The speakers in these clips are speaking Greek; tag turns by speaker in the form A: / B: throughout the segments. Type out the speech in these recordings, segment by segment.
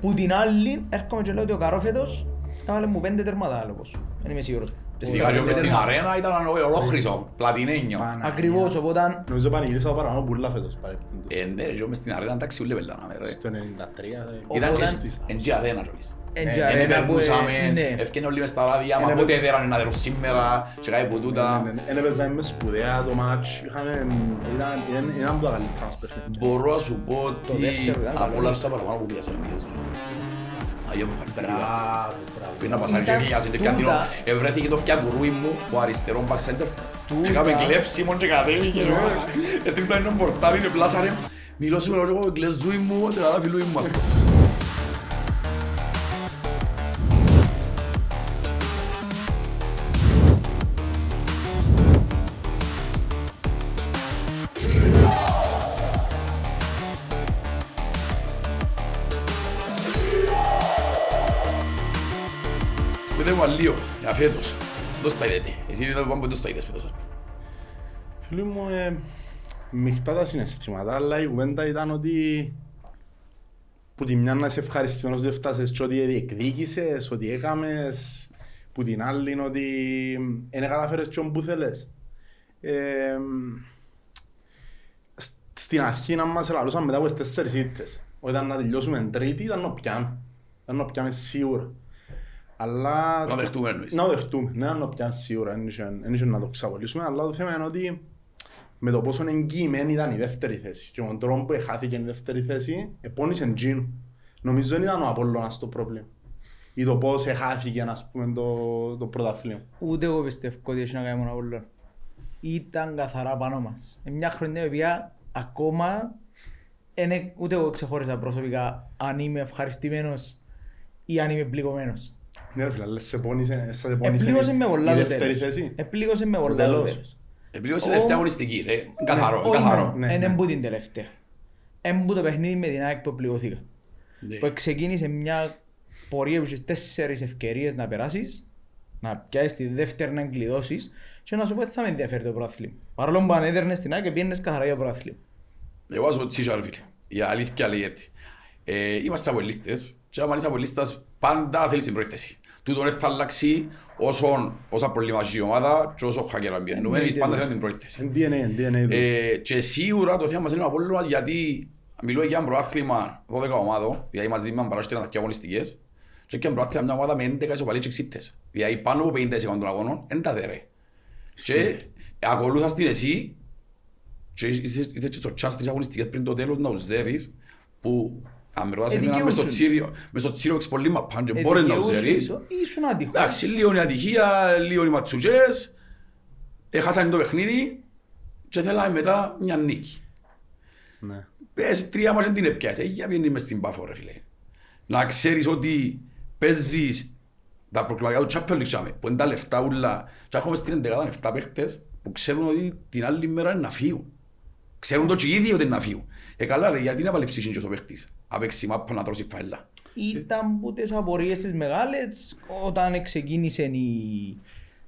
A: Που την άλλη έρχομαι και λέω ότι ο Καρόφετος έβαλε μου πέντε τερμάτα άλλος. Δεν είμαι σίγουρος.
B: Και στη Καριόπλη στην αρένα ήταν ολόχρυσο, πλατινένιο.
A: Ακριβώς, οπότε
C: Νομίζω πανηγύρισα παραπάνω πολλά φέτος παρεπιπτόντως.
B: Ε, ναι, ρε, εγώ μες στην αρένα εντάξει ούλε πελάνα, ρε.
C: Στο 93.
B: Ήταν και
A: Οπότε-
B: στις- εν και αρένα, ρε. πεις.
A: εν
C: Ε,
A: και
B: Εν
A: αρένα που, ε,
B: επερπούσαμε,
A: ναι.
B: ευκαινε όλοι μες στα ράδια, μα
C: Ένα
B: πότε
C: παίζ-
B: έδεραν ένα δερό σήμερα, και κάτι που
A: Ναι,
B: τούτα.
C: Ένα παίζαμε με σπουδαία το μάτς, είχαμε, ήταν, ήταν, ήταν από τα καλύτερα μας παιχνίδια.
B: Μπορώ να σου πω ότι
A: ναι. δεύτερο ναι, ήταν καλό.
B: απόλαυσα παραπάνω από λίγες ελληνικές μου. Αγία μου ευχαριστά κύριε Βάστο.
C: Μπράβο, μπράβο.
B: Πριν να πασάρει και
A: Ήταν
B: μία συνδεκά την
A: τούτα.
B: ευρέθηκε το φτιακουρούι μου, ο αριστερό back center.
A: Τούτα.
B: Και κάμε κλέψιμο και κατέβηκε. ρε. Ε, Δίπλα είναι ο πορτάρι, είναι πλάσαρε. Μιλώ σου, λέω, εγώ εγκλεζούι μου, σε καλά φιλούι μου. ας πω. Πείτε μου αλλίω, για φέτος. Δώσ' τα είδετε. Εσύ δεν πάμε δώσ' τα είδες φέτος. ας πούμε.
C: Φίλοι μου, ε, μειχτά τα συναισθήματα, αλλά η κουβέντα ήταν ότι που τη μια να είσαι ευχαριστημένος δεν φτάσες και ότι διεκδίκησες, ότι έκαμες, που την άλλη είναι ότι δεν καταφέρες και όπου θέλες. Ε, σ- στην αρχή να μας ελαλούσαν μετά από τις τέσσερις ήττες. Όταν να τελειώσουμε τρίτη ήταν να πιάμε. Ήταν να πιάμε σίγουρα. Αλλά...
B: Να δεχτούμε εννοείς.
C: Να δεχτούμε. Ναι, να πιάμε σίγουρα. Εν είχε- εν είχε να το ξαπολύσουμε. Αλλά το θέμα είναι ότι με το πόσο εγγυημένη ήταν η δεύτερη θέση και τον τρόπο που χάθηκε η δεύτερη θέση, επώνυσε τζίνο. Νομίζω δεν ήταν ο Απόλλωνας το πρόβλημα. Ή το πώς εχάθηκε, ας πούμε, το, το πρωταθλήμα.
A: Ούτε εγώ πιστεύω ότι έχει να κάνει μόνο όλο. Ήταν καθαρά πάνω μας. Ε, Μια χρονιά η οποία ακόμα είναι, ούτε εγώ ξεχώρισα προσωπικά αν είμαι ευχαριστημένος ή αν είμαι πληγωμένος.
C: Ναι, ρε φίλε, αλλά σε πόνισε, σε πόνισε
A: Επλήγωσε
C: η-
A: με πολλά
C: η
A: το
C: δεύτερη
A: τέλος. Ε,
C: θέση.
A: Επλήγωσε με πολλά το
C: τέλος.
A: τέλος.
B: Επλήγωσε
A: Ο-
B: τελευταία αγωνιστική, ρε. Καθαρό,
A: Όχι,
B: καθαρό.
C: ναι.
A: Είναι που την τελευταία. Είναι που το παιχνίδι με την ΑΕΚ που πληγωθήκα.
B: Ναι.
A: Που ξεκίνησε μια πορεία που είχες τέσσερις ευκαιρίες να περάσεις, να πιάσεις τη δεύτερη να εγκλειδώσεις και να σου πω ότι θα με ενδιαφέρει το πρόθλημα. Παρόλο που αν έδερνες την ΑΕΚ και πήγαινες καθαρά για πρόθλημα.
B: Εγώ ζω τσίσια ρε φίλε. Η αλήθεια λέγεται. Ε, είμαστε απολύστες και άμα είσαι απολύστας πάντα θέλεις την προέκθεση. Τούτο δεν θα αλλάξει όσον, όσα προβληματίζει η ομάδα και όσο χακέρα μπαίνουμε,
A: Εννοείται,
B: εμείς πάντα
A: ναι.
B: θέλουμε την προέκθεση.
C: Είναι DNA, είναι DNA του.
B: Ε, και σίγουρα το θέμα μας είναι ο Απόλλωνας γιατί μιλώ για ένα προάθλημα 12 ομάδων, δηλαδή μαζί με παράσχετον τα αγωνιστικές και και ένα προάθλημα μια ομάδα με 11 ισοπαλίες και ξύπτες. Δηλαδή πάνω από 50% των αγώνων, δεν τα δέρε. Και ακολούθας την εσύ και ήρθες ήρθες και στο τσάς τρεις αγωνιστικές πριν το τέλος να τους ζέρεις που αν με ρωτάς
A: Ε,
B: εμένα μες στο
A: δικαιούσουν.
B: τσίριο, μες στο τσίριο έχεις πολύ μαπάν και
A: Ε,
B: μπορείς να τους
A: δικαιούσουν
B: ζέρεις.
A: το, Ήσουν άτυχος.
B: Εντάξει, λίγο η ατυχία, λίγο οι ματσουτζές, έχασαν το παιχνίδι και θέλαμε μετά μια νίκη.
C: Ναι.
B: Πες τρία μας δεν την έπιασες, για πιένει μες στην Πάφο ρε φίλε. Να ξέρεις ότι παίζεις τα προκληματικά του Champions League τσάμε, που είναι τα λεφτά ούλα και έχουμε στην εντεκάδα 7 παίχτες που ξέρουν ότι την άλλη μέρα είναι να φύγουν. Ξέρουν το και οι ίδιοι ότι είναι να φύγουν. Ε καλά ρε, γιατί να παλεψίσεις και ο παίχτης, απέξει μάπα να τρώσει φαίλα.
A: Ήταν που τις απορίες τις μεγάλες όταν ξεκίνησε η...
C: Είναι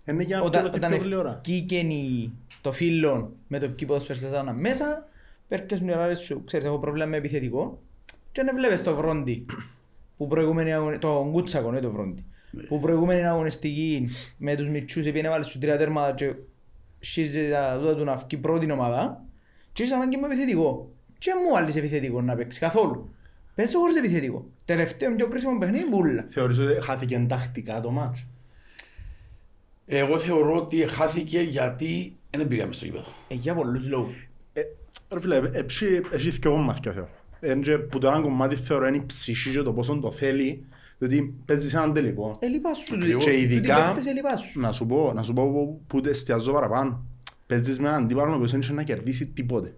C: Ε, ναι, για να
A: όταν,
C: πληρωθεί
A: όταν
C: πιο γλυόρα.
A: ευκήκεν η- το φίλο με το κήπο του Φερστεσάνα μέσα, πέρκες μου και λάρες σου, ξέρεις έχω πρόβλημα με επιθετικό και δεν βλέπεις το βρόντι που προηγούμενη αγωνι... το γκούτσακο, ναι το βρόντι που προηγούμενη αγωνιστική με τους μητσούς επειδή έβαλες σου τρία τέρματα και σύζε τα δούτα του να βγει πρώτη ομάδα και είσαι ανάγκη με επιθετικό και μου άλλες επιθετικό να παίξει καθόλου Πες το χωρίς επιθετικό. Τελευταίο πιο κρίσιμο παιχνίδι μπουλα.
C: Θεωρείς ότι χάθηκε τακτικά το μάτς.
B: Εγώ θεωρώ ότι χάθηκε γιατί δεν πήγαμε στο γήπεδο.
A: Ε, για πολλούς λόγους.
C: Ε, Ρε φίλε, έτσι έχει και εγώ μάθηκα θεωρώ. Ε, Εν και που το ένα κομμάτι θεωρώ είναι η ψυχή και το πόσο το θέλει, διότι παίζεις έναν τελικό.
A: Ε, λυπά σου. διότι
B: Ακριβώς.
C: Και ειδικά-
A: οι παίκτες, ε, λυπά σου.
C: Να σου πω, να σου πω που- που τε εστιαζώ παραπάνω. Παίζεις με έναν αντίπαλο ο οποίος δεν είχε να κερδίσει τίποτε.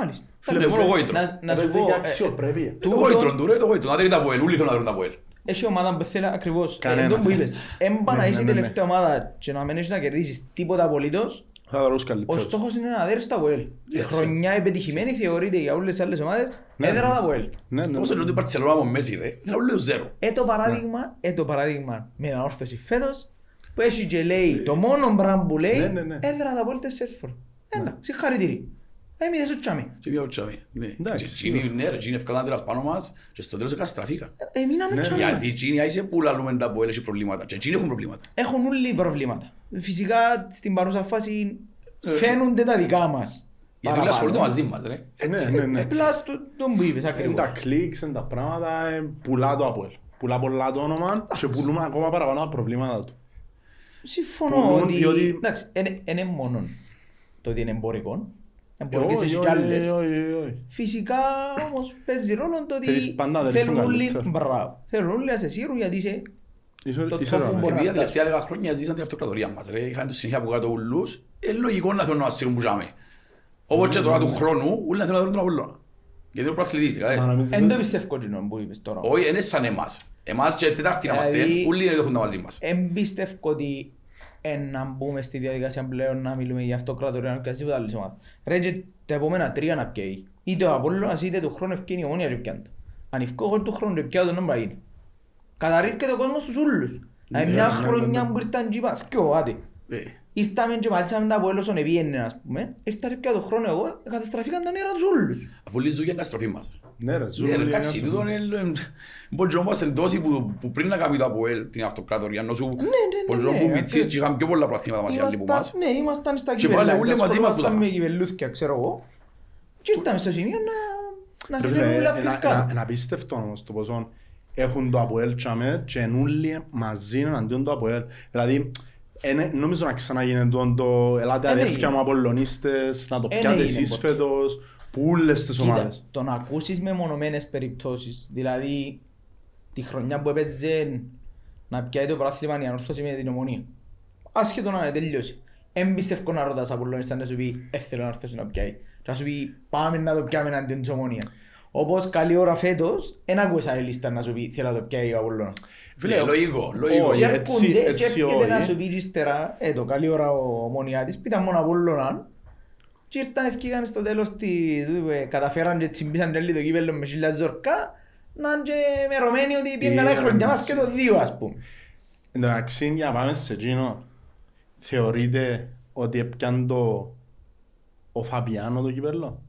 A: Μάλιστα.
B: Φίλε,
A: Εντάξει,
B: μόνο
A: να-
B: γόητρο.
A: να- Να σου
C: Παίζει
A: πω,
C: για
A: ε,
C: αξιοπρέπεια.
A: τούτο- Ναι.
B: Το γόητρον του ρε, το γόητρον. Να τρίνει τα Αποέλ, ούλοι θέλουν να τρώνε τα Αποέλ.
A: ε, έχει ομάδα που θέλει ακριβώς. Ε,
C: Κανένας.
A: Εν τω που είπες. Έμπα
C: Ναι,
A: να
C: ναι,
A: είσαι η
C: ναι, ναι.
A: τελευταία ομάδα και να μην έχεις να κερδίσεις τίποτα απολύτως.
C: Θα δωρούς
A: Ο
C: καλύτερος.
A: στόχος είναι να δέρεις το Αποέλ. Η χρονιά επιτυχημένη θεωρείται για όλες τις άλλες ομάδες.
C: Ναι,
A: Έδερα
C: ναι.
A: το Αποέλ.
C: Ναι, ναι.
B: Όμως έλεγε ότι η Μπαρτσελώνα από μέση ρε, ήταν ούλοι ζέρο.
A: Ε το παράδειγμα, ε το παράδειγμα με την όρθωση φέτος που έχει και λέει το μόνο πράγμα που λέει
C: Ε, Ναι, ναι, ναι.
A: έδερα το Αποέλ τέσσερις φορές. Εντάξει, συγχαρητήρι. Ε, Εμείς δεν σου τσάμε.
B: Και πήγα τσάμι. Ναι.
C: Εντάξει,
B: Και τσίνι, ναι, ρε, τσίνι ευκάλα άντρας πάνω μας και στο τέλος εκαστραφήκα.
A: Εμείναμε
C: Ναι,
A: τσάμε.
B: Γιατί τσίνι άισε που λαλούμε τα που έλεγε προβλήματα. Και τσίνι έχουν προβλήματα.
A: Έχουν όλοι προβλήματα. Φυσικά στην παρούσα φάση
C: Ε,
A: φαίνονται τα δικά μας.
B: Γιατί
A: Παραπάνω.
B: όλοι
A: Ε,
B: ασχολούνται μαζί μας, ρε.
C: Ναι, ναι, ναι. έτσι. Ε,
A: Απλά στο- τον που είπες
C: Είναι τα
A: ακριβώς.
C: κλικς, είναι τα πράγματα, ε, πουλά το Αποέλ. Πουλά πολλά το όνομα και πουλούμε ακόμα παραπάνω τα προβλήματα του.
A: Συμφωνώ
C: Πουλούν
A: ότι...
C: διότι-
A: Εντάξει, είναι μόνο το ότι είναι εμπορικό. Ε, Εμπορικές
C: Ε, Όχι,
A: έχει κι
C: όχι, όχι,
A: άλλες.
C: όχι, όχι.
A: Φυσικά όμως παίζει ρόλο το
C: Θέλεις
A: ότι
C: πάντα να
A: θέλουν
C: δεις τον
A: όλοι
C: καλύτερο.
A: μπράβο. Θέλουν όλοι να σε σύρουν γιατί είσαι...
C: Είσαι-
A: Το
C: είσαι
A: top
C: ρωμένο.
A: μπορεί να
B: Επειδή τα
A: φτάσουν.
B: τελευταία δέκα χρόνια ζήσαν την αυτοκρατορία μας, ρε, είχαν τους συνέχεια από κάτω ούλους, ε, λογικό να θέλουν να μας σύρουν που ζάμε. Όπως και τώρα του
A: Ναι.
B: χρόνου, όλοι να θέλουν να θέλουν τον Απολλώνα. Γιατί είναι προαθλητής, κατάλαβες.
C: Μα νομίζεις
A: Εν το
C: ότι-
A: πιστεύω κοινό που είπες τώρα.
B: Όχι, δεν είναι σαν εμάς. Εμάς και τετάρτη να είμαστε,
A: Δηλαδή-
B: όλοι είναι έχουν τα μαζί μας.
A: Εν πιστεύω ότι ε, να μπούμε στη διαδικασία πλέον να μιλούμε για αυτοκρατορία ή οποιασδήποτε άλλη ομάδα. Ρε και τα επόμενα τρία να πιέει. Είτε ο Απόλλωνας είτε του χρόνου ευκαινεί η ομόνια και πιάνε το. Αν ευκώ εγώ του χρόνου και πιάω τον νόμπρα γίνει. Καταρρίφκεται ο κόσμος στους ούλους. Δηλαδή μια χρονιά που ήρθαν και είπα, «Θκυο, άντε».
B: Ε,
A: Ήρθαμε και μάλισαμε τα Απόλλωνα στον Εβίεννε, ας πούμε. Ήρθα και πιάω τον χρόνο εγώ, καταστραφήκαν τον αέρα τους ούλους.
B: Αφού λύζουν για καταστροφή μας.
C: Ναι, ρε,
B: Ναι,
C: ζούμε
B: ρε,
C: όλοι
B: Εντάξει,
C: ένα-
B: τούτον είναι ε, μπορεί όμως εν τόση που- που πριν να κάνει το ΑΠΟΕΛ την αυτοκράτορια, ενώ σου
A: ναι,
B: μπορεί
A: ναι,
B: που
A: ναι,
B: Μιτσής
A: ακριβώς.
B: και είχαν πιο πολλά προαθήματα μας οι άλλοι που
A: Ήμασταν,
B: μας.
A: ναι, ήμασταν στα
B: Και πάλι
A: κυπελάκια,
B: όλοι μαζί μας που τα
A: ασχολούμασταν με
B: είχαμε.
A: κυπελούθκια, ξέρω εγώ. Και ήρθαμε στο σημείο να, να
C: Ρε,
A: σε θέλουν όλα
C: ένα-
A: πρισκά.
C: ένα- ένα απίστευτο όμως το πόσο έχουν το Αποέλ τσάμε και εν όλοι μαζί εναντίον το Αποέλ. Δηλαδή, εν- νομίζω να ξαναγίνει το- το «Ελάτε
A: Ε, ναι,
C: αδέρφια
A: είναι.
C: μου Απολλωνίστες, να το
A: Ε, ναι,
C: πιάτε
A: είναι
C: εσείς
A: ποτέ.
C: φέτος» που όλες τις
A: Κοίτα,
C: ομάδες.
A: το να ακούσεις με μονομένες περιπτώσεις, δηλαδή τη χρονιά που έπαιζε να πιάει το πράθλημα η ανόρθωση με την ομονία. Άσχετο να είναι τελειώσει. Εμπιστευκό να ρωτάς από λόγες να σου πει «Ε, θέλω να έρθω να πιάει». Και να σου πει «Πάμε να το πιάμε εναντίον της ομονίας». Όπως καλή ώρα φέτος, δεν ακούσα η λίστα να σου πει «Θέλω να το πιάει ο Απολλώνας».
B: Ναι, Λογικό, λογικό.
C: όχι,
A: Και
C: έτσι-
A: έρχονται και
C: έτσι
A: έρχεται να
C: όχι.
A: σου πει ύστερα, ε, το καλή ώρα ο Μονιάτης, πήταν μόνο από Λονάν. Και ήρθαν ευκήγαν στο τέλος, τη, του είπε, καταφέραν και τσιμπήσαν και το κύπελλο με χίλια ζορκά, να είναι και μερωμένοι ότι πήγαν
C: Τι ναι.
A: καλά η χρονιά μας
C: όρεξη.
A: και το δύο ας πούμε.
C: Εντάξει, για πάμε σε εκείνο. Θεωρείτε ότι έπιαν το ο Φαπιάνο το κύπελλο.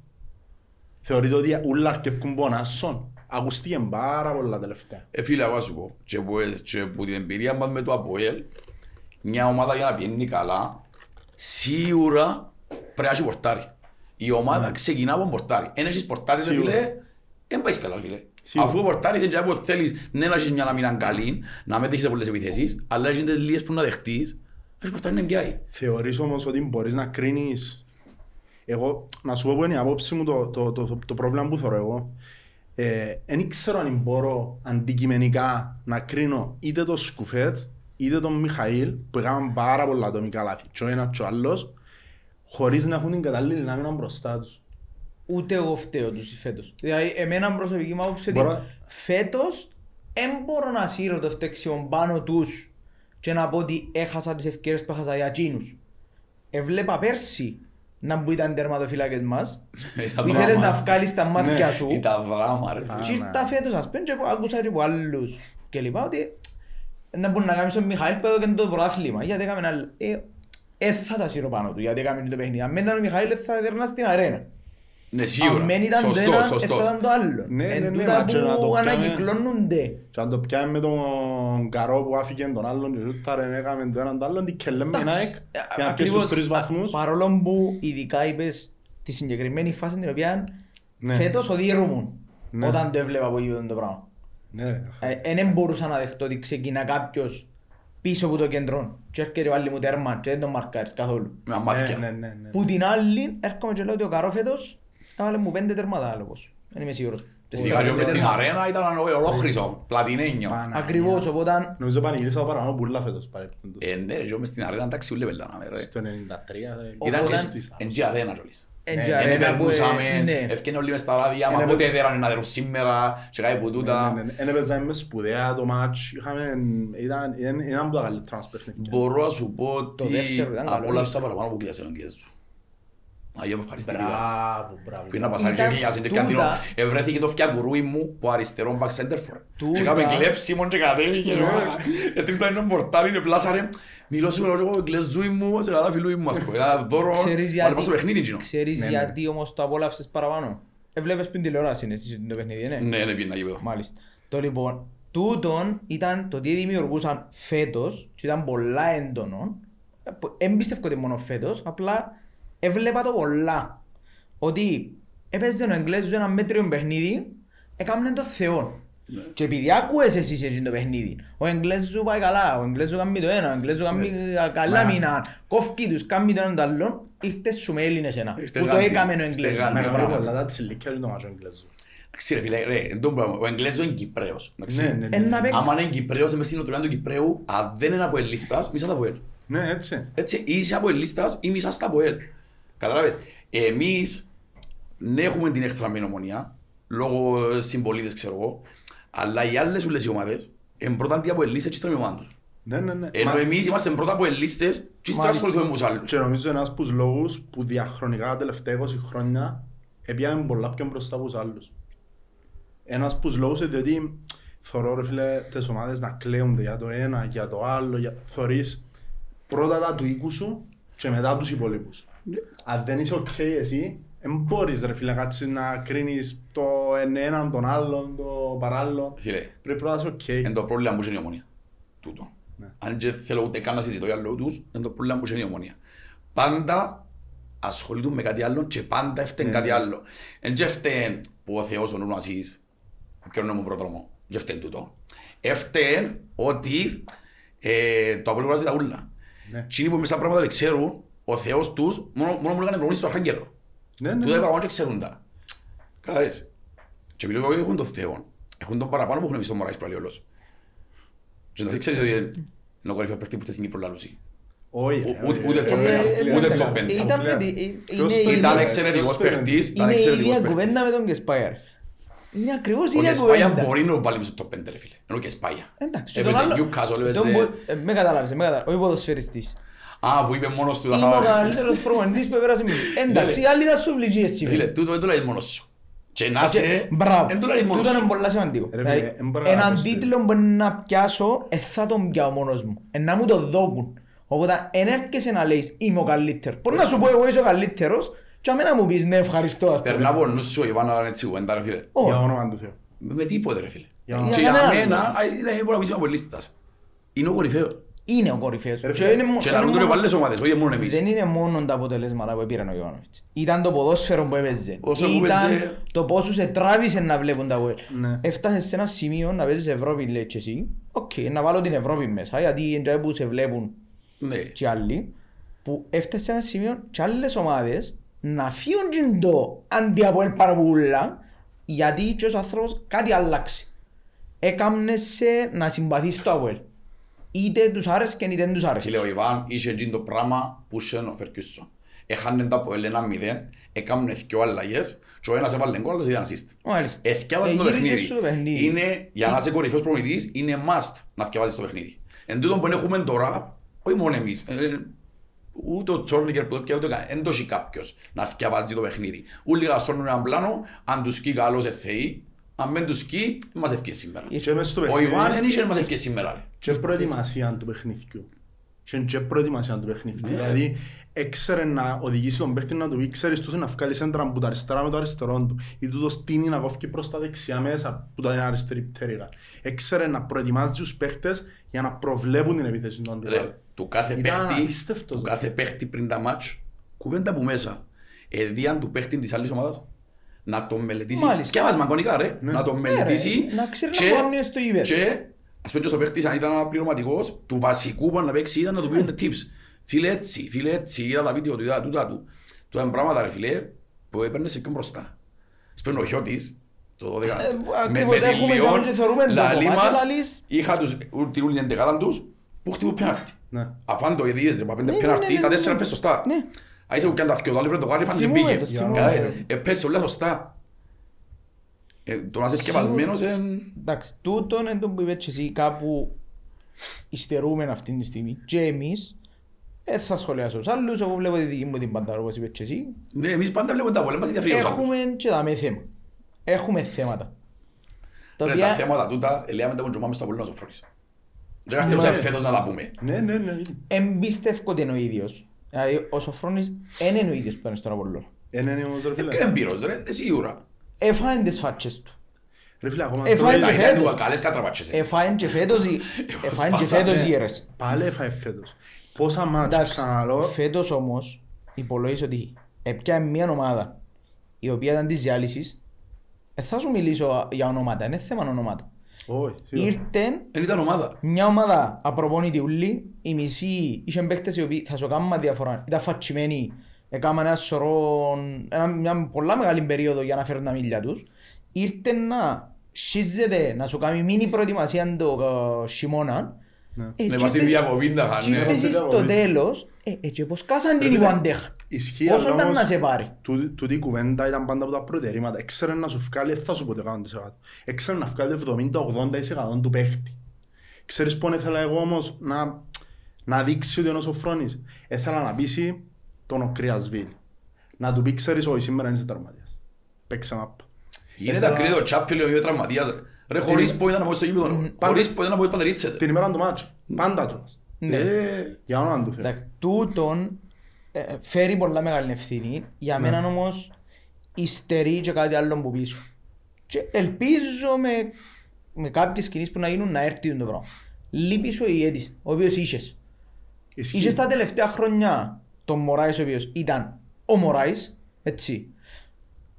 C: Θεωρείτε ότι ούλα αρκευκούν πονάσσον. Ακούστηκε πάρα πολλά τελευταία.
B: Ε, φίλε, εγώ να σου πω, και που, ε, και που την εμπειρία μας με το ΑΠΟΕΛ, μια ομάδα για να πηγαίνει καλά, σίγουρα πρέπει να έχει πορτάρι. Η ομάδα ξεκινά από πορτάρι. Εν έχεις πορτάρι, ρε
C: Σίγουρα.
B: φίλε, δεν πάεις καλά, φίλε.
C: Σίγουρα.
B: Αφού πορτάρεις, είναι που θέλεις ναι να έχεις μια άμυνα καλή, να μην δέχεις σε πολλές επιθέσεις, αλλά έχεις τις λίγες που να δεχτείς, έχεις πορτάρι να πιάει.
C: Θεωρείς όμως ότι μπορείς να κρίνεις. Εγώ, να σου πω που είναι η απόψη μου το, το, το, το, το πρόβλημα που θεωρώ εγώ. Ε, δεν ξέρω αν μπορώ αντικειμενικά να κρίνω είτε τον Σκουφέτ είτε τον Μιχαήλ που έκαναν πάρα πολλά ατομικά λάθη. Και ο ένας και ο άλλος χωρίς να έχουν την κατάλληλη να μείνουν μπροστά τους.
A: Ούτε εγώ φταίω τους φέτος. Δηλαδή, εμένα προσωπική μου άποψη ότι
C: Μπορώ-
A: φέτος δεν μπορώ να σύρω το φταίξιμο πάνω τους και να πω ότι έχασα τις ευκαιρίες που έχασα για εκείνους. Έβλεπα πέρσι να που ήταν τερματοφύλακες μας
B: Ήταν
A: Μη θέλεις
B: δράμα.
A: να βγάλεις τα μάτια
C: Ναι,
A: σου
B: Ήταν δράμα, ρε φίλε.
A: και ήρθα φέτος ας πούμε και άκουσα και από άλλους και λοιπά ότι να μπορούν να κάνεις τον Μιχαήλ που έδωκε το πρωτάθλημα γιατί έκαμε ένα... ε, Ε, θα τα σύρω πάνω του γιατί έκαμε το παιχνίδι. Αν δεν ήταν ο Μιχαήλ ε, θα έδερνα στην αρένα.
B: Ναι,
A: Αν
B: σίγουρα.
A: δεν ήταν το
B: Σωστό,
A: ένα ε, θα
B: σωστό.
A: ήταν το άλλο.
C: Ναι,
A: Εν
C: ναι, ναι,
A: τούτα
C: μα και να το
A: που
C: πιάμε.
A: ανακυκλώνονται.
C: Και αν το πιάμε με τον καρό που άφηκε τον άλλον και ζούταρε έκαμε τον έναν τον άλλον τι κελέμε
A: Εντάξει,
C: Νάικ
A: ε,
C: για να πιέσει
A: ακριβώς,
C: τους τρεις
A: α,
C: βαθμούς.
A: Παρόλο που ειδικά είπες τη συγκεκριμένη φάση την οποία
C: Ναι.
A: φέτος οδύρομουν
C: Ναι.
A: όταν το έβλεπα από γύρω το πράγμα.
C: Ναι, ρε.
A: Δεν Ε, μπορούσα να δεχτώ ότι ξεκινά κάποιος πίσω από το κέντρο και έρχεται ο άλλος μου τέρμα και δεν τον μαρκάρεις καθόλου.
B: Με
C: Ναι,
B: αμάθεια.
C: ναι, ναι, ναι.
A: Που την άλλη έρχομαι και λέω ότι ο Καρό φέτος έβαλε μου πέντε τερμάτα λόγος. Δεν είμαι σίγουρος.
B: Φυσικά και μες στην αρένα ήταν ολόχρυσο, πλατινένιο.
C: Παναγία.
A: Ακριβώς, οπότε
C: Νομίζω πανηγύρισα παραπάνω πουλά φέτος παρεπτόντως.
B: Ε, ναι, ρε, και μες στην αρένα εντάξει ούλε πελάναμε, ρε.
C: Στο 93 ε,
A: Ήταν
B: Ήταν και
A: Όταν-
B: στις- εν και αρένα κιόλας.
A: εν και
C: ναι,
B: Εν
A: αρένα που, ε,
B: περνούσαμε,
A: ναι.
B: ευκαινε όλοι μες στα ράδια, μα
C: Ένα
B: πότε
C: πες-
B: έδεραν να δερουν σήμερα, και κάτι που τούτα.
C: Ναι, ναι, ναι. Εν έπαιζαμε με σπουδαία το μάτς, είχαμε, ήταν ήταν- ήταν από τα καλύτερα μας παιχνίδια.
B: Μπορώ να σου πω
A: ναι. Το
B: ότι
A: δεύτερο ήταν καλό.
B: απόλαυσα παραπάνω που κλειάσε εναντίες του. Αγία μου ευχαριστήθηκα.
D: Μπράβο, μπράβο.
B: Πριν να πασάρει και
A: Ήταν
B: για
A: τούτα.
B: συντερκιαντινό, ευρέθηκε το φτιακουρούι μου που αριστερό back center for.
A: Τούτα.
B: Και κάμε κλέψιμον και κατέβηκε. ρε. Ε, τρίπλα είναι ο πορτάρι, είναι πλάσαρε. Μιλώ σου, λέω, εγώ γκλεζούι μου, σε καλά φιλούι μου, ας πούμε. Ένα δώρο,
A: Ξέρεις
B: αλλά
A: γιατί,
B: πώς το παιχνίδι είναι.
A: ξέρεις
C: Ναι, ναι.
A: γιατί όμως το απόλαυσες παραπάνω. Έβλεπες πριν τηλεόραση είναι εσύ το παιχνίδι, ναι.
B: Ναι, ναι, πήγαινα γήπεδο.
A: Μάλιστα. Το λοιπόν, τούτον ήταν το τι δημιουργούσαν φέτος και ήταν πολλά έντονο. Ε, Εμπίστευκο ότι μόνο φέτος, απλά έβλεπα το πολλά. Ότι έπαιζε ο Εγγλέζος ένα μέτριο παιχνίδι, έκαμνε το Θεό.
B: Ναι.
A: Και επειδή άκουες εσύ έτσι το παιχνίδι, ο Εγγλέζος σου πάει καλά, ο Εγγλέζος κάνει το ένα, ο Εγγλέζος κάνει
B: Ναι.
A: καλά μήνα, κόφκι τους, κάνει το έναν το άλλον, ήρθες σου με Έλληνες ένα,
B: Ήρθε
A: που το
B: Γάντι,
A: έκαμε ο
B: ήρθε Ναι,
A: Εγγλέζος. Ναι,
B: Γάντι.
C: Με
B: μπράβο.
C: πολλά τα τσιλίκια είναι το μάτσο Εγγλέζου.
B: Εντάξει, ρε φίλε, ρε, εν τω πράγμα, ο Εγγλέζος είναι Κυπρέος. εντάξει.
C: Ναι, ναι,
A: Ε, να παίξει.
B: Άμα είναι Κυπρέος, είμαι στην οτροπία του Κυπρέου, αν δεν είναι από ελίστας, μισά τα ε. από ελ.
C: Ναι, έτσι.
B: Έτσι, είσαι από ελίστας ή μισά στα από ελ. Κατάλαβες, εμείς ναι έχουμε την έχθραμμένη ομονία, λόγω ε, συμπολίτες ξέρω εγώ, αλλά οι άλλες ούλες οι ομάδες, εν πρώτα αντί από ελίστες και στρέμει ομάδα τους.
C: Ναι, ναι, ναι.
B: Ενώ
C: Μα-
B: εμείς είμαστε πρώτα από ελίστες και στρα
A: Μάλιστα.
B: ασχοληθούμε με τους άλλους.
C: Και νομίζω ένας από τους λόγους που διαχρονικά τα τελευταία 20 χρόνια έπιαμε πολλά πιο μπροστά από τους άλλους. Ένας από τους λόγους είναι διότι θωρώ ρε φίλε τις ομάδες να κλαίονται για το ένα, για το άλλο, για... θωρείς πρώτα τα του οίκου σου και μετά τους υπόλοιπους. Αν δεν είσαι οκ εσύ, δεν μπορείς ρε φίλε να κάτσεις να κρίνεις το εν έναν, τον άλλον, το παράλληλο.
B: Φίλε,
C: Πρέπει πρώτα να είσαι
B: Είναι
C: οκ.
B: το πρόβλημα που είναι η ομονία. Τούτο.
C: Ναι.
B: Αν και θέλω ούτε καν να συζητώ για λόγω τους, είναι το πρόβλημα που είναι η ομονία. Πάντα ασχολούνται με κάτι άλλο και πάντα έφταιν
C: Ναι.
B: κάτι άλλο. Εν και έφταιν που ο Θεός ο Νουνασίς, ποιον νόμο πρόδρομο, και έφταιν τούτο. Έφταιν ότι ε, το απολύτω τα ούλα.
C: Ναι.
B: Τι είναι που μέσα πράγματα δεν ξέρουν, ο Θεός τους μόνο, μόνο που έκανε προπονήσεις στο Αρχάγγελο.
C: Ναι,
B: Τούτα
C: ναι,
B: τα
C: ναι.
B: πράγματα και ξέρουν τα. Κατάλαβες. Και μιλώ εγώ έχουν τον Θεό. Έχουν τον παραπάνω που έχουν εμείς τον Μωράης πάλι όλος. Και να ξέρεις ότι είναι ο κορυφαίος παίκτης που φταίει στην Κύπρο λαλούσει.
C: Όχι, ρε,
B: Ούτε-
C: όχι, ρε.
B: ούτε το πέρα,
C: Ε,
B: ούτε
C: ε,
B: το
C: ε,
B: πέρα.
C: ε,
A: Ήταν
C: ε,
A: με τη-
C: ε,
A: είναι
C: ποιος
A: η-
C: το είναι,
B: Ήταν
C: ρε,
B: εξαιρετικός
C: ποιος το είναι.
B: παίκτης, ήταν
A: Είναι η
B: εξαιρετικός
A: ίδια
B: παίκτης.
A: κουβέντα με τον Κεσπάιερ. Είναι ακριβώς η
B: Ο
A: ίδια
B: Κεσπάγια
A: κουβέντα.
B: μπορεί να το βάλει μέσα στο top 5 ρε φίλε. Ενώ και Σπάγια.
A: Εντάξει, και
B: Έπαιζε
A: τον άλλο-
B: Newcastle,
A: τον
B: έπαιζε-
A: μπο- ε, Με κατάλαβες, με κατάλαβες. Όχι ποδοσφαιριστής.
B: Α, που είπε μόνος του τα
A: Είμαι ο
B: φάγα.
A: καλύτερος προπονητής που έπαιρασε μήνυμα. Εντάξει,
B: Ναι,
A: οι άλλοι ήταν σουβλικοί εσύ.
B: Φίλε, τούτο δεν το λέει μόνος σου. Και να
A: Και-
B: είσαι,
A: Μπράβο.
B: δεν το λέει μόνος
A: Τούτο είναι
B: σου. ε,
A: πολύ σημαντικό.
C: Ρε φίλε,
A: Δηλαδή,
C: δεν μπορώ να
A: Έναν
C: ακούσετε.
A: τίτλο που να πιάσω, ε, θα τον πιάω μόνος μου. Ε, Να μου το δώκουν. Οπότε, εν έρχεσαι να λέεις είμαι ο καλύτερος. Μπορεί να σου πω εγώ είσαι ο καλύτερος και αμένα μου πεις ναι ευχαριστώ. ας πούμε.
B: Περνά από νους σου, είπα να είναι έτσι κουβέντα ρε φίλε.
A: Ω,
C: Για όνομα του Θεού.
B: Με με τίποτε ρε φίλε.
C: Για να-
B: Και για
A: κανέναν.
B: μένα, α, δεν μπορεί να πεις από λίστας. Είναι ο κορυφαίος.
A: Είναι ο κορυφαίος.
C: Ρε
A: Και
C: φίλε,
A: είναι μο-
B: Και
A: είναι
B: λαλούν του
A: μόνο-
B: ρε βάλες ομάδες, όχι μόνο εμείς.
A: Δεν είναι μόνο τα αποτελέσματα που πήραν ο Ιωάννοβιτς. Ήταν το ποδόσφαιρο που έπαιζε.
B: Όσο που
A: Ήταν
B: έπαιζε-
A: το πόσο σε τράβησε να βλέπουν τα γκολ.
C: Ναι.
A: Έφτασες σε ένα σημείο να παίζεις Ευρώπη λέει και εσύ. Οκ, να βάλω την Ευρώπη μέσα γιατί είναι τζάι που σε βλέπουν
B: Ναι.
A: και άλλοι. Που έφτασες σε ένα σημείο και άλλες ομάδες να φύγουν τζιν το αντί από ελ παραπούλα γιατί και ως άνθρωπος κάτι άλλαξε. Έκαμνε σε να συμπαθείς το ΑΒΕΛ. Είτε τους άρεσκε είτε δεν τους άρεσκε.
B: Φίλε, ο Ιβάν είχε εκείνο το πράγμα που είχε ο Φερκιούσον. Έχανε τα από ένα μηδέν, έκαναν δυο αλλαγές και ο ένας έβαλε γκολ, ο άλλος ήταν assist.
A: Μάλιστα.
B: Ε, θκιάβαζε το
A: Ε, γύρισε
B: παιχνίδι.
A: στο παιχνίδι.
B: Είναι, για να είσαι κορυφαίος προπονητής, είναι must να θκιαβάζεις το παιχνίδι. Εν τούτον που έχουμε τώρα, όχι μόνο εμείς, ε, ούτε ο Τσόρνικερ που το πιάει, ούτε κανένα, εν το έχει κάποιος να θκιαβάζει το παιχνίδι. Ούλοι γαστρώνουν έναν πλάνο, αν τους σκεί καλός ε, θεοί, αν δεν τους σκεί, μας ευκεί
A: Ε,
B: σήμερα.
C: Και μες στο
B: Ο
C: παιχνίδι-
B: Ιβάν δεν είχε μας ευκεί σήμερα. ρε.
C: και προετοιμασία του παιχνιδιού. Και και προετοιμασία του
B: Ναι.
C: παιχνιδιού. Δηλαδή, έξερε να οδηγήσει τον παίκτη να του πει, ξέρεις τους να βγάλεις έντρα από τα αριστερά με το αριστερό του ή του το στείνει να κόφει προς τα δεξιά μέσα που τα είναι αριστερή πτέρυγα. Έξερε να προετοιμάζει τους παίκτες για να προβλέπουν την επίθεση του αντιπάλου.
B: Ρε, του κάθε
C: Ήταν
B: παίχτη,
C: απίστευτος.
B: του κάθε παίχτη πριν τα μάτς, κουβέντα από μέσα. Εδίαν του παίχτη της άλλης ομάδας να τον μελετήσει.
A: Μάλιστα.
B: Και άβας μαγκονικά ρε, να τον
A: Ναι,
B: μελετήσει.
A: ρε, να ξέρει να
B: και-
A: κουάμνει στο ύπεδο.
B: Και ας πούμε και ο παίχτης αν ήταν αναπληρωματικός, του βασικού που να παίξει ήταν να του
A: Ναι.
B: πήρουν tips. Φίλε έτσι, φίλε έτσι, είδα τα βίντεο του, είδα τούτα του. Τούτα είναι πράγματα ρε φίλε, που έπαιρνες σε πιο μπροστά. Ας πούμε ο Χιώτης, το 12, με,
A: Ε, ακριβώς,
B: με τη
A: έχουμε
B: Λιόν,
A: κάνει και θεωρούμε το
B: λαλεί
A: κομμάτι,
B: μας,
A: λαλείς.
B: είχα τους, την ούλη εντεκάδα τους, που χτύπω πέναρτη.
C: Ναι.
B: Αφού αν το είδες, ρε, μα πέντε
A: Ναι, ναι, ναι,
B: πέναρτη,
A: ναι,
B: τα
A: ναι.
B: τέσσερα πες σωστά.
A: Ναι.
B: Άισε που κάνει τα δυο, το άλλο βρε το γάρι, φαν την
A: Θυμούμαι
B: πήγε.
A: το, θυμούμαι.
B: Κατάλαβες, ε, πες όλα σωστά. Ε, Το να είσαι θκευασμένος, εν...
A: Εντάξει, τούτο είναι το που είπες και εσύ κάπου υστερούμε αυτή τη στιγμή. Και εμείς Ε, θα σχολιάσω τους άλλους, εγώ βλέπω τη δική μου την παντάρα όπως είπες και εσύ.
B: Ναι, εμείς πάντα βλέπουμε τα πολλά μας ενδιαφέρει τους άλλους.
A: Έχουμε και δάμε θέμα. Έχουμε θέματα. Τα
B: Ρε, Ναι, Τα
A: οποία
B: θέματα τούτα, ελέγαμε τα που τζουμάμε στα πολλά να σοφρόνεις. Δεν είμαστε φέτος να τα πούμε.
C: Ναι, ναι, ναι.
A: εμπιστεύκονται είναι ο ίδιος. Δηλαδή ο Σοφρόνης δεν είναι ο ίδιος που ήταν στον Απολλώνα.
C: Ε, ναι, ναι, όμως ρε
B: Και
C: φίλε.
B: δεν πήρος, ρε, είναι σίγουρα.
A: Έφαγαν τις φάτσες του.
C: Ρε φίλε, ακόμα
A: Ε,
C: το
A: φάει-
C: είδα.
B: Εντάξει,
A: φέτος.
B: είναι καλές κατραπάτσες. ε.
A: Έφαγαν και φέτος οι- έφαγαν και
B: σπάσαμε.
A: φέτος οι ιερές.
C: Πάλι έφαγε φέτος. Πόσα μάτς
A: Εντάξει,
C: ξαναλώ.
A: φέτος όμως υπολογίζω ότι έπια μια ομάδα η οποία ήταν της διάλυσης ε, θα σου μιλήσω για ονόματα, είναι θέμα ονόματα.
C: Όχι, σίγουρα.
A: Ήρθε
B: Δεν ήταν ομάδα.
A: μια ομάδα απροπόνητη ούλη, η μισή είχε παίχτες οι οποίοι θα σου κάνουν διαφορά. Ήταν φατσιμένοι, έκαναν ένα σωρό, ένα, μια πολλά μεγάλη περίοδο για να φέρουν τα μίλια τους. Ήρθε να σύζεται, να σου κάνει μίνι προετοιμασία το ε, χειμώνα.
C: Ναι.
A: Ε,
B: Ναι,
A: και
B: μας τη
A: ήρθες-
B: διακοπή να χάνε.
A: και ήρθες
C: Ναι,
A: στο
C: διακοπή.
A: τέλος, ε, ε, και πως κάσαν την
C: Ρε,
A: Ιβαντέχα.
C: Ισχύει,
A: Όσο
C: αλλά
A: ήταν
C: όμως, Ναι.
A: να σε πάρει.
C: τούτη- Τούτη η κουβέντα ήταν πάντα από τα προτερήματα. Έξερε να σου βγάλει, θα σου πω το 100%. Έξερε να βγάλει 70-80% του παίχτη. Ξέρεις πόν ήθελα εγώ όμως να, να δείξει ότι είναι ο Σοφρόνης. Έθελα να πείσει τον Οκριασβίλ. Να του πει ξέρεις όχι σήμερα είσαι τραυματίας. Παίξε μάπα.
B: Είναι τα κρύδο τσάπιο λέει ο τραυματίας. ρε.
A: Ε,
B: Ρε χωρίς που ήταν να πω στο γήπεδο, χωρίς που ήταν να πω στις πατερίτσες.
C: Την ημέρα του μάτσου. Πάντα του μας.
A: Ναι.
C: Ε, Για όνομα του Θεού.
A: Εντάξει, τούτον ε, φέρει πολλά μεγάλη ευθύνη. Για
C: Ναι.
A: μένα όμως υστερεί και κάτι άλλο που πίσω. Και ελπίζω με, με κάποιες κινήσεις που να γίνουν να έρθει το πράγμα. Λείπει σου ο ηγέτης, ο οποίος είχες.
C: Ισχύει.
A: Είχες τα τελευταία χρόνια τον Μωράης ο οποίος ήταν ο Μωράης, έτσι.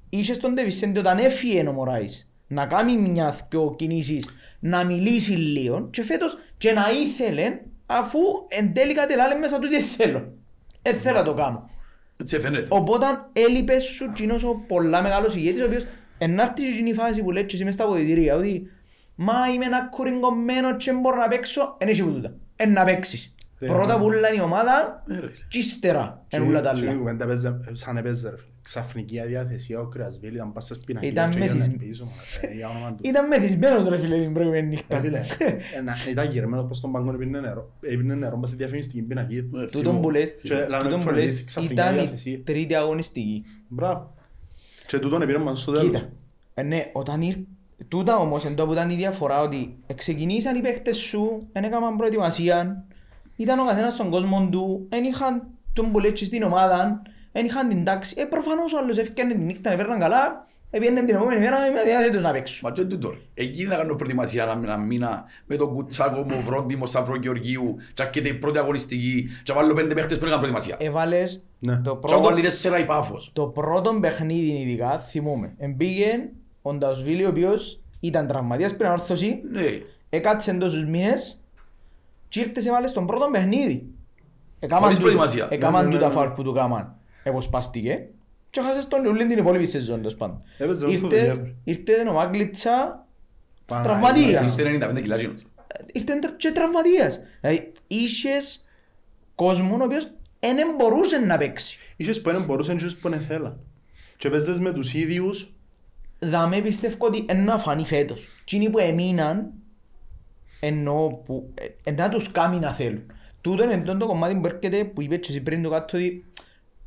A: Είχε τον Ντεβισέντη όταν έφυγε ο Μωράης να κάνει μια δυο κινήσεις, να μιλήσει λίγο και φέτος και να ήθελε αφού εν τέλει κατελάλε μέσα του δεν θέλω. Δεν θέλω να το κάνω.
B: Έτσι φαίνεται.
A: Οπότε έλειπε σου κοινός ο πολλά μεγάλος ηγέτης ο οποίος ενάρτη και η φάση που λέει και εσύ μες στα βοηθήρια ότι μα είμαι ένα κορυγκωμένο και δεν μπορώ να παίξω εν έχει που τούτα. Εν να παίξεις.
C: Ναι.
A: Πρώτα που είναι η ομάδα
B: Ε, ρε, φίλε.
A: και ύστερα εν όλα τα
C: Και- και η
A: άλλα.
C: κουβέντα παίζε- σαν έπαιζε, ρε φίλε. Ξαφνική αδιάθεση, ο Κρεασβίλη ήταν πας στις πινακίδες
A: Ήταν
C: και γέλνε
A: μεθυσμ-
C: πίσω, μα, ε, για όνομα του.
A: Ήταν μεθυσμένος ρε φίλε την προηγούμενη νύχτα.
C: Ρε Ε, φίλε, ένα- Ήταν γερμένος πως στον πάγκο έπινε νερό. Έπινε νερό μπας στη διαφημιστική πινακίδα.
B: Ε,
A: Τούτον που λες,
C: Και λαλούν
A: τούτον που
C: φορείς,
A: λες,
C: ξαφνικά
A: ήταν η
C: διάθεση.
A: τρίτη αγωνιστική.
C: Μπράβο. Και τούτον επήρε μας στο τέλος.
A: Κοίτα, ε, ναι, όταν ήρθε, τούτα όμως εν τω που ήταν η διαφορά ότι ξεκινήσαν οι παίχτες σου, δεν έκαναν προετοιμασία, ήταν ο καθένας στον κόσμο του, δεν είχαν τον πολέτσι στην ομάδα, δεν είχαν την τάξη. Ε, προφανώς ο άλλος έφυγαν την νύχτα, έπαιρναν καλά, έπαιρναν την επόμενη μέρα, είμαι διάθετος να παίξω.
B: Μα και τούτο. ρε. Εκεί να κάνω προετοιμασία ένα- ένα μήνα με τον Κουτσάκο μου, Βρόντιμο, Σταυρό Γεωργίου, τσακέτε η πρώτη αγωνιστική, και βάλω πέντε παίχτες που έκαναν προετοιμασία.
A: Έβαλες
C: Ναι.
A: το
B: Και
A: Ε, πρώτο
B: βάλει τέσσερα η Πάφος.
A: Το πρώτο παιχνίδι ειδικά θυμούμε. Εμπήγε ο Ντασβίλη ο οποίος ήταν τραυματίας πριν όρθωση,
B: Ναι.
A: έκατσε τόσους μήνες και ήρθες σε βάλε στον πρώτο παιχνίδι.
B: Χωρίς
A: Εκάμαν
B: προετοιμασία.
C: Ναι,
A: Έκαναν
C: ναι, ναι,
A: τούτα
C: ναι.
A: φαουλ που του κάμαν. Εποσπαστήκε και χάσες τον Λιουλίν την υπόλοιπη σεζόν τέλος πάντων.
C: Έπαιζε ως το
A: Ήρθες-
C: Δεκέμβρη.
A: Ήρθες ο Μάγκλητσα,
C: Παναγία.
A: Τραυματίας.
B: Είστε 95 κιλά γίνος.
A: ήρθε και τραυματίας. Δηλαδή είχες κόσμο ο οποίος δεν μπορούσε να παίξει.
C: Είχες που δεν μπορούσαν, είχες που δεν θέλαν. Και παίζες με τους ίδιους.
A: Δαμέ πιστεύω ότι εν να φανεί φέτος. Τινοί που εμείναν, εννοώ που, ε, εν να τους κάνει να θέλουν. Τούτο είναι το κομμάτι που έρχεται που είπες και εσύ πριν το κάτω ότι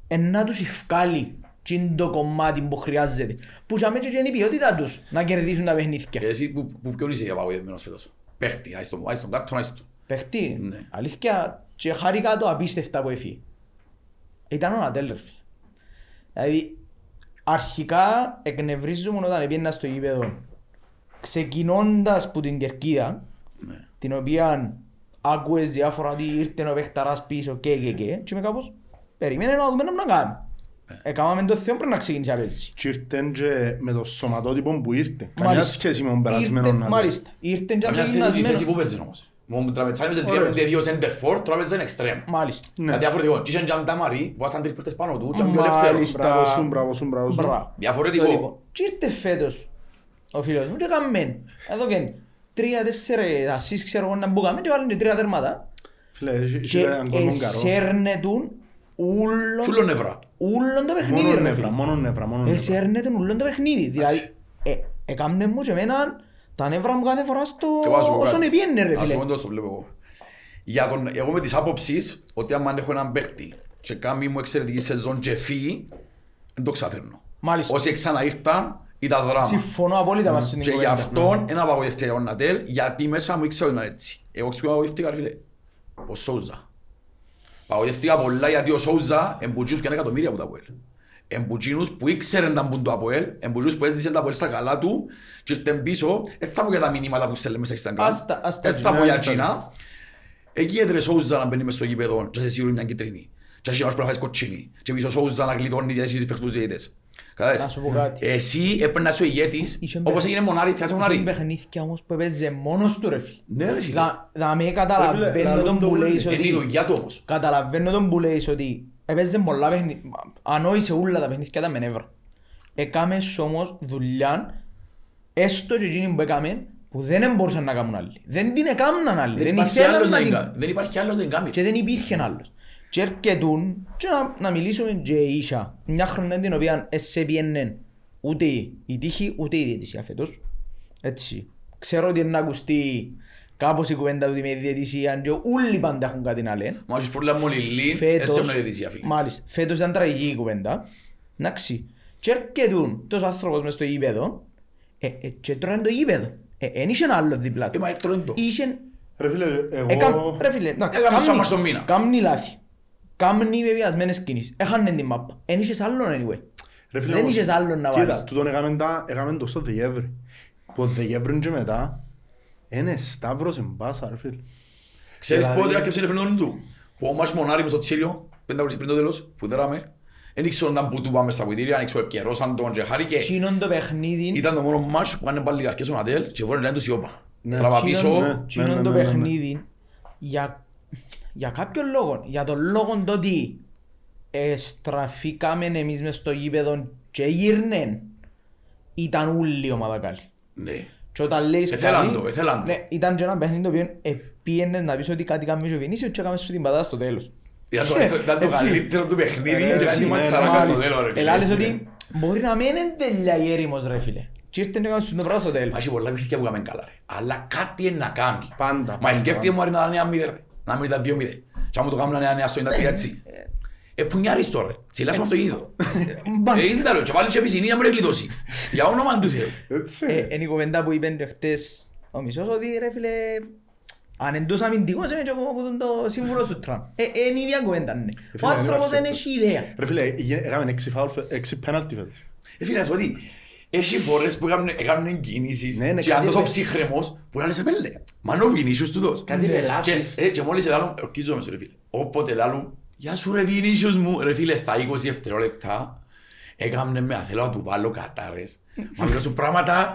A: εν να τους ευκάλει τιν το κομμάτι που χρειάζεται. Που για μένα και είναι η ποιότητα τους να κερδίσουν τα παιχνίδια.
B: Ε, Εσύ που που ποιον είσαι για παγωγευμένος φέτος. Παίχτη, να είσαι τον- να είσαι τον κάτω, να είσαι τον.
A: Παιχτή,
B: Ναι.
A: αλήθεια και χάρηκα το απίστευτα που έφυγε. Ήταν ο Νατέλ, ρε φίλε. Δηλαδή, αρχικά εκνευρίζομαι όταν πήγαινα στο γήπεδο. Ξεκινώντας που την Κερκίδα,
B: Ναι.
A: την οποία άκουες διάφορα ότι ήρθε ο παίχταρας πίσω και και και και είμαι κάπως περιμένε να δούμε να κάνει.
C: Ναι.
A: Έκαναμε το Θεό πριν να ξεκινήσει να παίζει.
C: Και ήρθαν και με το σωματότυπο που ήρθε. Καμιά
A: Μάλιστα.
C: σχέση με τον περασμένο.
A: Ήρθε-
C: να λέει.
A: Μάλιστα. Ήρθε και
B: Καμιά στιγμή η θέση
A: απεγγεινασμένος.
B: που παίζεις όμως. Μου τραπετσάρι με
C: Ωραία.
B: 3-5-2 center forward, τώρα παίζεις ένα extreme.
A: Μάλιστα.
C: Ναι.
B: Ήταν διαφορετικό. Τι είχε και αν τα μαρεί, βάζαν τρεις παίχτες πάνω του και πιο
A: Μάλιστα.
B: ελεύθερος.
C: Μπράβο σου, μπράβο σου, μπράβο σου.
A: Μπράβο.
B: Διαφορετικό.
A: Το λοιπόν. Και ήρθε φέτος ο φίλος μου και καμμέν. Εδώ και τρία-τέσσερα ασίς ξέρω εγώ να μπούκαμε και βάλουν και τρία τερμάτα.
C: Φίλε, είχε- είχε
A: Και
C: έναν κόσμο καρό.
A: εσέρνετουν ούλον,
B: Τσούλο νευρά.
A: ούλον το παιχνίδι.
C: Μόνο
A: ρε
C: νεύρα,
A: φίλε.
C: μόνο νεύρα, μόνο νεύρα.
A: Εσέρνετουν ούλον το παιχνίδι. Δηλαδή, ε, έκαμνε μου και εμένα τα νεύρα μου κάθε φορά στο
B: Εγώ ας σου πω κάτι.
A: όσον επίενε ναι, ρε
B: Ας σου
A: φίλε.
B: πω το όσο βλέπω εγώ. για τον, εγώ με τις άποψεις ότι άμα έχω έναν παίχτη και κάνει μου εξαιρετική σεζόν και φύγει, δεν το ξαφέρνω.
A: Μάλιστα.
B: Όσοι ξαναήρθαν ήταν δράμα.
A: Συμφωνώ απόλυτα μας στην ναι.
B: Και γι'
A: κουβέντα.
B: αυτόν ένα απαγοητευτήκα για τον Νατέλ, γιατί μέσα μου ήξερα ότι ήταν έτσι. Εγώ ξέρω που απαγοητευτήκα, ρε φίλε. Ο Σόουζα. Απαγοητευτήκα πολλά γιατί ο Σόουζα εμπουτζίνους και ένα εκατομμύριο από τα ΑΠΟΕΛ. Εμπουτζίνους που ήξεραν τα μπουν το ΑΠΟΕΛ, εμπουτζίνους που έζησαν τα ΑΠΟΕΛ στα καλά του και ήρθαν πίσω, δεν θα πω για τα μηνύματα που στέλνε μέσα στα
A: Ας τα- ας τα
B: δεν θα πω
C: ας
B: για
C: τα-
B: Κίνα. Εκεί έτρε Σόουζα να μπαίνει μες στο γήπεδο και να σε σίγουρη μια κίτρινη. Και να σίγουρος πρέπει να φάεις κοτσίνη. Και πίσω Σόουζα να γλιτώνει γιατί εσύ παίχνουν τους διαιτητές. Κατάλαβες.
A: Να σου πω κάτι.
B: Εσύ έπαιρνα σου ηγέτης,
A: Είσαι
B: όπως
A: μπες-
B: έγινε μονάρι, θες
A: Είχε
B: μονάρι.
A: παιχνίδια όμως που έπαιζε μόνος του ρε φίλε.
B: Ναι, ρε φίλε.
A: Δα- Δαμέ
C: Ρε φίλε,
A: καταλαβαίνω τον
C: λαλούν το
A: που
C: όλοι.
A: λέεις
B: Είναι η
A: ότι...
B: δουλειά Ε, του όμως.
A: Καταλαβαίνω τον που λέεις ότι έπαιζε πολλά παιχνίδια. Ανόησε όλα τα παιχνίδια τα μενεύρα. Έκαμες όμως δουλειά, έστω και εκείνη που έκαμε, που δεν μπορούσαν να κάνουν άλλοι. Δεν την έκαναν άλλοι. Δεν
B: υπάρχει άλλος
A: ήθελαν να
B: να
A: την
B: την κα- Δεν υπάρχει άλλος να την κάνει.
A: και δεν υπήρχε άλλος. Και έρχετουν και να, να μιλήσουμε και η Ίσια, μια χρονιά την οποία σε πιέννε ούτε η τύχη ούτε η διαιτησία φέτος. Έτσι. Ξέρω ότι είναι να ακουστεί κάπως η κουβέντα του με τη διαιτησία και όλοι πάντα έχουν κάτι να λένε.
B: Μα έχεις πολλά μολυλή,
A: Φέτος,
B: εσύ ήμουν διαιτησία φίλε.
A: μάλιστα, φέτος ήταν τραγική η κουβέντα. Εντάξει. Και έρχετουν τόσος άνθρωπος μες στο γήπεδο ε, ε, και τρώνε το γήπεδο. Ε, Εν είχε ένα άλλο δίπλα
B: Ε,
A: του.
B: μα έτρωγε το.
A: Είχε
C: Ρε φίλε, εγώ...
A: Έκαμ- Ε, Ρε φίλε, να-
B: Έκαμε
A: κάμνη-
B: σώμα στο μήνα.
A: Κάμνη λάθη. Κάμνη βεβαιασμένες κινήσεις. Έχανε την μάπα. Εν είχες άλλον anyway.
C: Ρε φίλε,
A: Δεν
C: όμως,
A: είχες άλλον να
C: Κοίτα,
A: βάλεις.
C: τούτον έκαμε τα- έκαμε το στο Δεκέμβρη. Που Δεκέμβρη και μετά, είναι σταύρος εμπάσα ρε φίλε.
B: Ξέρεις
C: Δηλαδή-
B: πότε άκουσε ρεφρενόν του. Που ο Μάρς Μονάρη με στο Τσίλιο, πέντε αγωνιστές πριν το τέλος, που δέραμε. Δεν ήξεραν αν που του πάμε στα κουητήρια, αν ήξεραν επικαιρώσαν τον και χάρηκε.
C: Ε,
A: Τσίνον το παιχνίδι,
B: Ήταν το μόνο μάτς που πάνε πάλι καρκές ο Νατέλ και βόρουν να είναι τους Ιώπα.
C: Ναι,
B: Τραβά
A: τσίνον-
B: πίσω,
C: ναι.
A: τσίνον το
C: ναι, ναι, ναι.
A: παιχνίδι για- για κάποιον λόγο. Για τον λόγο το ότι ε, στραφήκαμε εμείς μες στο γήπεδο και γύρνεν. Ήταν όλη η ομάδα καλή.
B: ναι.
A: Και όταν λέεις
B: Εθέλαν
A: καλή,
B: το, εθέλαν το.
A: ναι, ήταν και ένα παιχνίδι το οποίο επίενες να πεις ότι κάτι κάνεις ο Βινίσιος και έκαμε σου την πατάτα στο τέλος.
B: Ήταν το- Ήταν το
A: Έτσι.
B: καλύτερο του παιχνίδι και
C: Έτσι,
B: κάνει
C: ναι,
B: ματσαράκα στο
C: μάλιστα.
B: τέλος. ρε φίλε. Ναι.
A: Ελάλες ότι μπορεί να μην είναι τέλεια η έρημος ρε φίλε. Και ήρθε να κάνεις το πράγμα στο
B: Μα
A: τέλος.
B: έχει πολλά παιχνίδια που κάνουμε καλά ρε. Αλλά κάτι είναι να κάνει.
C: Πάντα,
B: Μα
C: πάντα,
B: σκέφτηκε μου αρε να είναι ένα μηδέν, ρε. Να μην ήταν δύο μηδέν. Κι άμα το κάνουμε να είναι ένα στο είναι τα τρία έτσι. Ε, πουνιάρεις τώρα, ρε. Τσιλάς με αυτοκίνητο. Ε,
A: Μάλιστα.
B: είναι τα λέω, και βάλει και πισινή να μην γλιτώσει. Για όνομα του Θεού.
C: Έτσι.
A: Ε, Είναι η κουβέντα που είπαν και χτες ο Μισός ότι ρε φίλε αν εντός αμυντικός είναι και ακόμα που τον το σύμβουλο σου Τραμπ. Ε, ε, Είναι η ίδια κουβέντα ναι.
C: Ρε
A: Ο
C: φίλε,
A: άνθρωπος
C: είμαστε
A: δεν
C: έτσι.
A: έχει ιδέα.
C: Ρε φίλε, έγινε- έκαμε έξι φάουλ, φε- έξι πέναλτι φέτος.
B: Ε, φίλε, να σου πω ότι έχει φορές που έκαναν- έκαναν κινήσεις
C: Ναι, ναι,
B: και
C: κάτι
B: αν τόσο
C: πε-
B: ψυχρεμός που να λες, «Ε, πέλε, μα είναι ο Βινίσιος του δώσ».
C: Κάτι
B: Και-
C: πελάτης.
B: ε, και μόλις ελάλουν, ορκίζομαι σου, ρε φίλε. Όποτε λάλουν, «Γεια σου, ρε Βινίσιος μου». Ρε φίλε, στα 20 δευτερόλεπτα έκαμνε με, «Α, θέλω να του βάλω κατάρες». Μα μιλώσουν πράγματα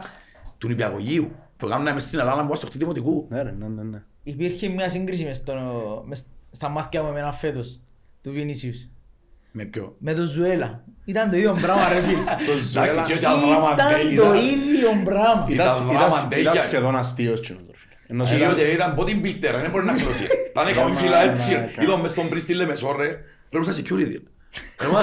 B: του νηπιαγωγείου που έκαναν μες στην Ελλάδα, μου, στο χτίδι δημοτικού.
C: Ναι ρε, ναι, ναι, ναι.
A: Υπήρχε μια σύγκριση μες στο- μες στα μάτια μου με ένα φέτος του Βινίσιους.
B: Με ποιο.
A: Με τον Ζουέλα. Ήταν το ίδιο πράγμα ρε φίλε.
B: Εντάξει, και όσοι άλλα πράγματα,
A: Ήταν
B: είδα.
A: το ίδιο πράγμα.
B: Ήταν
C: Ήταν-
B: δράμα,
C: ήταν-
B: ντέγια.
C: Ήταν σχεδόν αστείος κοινός, ρε φίλε. Ενώ σε
B: Αλλιώς
C: ήταν-
B: ε, ήταν πότε μπιλτέρα, δεν μπορεί να κλώσει. Ήταν έκαμε
C: Μα,
B: φύλλα έτσι, ρε.
C: μαλάκα.
B: είδαμε στον πριν στη Λεμεσό ρε, πρέπει να είσαι security. Ρε, μα,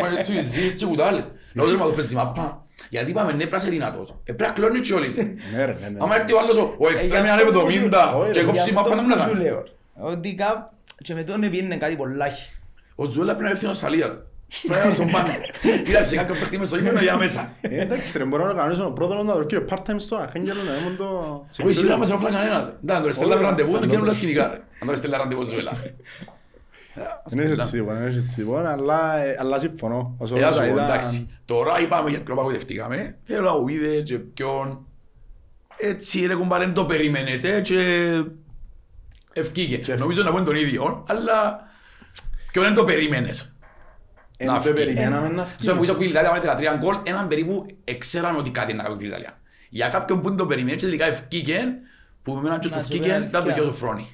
B: μα, έτσι, ζει, τσι, κουτάλες. Λέω, ρε, μα, το παίζει μαπά. Γιατί είπαμε, ναι, πράσινη δυνατός. Ε, πρέπει να κλώνει κιόλις.
C: Ναι ρε, ναι, ναι.
B: ε- Άμα έρθει ο άλλος, ο- ο εξτρέμι να ανέβει το 70
C: όχι, ρε,
B: και
C: γι'
B: κόψει
A: Γι'
B: η
A: αυτό
B: μαπά, δεν
A: που
B: μου να
A: σου
B: κάνει.
A: λέω, Ότι κάπου και με τον επίενε κάτι πολλά. χι.
B: Ο Ζουέλα πρέπει να έρθει ο Σαλίας. Πρέπει να στον πάνω. Κοίταξε, κάποιο παίχτη μες στο γήπεδο, για μέσα.
C: Ε, Εντάξει ρε, μπορώ να κανονίσω τον πρόδρομο να δοκιμάσω part-time στο Αρχάγγελο να ήμουν το...
B: Όχι, σίγουρα μας δεν όφλα κανένας. Εντάξει, να τον Ρεστέλλα
C: Όχι,
B: ραντεβού, να
C: όχι.
B: κάνουν όλα σκηνικά, ρε. Αν τον Ρεστέλλα ραντεβού, Ζουέλα.
C: Δεν έχει έτσι τίποτα, δεν έχει έτσι τίποτα, αλλά, ε, αλλά συμφωνώ.
B: Ε,
C: Ο
B: ας
C: Σόουζα
B: σου πω,
C: ήταν-
B: εντάξει. Τώρα είπαμε για κροπά που δευτήκαμε. Θέλω να ουίδε και ποιον. Έτσι ρε κουμπάρε, δεν το περιμένετε και ευκήκε. Νομίζω να πω είναι τον ίδιο, αλλά ποιον δεν το περίμενες.
C: Ε,
B: να
C: δεν
B: φύγει.
C: περιμέναμε να
B: Στο
C: φύγει.
B: που είσαι από Φιλιταλία, βάλε 13 γκολ, έναν περίπου εξέραν ότι κάτι είναι να κάνει η Φιλιταλία. Για κάποιον που δεν το περιμένει, και τελικά ευκήκε, που με έναν και
A: Να σου
B: του ευκήκε,
A: πει
B: ήταν
A: αλήθεια.
B: δουλειά Σοφρόνη.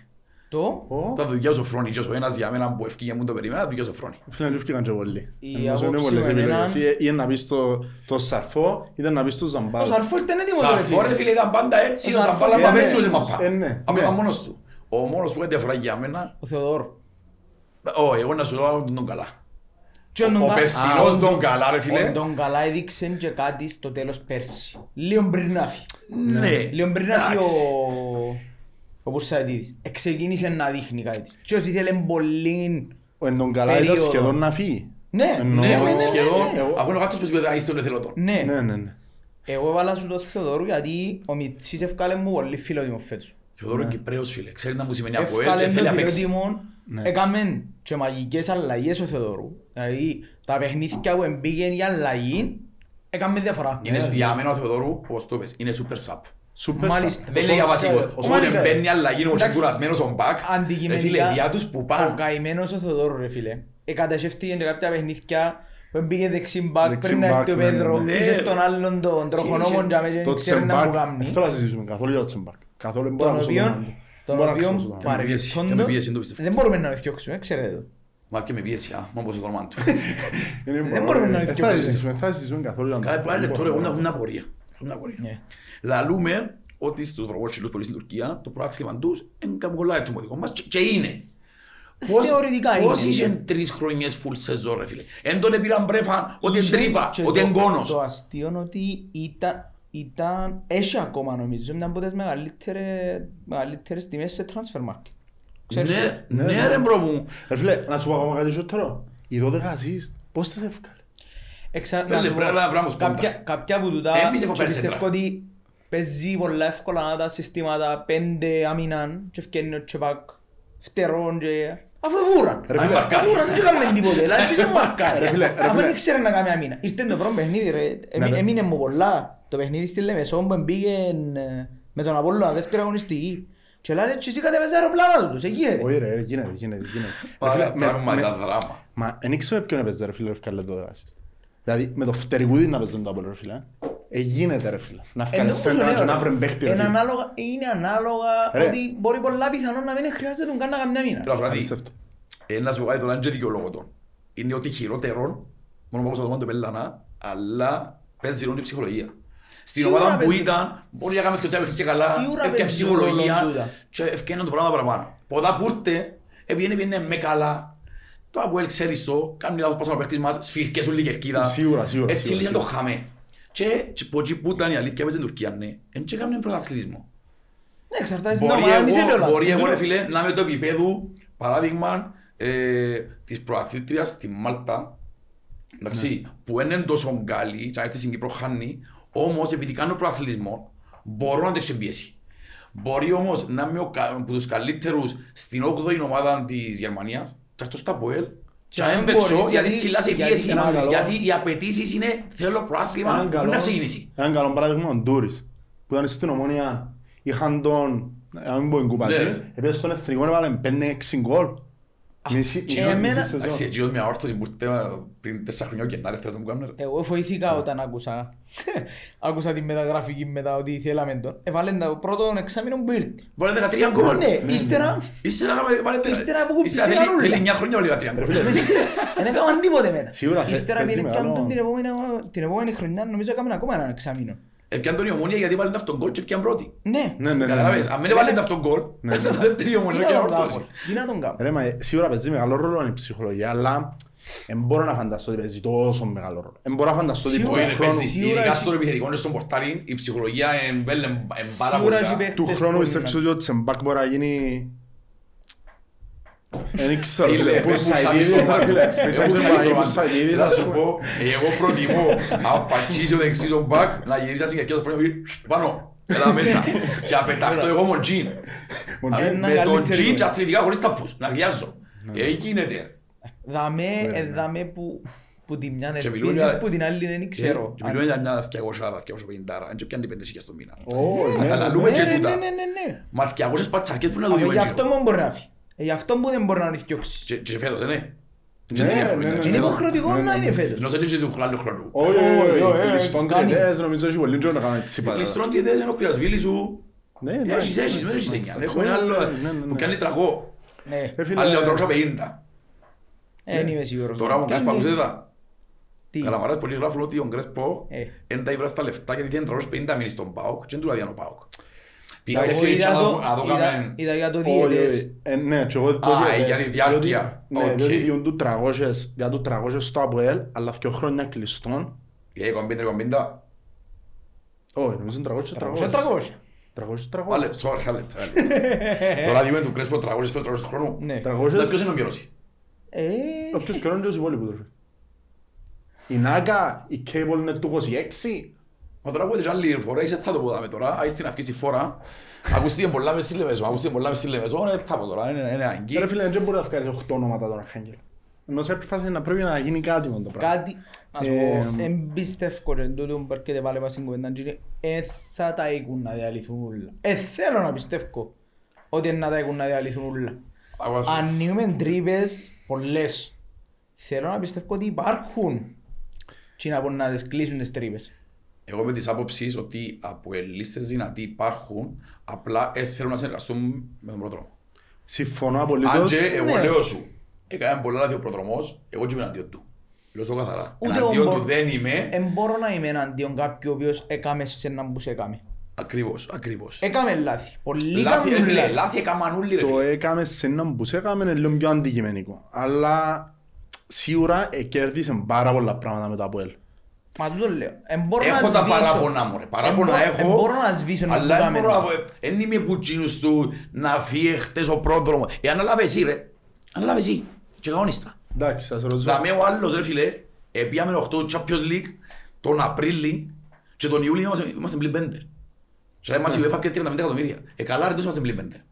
A: Το,
C: Ω,
B: Ήταν δουλειά Σοφρόνη, και ο ένας για μένα που ευκήκε, μου το περίμενα, ήταν δουλειά Σοφρόνη.
C: Φίλε, δεν φύγαν και πολλοί.
A: Η
C: Ενώ σε είναι
A: άποψη
C: πολλές
A: μου είναι
C: επιλογές.
A: έναν-
C: Ή- ή να πεις το- το Σαρφό, ή να πεις το
A: ο
C: Ζαμπάλο.
A: Σαρφόρ ήταν έτοιμος ρε
B: Σαρφό ρε
A: φίλε.
B: φίλε ήταν πάντα έτσι,
A: Ο
B: ο
A: Σαρφός
B: Σαρφάλα
A: ήταν
B: ήταν πέρσι
A: έτσι.
B: ούτε μαπά.
C: Ε, ναι,
B: Από
C: ναι.
B: ήταν μόνος του. Ο μόνος που κάτι αφορά για μένα,
A: Ο Θεοδόρ.
B: Ω, εγώ να σου λέω τον τον καλά.
A: Και ο
B: Ο
A: Ντονκα- Α,
B: Περσινός
A: ο
B: τον καλά ρε
A: Ο
B: φίλε.
A: Ντονκαλά έδειξε και κάτι στο τέλος πέρσι. Λίγο πριν να φύγει.
B: Ναι.
A: Λίγο πριν να φύγει ο... ο Πουρσαϊτίδης. Εξεκίνησε να δείχνει κάτι. Και όσοι ήθελε πολύ...
C: Ο εν τον καλά ήταν
A: Περίοδο.
C: σχεδόν να φύγει.
A: Ναι,
C: Εννοώ-
A: ναι, ναι,
B: Ναι,
A: ναι,
B: σχεδόν.
A: ναι.
B: Αφού είναι ο γάτος που σου πει, «Α, είστε όλοι θέλω το».
A: Ναι.
C: Ναι, ναι, ναι.
A: Εγώ έβαλα σου το Θεοδόρου γιατί ο Μιτσής ευκάλε μου πολύ φιλότιμο φέτος.
B: Θεοδόρου είναι Κυπρέος, φίλε. Ξέρεις να μου σημαίνει από ελ
A: Ευκάλε
B: και θέλει
A: το
B: να παίξει.
A: φιλότιμο,
C: Ναι.
A: έκαμε και μαγικές αλλαγές ο Θεοδόρου. Δηλαδή τα παιχνίδια που εμπήγαινε για αλλαγή, έκαμε διαφορά.
B: Είναι
C: Ναι.
B: σου- Για μένα ο Θεοδόρου, όπως το είπες, είναι super sub.
C: Σούπερ
A: Μάλιστα.
C: σαν.
B: Δεν λέει για βασικός.
A: Ναι, Μάλιστα.
B: Όσο δεν μπαίνει αλλαγή, όσο είναι
A: Εντάξει.
B: κουρασμένος ο Μπακ, ρε φίλε,
A: Αντικειμενικά,
B: διά τους που
A: Ο
B: πάνε.
A: καημένος ο Θεοδόρου ρε φίλε. Εκατασχεύτηκε σε κάποια παιχνίδια που μπήκε δεξί μπακ
C: Δεξί
A: πριν να
C: μπακ,
A: έρθει ο
C: ναι, ναι,
A: Πέδρο.
B: ναι.
A: Είχε στον άλλον τον τροχονόμον για μέσα
C: Το
A: δεν ξέρει να μου
C: τσεμπάρ. Δεν
A: κάνει.
C: θέλω να συζητήσουμε καθόλου για το τσεμπάρ. Καθόλου δεν μπορώ
A: Τον
C: να ακούσω
A: οποίον τον
C: Μπορώ να
A: οποίον
C: ακούσω τον άλλον.
B: πίεση, και με
A: παρελθόντος
B: πίεση, το πιστεύω.
A: δεν μπορούμε να με διώξουμε, ξέρετε το.
B: Μα και με πίεση, α, μόνο πως το όνομα του.
A: Δεν μπορούμε να
C: Ε, Θα
A: δικαιολογήσουμε.
C: συζητήσουμε, θα συζητήσουμε καθόλου για το
B: Κάτι που
C: τσεμπάρ.
B: άλλο τώρα,
C: Μπορώ
B: έχουν
C: να-
B: έχουν απορία. Έχουν απορία.
A: Λοιπόν. Ναι.
B: Λαλούμε ότι στους δρομόσυλους πολύ στην Τουρκία το πρόθυμα τους είναι καμπολάει το μοδικό μας και- και είναι. Πώς-
A: Θεωρητικά
B: Πώς
A: είναι.
B: είχε τρεις χρονιές full σεζόν ρε φίλε. Εν τότε πήραν μπρέφα ότι είναι
A: Είχε
B: τρύπα,
A: και
B: ότι είναι
A: το-
B: κόνος.
A: Το αστείο είναι ότι ήταν, ήταν, έχει ακόμα νομίζω, ήταν από τις μεγαλύτερες, μεγαλύτερες τιμές σε transfer market. Ξέρεις το.
B: Ναι,
C: ναι,
B: ναι
C: ναι.
B: ρε μπρο μου.
C: Ρε φίλε, να σου πω ακόμα κάτι σωτρό. Οι 12 assist, πώς τις έβγαλε.
A: Εξα...
B: Πέλε,
A: να σου πω,
B: πρέπει να πράγμα σπόντα.
A: κάποια, κάποια που τούτα
B: Ε, πιστεύω
A: και
B: πέρασε
A: πιστεύω
B: πράγμα.
A: ότι παίζει πολλά εύκολα τα συστήματα πέντε αμυνάν και ευκαινεί ο Τσεπακ φτερών και... Αφού εβούραν.
C: Ρε
B: Αν
C: φίλε,
B: μαρκάρει.
A: Εβούραν δεν έκαμε τίποτε, Δηλαδή, αλλά έτσι δεν
C: Ρε
A: μαρκάρει.
C: φίλε, ρε
A: Αφού
C: φίλε.
A: δεν ξέρει να κάνει αμύνα. Ήρθε το πρώτο παιχνίδι ρε, Εμεί-
C: Ναι, ρε.
A: έμεινε μου πολλά. Το παιχνίδι στη Λεμεσό που πήγε με τον Απόλλωνα δεύτερη αγωνιστική. Και λέει έτσι εσύ κατέβαιζε αεροπλάνα τους, Ε, εγίνεται.
C: Όχι ρε, γίνεται, γίνεται, γίνεται. Ρε φίλε,
B: Πάρα
C: με-
B: πράγμα
C: με-
B: τα δράμα.
C: Μα δεν ήξερα ποιον έπαιζε ρε φίλε, έβγαλε 12 assist. Δηλαδή με το φτερικούδι να παίζουν τα πολλά ρε φίλε. Ε, γίνεται ρε φίλε. Να
A: Ενώ
C: βγάλει
A: σου
C: σέντρα
A: λέω,
C: και να
A: Ε, ρε,
C: βρει παίχτη ρε
A: είναι
C: φίλε.
A: ανάλογα- Είναι ανάλογα
C: Ρε.
A: ότι μπορεί πολλά πιθανόν να μην χρειάζεται τον καν να κάνει μια μήνα.
B: Θέλω να σου πω κάτι.
C: Απίστευτο.
B: Ε, να σου πω κάτι, τώρα είναι και δικαιολόγο τον. Είναι ότι χειρότερον, μόνο που άκουσα το μάτι του Πελανά, αλλά παίζει ρόλο η ψυχολογία. Στην
A: Σίγουρα
B: ομάδα που
A: παίζει.
B: ήταν, μπορεί να κάνουμε και τα παιχνίδια καλά,
A: Σίγουρα
B: έπιανε
A: παίζει
B: ψυχολογία
A: ρόλο τούτα.
B: και ευκαιναν το πράγμα παραπάνω. Ποδά που ήρθε, επειδή είναι με καλά, το Αποέλ ξέρεις το, κάνει λάθος πάσα να παίχτης μας, σφυρκές όλη η κερκίδα.
C: Σίγουρα, σίγουρα,
B: Έτσι
C: σίγουρα,
B: λίγο το
C: σίγουρα.
B: χαμέ. Και και από εκεί που ήταν η αλήθεια παίζει στην Τουρκία, ναι, δεν και έκαμε πρωταθλητισμό.
A: Ναι, εξαρτάται στην
B: Μπορεί
A: ομάδα, εμείς δεν
B: εγώ,
A: λέω
B: μπορεί
A: λάθος.
B: εγώ ρε φίλε να είμαι το επίπεδο, παράδειγμα, ε, της προαθλήτριας στη Μάλτα, εντάξει, που δεν είναι τόσο καλή, και αν έρθει στην Κύπρο χάνει, όμως επειδή κάνω προαθλητισμό, μπορώ να το ξεπιέσει. Μπορεί όμως να είμαι ο κα- από τους καλύτερους στην 8η ομάδα της Γερμανίας, και αυτό στα ΠΟΕΛ, και
A: Και
B: αν
A: δεν
B: παίξω,
A: μπορείς,
B: γιατί
A: γιατί-
B: ψηλάς σε
A: γιατί
B: πίεση,
C: έναν καλό-
B: γιατί οι απαιτήσεις είναι θέλω προάθλημα
C: Έναν
B: πριν
C: καλό-
B: να ξεκινήσει.
C: Έναν καλό παράδειγμα ο Ντούρις που ήταν στην Ομόνια. Είχαν τον, να μην πω εγκουπατζή,
B: Ναι.
C: έπαιζε στον εθνικό έβαλε 5-6 γκολ. Μισή-
A: και
C: μισή-
A: εμένα-
C: μισή σεζόν.
B: Εντάξει, έτσι μια όρθωση που ήρθε πριν τέσσερα χρόνια ο Γενάρη, θες να μου κάνουν.
A: Εγώ φοηθήκα όταν άκουσα. Άκουσα τη μεταγραφική μετά ότι θέλαμε τον. Ε, Έβαλε το πρώτο εξάμεινο που ήρθε.
B: Βάλε 13 γκολ.
A: Ναι, ύστερα
B: Ύστερα να βάλετε...
A: Ύστερα που κουμπιστεί
B: Ύστερα θέλει-
A: κανούλα.
B: Θέλει 9 χρόνια βάλε 13 γκολ.
A: ναι. δεν έκαναν τίποτε εμένα.
C: Σίγουρα, θε-
A: Ύστερα
C: παίζει
A: πήρε-
C: μεγάλο.
A: πιάνουν την επόμενη- την επόμενη χρονιά νομίζω έκαναν ακόμα έναν εξάμεινο.
B: Έπιαν τον η ομόνια γιατί βάλε αυτόν γκολ και έφτιαν πρώτη.
A: Ναι.
C: Ναι, ναι, ναι, ναι.
B: Καταλάβες, αν δεν βάλε αυτόν γκολ, ήταν δεύτερη η
A: Τι
B: ομόνια
A: να
B: και
A: τον
B: όρθωση.
A: κάνω, Τι να τον κάνω.
C: Ρε, μα, ε, σίγουρα παίζει μεγάλο ρόλο η ψυχολογία, αλλά δεν μπορώ να φανταστώ ότι παίζει τόσο μεγάλο ρόλο. Δεν μπορώ να φανταστώ ότι
A: Σίγουρα
C: του
A: είναι,
B: Όχι,
A: χρόνου.
C: χρόνου,
B: παίζει.
A: Σίγουρα
B: Ειδικά
A: έχει-
B: στον επιθετικό και στον πορτάρι, η ψυχολογία είναι πάρα πολύ.
A: Σίγουρα έχει παίχτες
C: του
A: που
C: χρόνου
A: είναι-
C: πιστεύω ότι ο Τσεμπάκ μπορεί να γίνει... Δεν ξέρω,
B: Φίλε,
C: φίλε,
B: πες μου
C: πού
B: σαλίζω,
C: σαϊδίδης, ρε φίλε.
B: Πες
C: Πού
B: μου
C: σαϊδίδης,
B: σαλίζω,
C: πού
B: Βάν.
C: σαϊδίδης,
B: Θα
C: ας
B: σου
C: πούμε.
B: πω, ε, εγώ προτιμώ αν πατσίσει ο δεξής ο μπακ να γυρίσει στην κερκίδα του πρώτου και να πει, «Σ, πάνω, έλα μέσα και να πεταχτώ εγώ μοντζίν.
A: Μοντζίν.
B: Με τον
A: Καλύτερη
B: τζιν και
A: δουλειά.
B: αθλητικά χωρίς ταπούς, να γλιάζω. Ε, γίνεται.
A: Δαμέ, ε, δαμέ που που τη μια
B: Και
A: είναι
B: μιλούν
A: επίσης,
B: για- Ε,
A: που την άλλη δεν ξέρω.
B: Και μιλούν για μια 200, 250, αν και πιάνει 5.000 στο μήνα.
C: Ω, ναι,
B: Αλλά
C: ναι,
B: λούμε
A: Ναι,
B: και
A: ρε,
B: τούτα.
A: ναι, ναι, ναι.
B: Μα 200 πατσαρκές που να το
A: Αφού
B: δούμε
A: Γι'
B: έτσι.
A: αυτό μου μπορεί να φύγει. Ε, Γι' αυτό που δεν μπορεί να νιώξει.
B: Και- Και φέτος, ε, ναι.
C: Ναι,
B: Και
C: ναι,
B: τέτοια
C: ναι,
B: χρόνια,
C: ναι,
B: και
A: Είναι
C: ναι.
B: φέτος.
A: υποχρεωτικό να είναι φέτος.
B: Ενώ σε τέτοιες του χρόνου χρόνου.
C: Όχι,
B: ε,
C: όχι,
A: Ω, ω, ω,
C: όχι,
A: ω,
C: ε, κλειστόν
A: κάνει.
C: κριτές, νομίζω έχει πολύ τζόρο να κάνεις τσίπα.
B: Κλειστρών τι ιδέες είναι ο Κρυασβίλης
C: Ναι,
B: Ε,
C: εντάξει,
B: Έχεις, έχεις,
C: εντάξει,
B: δεν έχεις
C: εντάξει.
B: εννιά. Έχουμε ένα
C: Ναι, ναι,
B: άλλο
C: ναι,
B: που
C: ναι.
B: κάνει τραγό.
A: Ναι,
C: Ε, φίλε,
B: Άλλο τρώσα 50.
A: Ε, δεν είμαι σίγουρος.
B: Τώρα ο
A: Κάνει-
B: Γκρέσπα ακούσετε
A: Τι.
B: Καλαμαράς πολλοί γράφουν ότι ο Γκρέσπο
A: Ε.
B: δεν τα ήβρα στα λεφτά γιατί δεν τραγούσε 50 μήνες στον ΠΑΟΚ και δεν του λαδιάνε ο ΠΑΟΚ. Πιστεύεις
A: Εγώ
B: ότι
A: Ε, είδα
B: αν
A: το-
B: αν το
A: είδα-
B: κάμεν-
A: Είδα για το
C: Όχι,
A: DLS.
C: όχι. Ε, Ναι, και εγώ το
B: Α,
C: διότι-
B: για τη
C: διότι-
B: διάρκεια.
C: Ναι,
B: Οκ.
C: διότι διούν του 300, διά του 300 στο ΑΠΟΕΛ, αλλά δυο χρόνια κλειστόν.
B: Ε, 50, 50.
A: Ε,
C: Όχι, νομίζω είναι 300, 300.
A: 300.
C: Τραγώσεις,
B: Άλλε,
C: τραγώσεις.
B: sorry, άλλε, άλλε. Τώρα δούμε του Κρέσπο 300 φορές του χρόνου.
A: Ναι.
B: Εντάξει,
C: Τραγώσεις.
B: ποιος είναι ο Μιώλος.
A: Ε,
C: Ο πιο καιρός είναι τους υπόλοιπους, ρε. Η Νάκα, η Cable είναι του 26.
B: Μα τώρα που έδειξε άλλη φορά, είσαι θα το ποδάμε τώρα, άσε την αυκή στη φορά. Ακούστηκε πολλά μες στη Λεμεσό, ακούστηκε πολλά μες στη Λεμεσό, ε, θα πω τώρα, είναι είναι αναγκή.
C: Ρε φίλε, δεν μπορεί να βγάλεις 8 ονόματα τον Αρχάγγελο. Ενώ σε επιφάση να πρέπει να γίνει κάτι με το πράγμα.
A: κάτι... Ας
C: Ε,
A: πω, εμπιστεύκω ρε, τούτο που έρχεται πάλι μας στην κουβέντα τζίνη, ε, θα τα οίκουν να διαλυθούν όλα. Ε, θέλω να πιστεύω ότι να τα οίκουν να διαλυθούν όλα.
B: Ακούω,
A: Ανοίγουμε τρύπες πολλές. Θέλω να πιστεύω ότι υπάρχουν και να μπορούν να τις κλείσουν τις τρύπες.
B: Εγώ με τις άποψεις ότι από ελίστες δυνατοί υπάρχουν, απλά ε, θέλουν να συνεργαστούν με τον πρόδρομο.
C: Συμφωνώ
B: Αν
C: απολύτως.
B: και εγώ
A: ναι.
B: λέω σου, ε, έκανε πολλά λάθη ο πρόδρομος, εγώ και είμαι εναντίον του. Λέω σου καθαρά.
A: Ούτε
B: εναντίον
A: ο
B: του
A: Μπο- Ε,
B: δεν είμαι.
A: Εν μπορώ να είμαι εναντίον κάποιου ο οποίος έκαμε σε έναν που σε έκαμε.
B: Ακριβώς, ακριβώς.
A: Έκαμε λάθη. Πολλοί
B: Λάθη,
A: κάνουν
B: ρε φίλε,
A: λάθη.
B: λάθη έκαναν όλοι ρε
C: Το
A: ε-
B: φίλε.
C: έκαμε σε έναν που σε έκαμε είναι λίγο πιο αντικειμενικό. Αλλά σίγουρα ε, κέρδισε πάρα πολλά πράγματα με το Αποέλ.
A: Μα τούτο λέω. Εν μπορώ να
B: Έχω τα
A: σβήσω.
B: παράπονα μου, ρε. Παράπονα
A: Εν μπο-
B: έχω.
A: εν μπορώ να σβήσω να
B: Αλλά δεν
A: πουλάμε,
B: μπορώ να
A: ρε.
B: πω, ε, εν είμαι που τζίνους του να φύγει χτες ο πρόδρομος. Ε, αναλάβε εσύ, ρε. Αναλάβε εσύ. Και καγόνιστα.
C: Εντάξει, σας ρωτήσω.
B: Δαμέ ο άλλος, ρε φίλε, επίαμε 8 Champions League τον Απρίλη και τον Ιούλιο είμαστε- είμαστε πλην πέντε. Και θα είμαστε η UEFA και 35 εκατομμύρια. Ε, καλά, ρε, τόσο είμαστε πλην πέντε.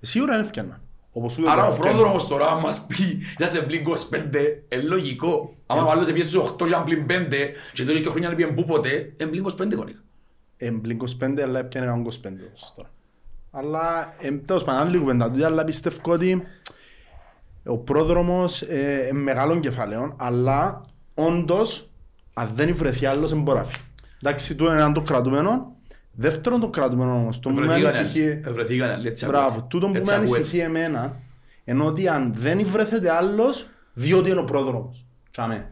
C: Σίγουρα δεν έφτιανα. Όπως σου
B: Άρα
C: δεν
B: ο
C: έφτιανα.
B: πρόδρομος τώρα αν μας πει «Είσαστε πλην 25», ε, λογικό. Άμα ο άλλος έπιασε στους 8 και αν πλην 5 και τότε και χρόνια δεν πήγαινε πού ποτέ, ε, πλην 25 κόρη.
C: Εμπλήν 25, αλλά έπιανε έναν 25 ως τώρα. Αλλά ε, τέλος πάντων, άλλη κουβέντα του, αλλά πιστεύω ότι ο πρόδρομος ε, ε, μεγάλων κεφαλαίων, αλλά όντως, αν δεν βρεθεί άλλος, δεν μπορεί να φύγει. Εντάξει, του έναν το κρατούμενο, δεύτερον το κρατούμενο όμως, το που με
B: Ευρεθήκανε,
C: ανησυχεί...
B: ευρεθήκανε, let's go.
C: Μπράβο, τούτο που
B: Let's
C: με
B: go.
C: ανησυχεί εμένα, ενώ ότι αν δεν βρέθεται άλλος, διότι είναι ο πρόδρομος. Τσάμε.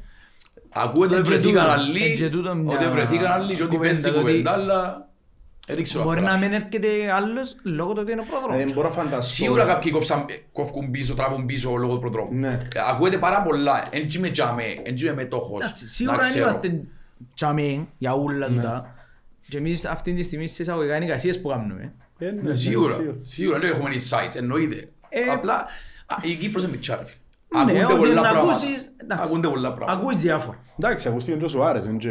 B: Ακούω ότι
A: Εν Ε, και
B: βρεθήκαν
A: τούτο-
B: άλλοι,
A: εν και τούτο μια
B: ότι βρεθήκαν άλλοι και ότι
A: κουβέντα,
B: παίζει
A: το ότι-
B: κουβέντα, αλλά δεν ξέρω
A: Μπορεί
B: αφορά.
A: να μην έρχεται άλλος λόγω του ότι είναι ο
C: Δηλαδή,
A: πρόδρομος.
C: δεν μπορώ να φανταστώ...
B: Σίγουρα κάποιοι κόψαν, ε, κόφκουν πίσω, τραβούν πίσω λόγω του προδρόμου.
C: Ναι.
B: Ε, Ακούγεται πάρα πολλά. Εν τζι με τζαμέ, εν τζι με μετόχος.
A: Εντάξει,
B: Να
A: Σίγουρα δεν
B: ξέρω.
A: είμαστε τσαμί για όλα
C: Ναι.
A: τούτα. Και εμείς αυτή τη στιγμή στις αγωγικά είναι εργασίες που κάνουμε.
C: Ε, ναι,
B: Ναι,
C: ναι,
B: Σίγουρα, σίγουρα. Δεν έχουμε insights, εννοείται.
A: Ε,
B: Απλά α, η Κύπρος είναι μικρά, ρε φίλε.
A: Ναι,
B: Ακούνται
A: ό,τι
B: πολλά
A: να
B: πράγματα.
A: ακούσεις, εντάξει.
B: Ακούνται πολλά πράγματα.
A: Ακούεις διάφορα.
C: Εντάξει, ακούστηκε και ο Σουάρες, είναι και...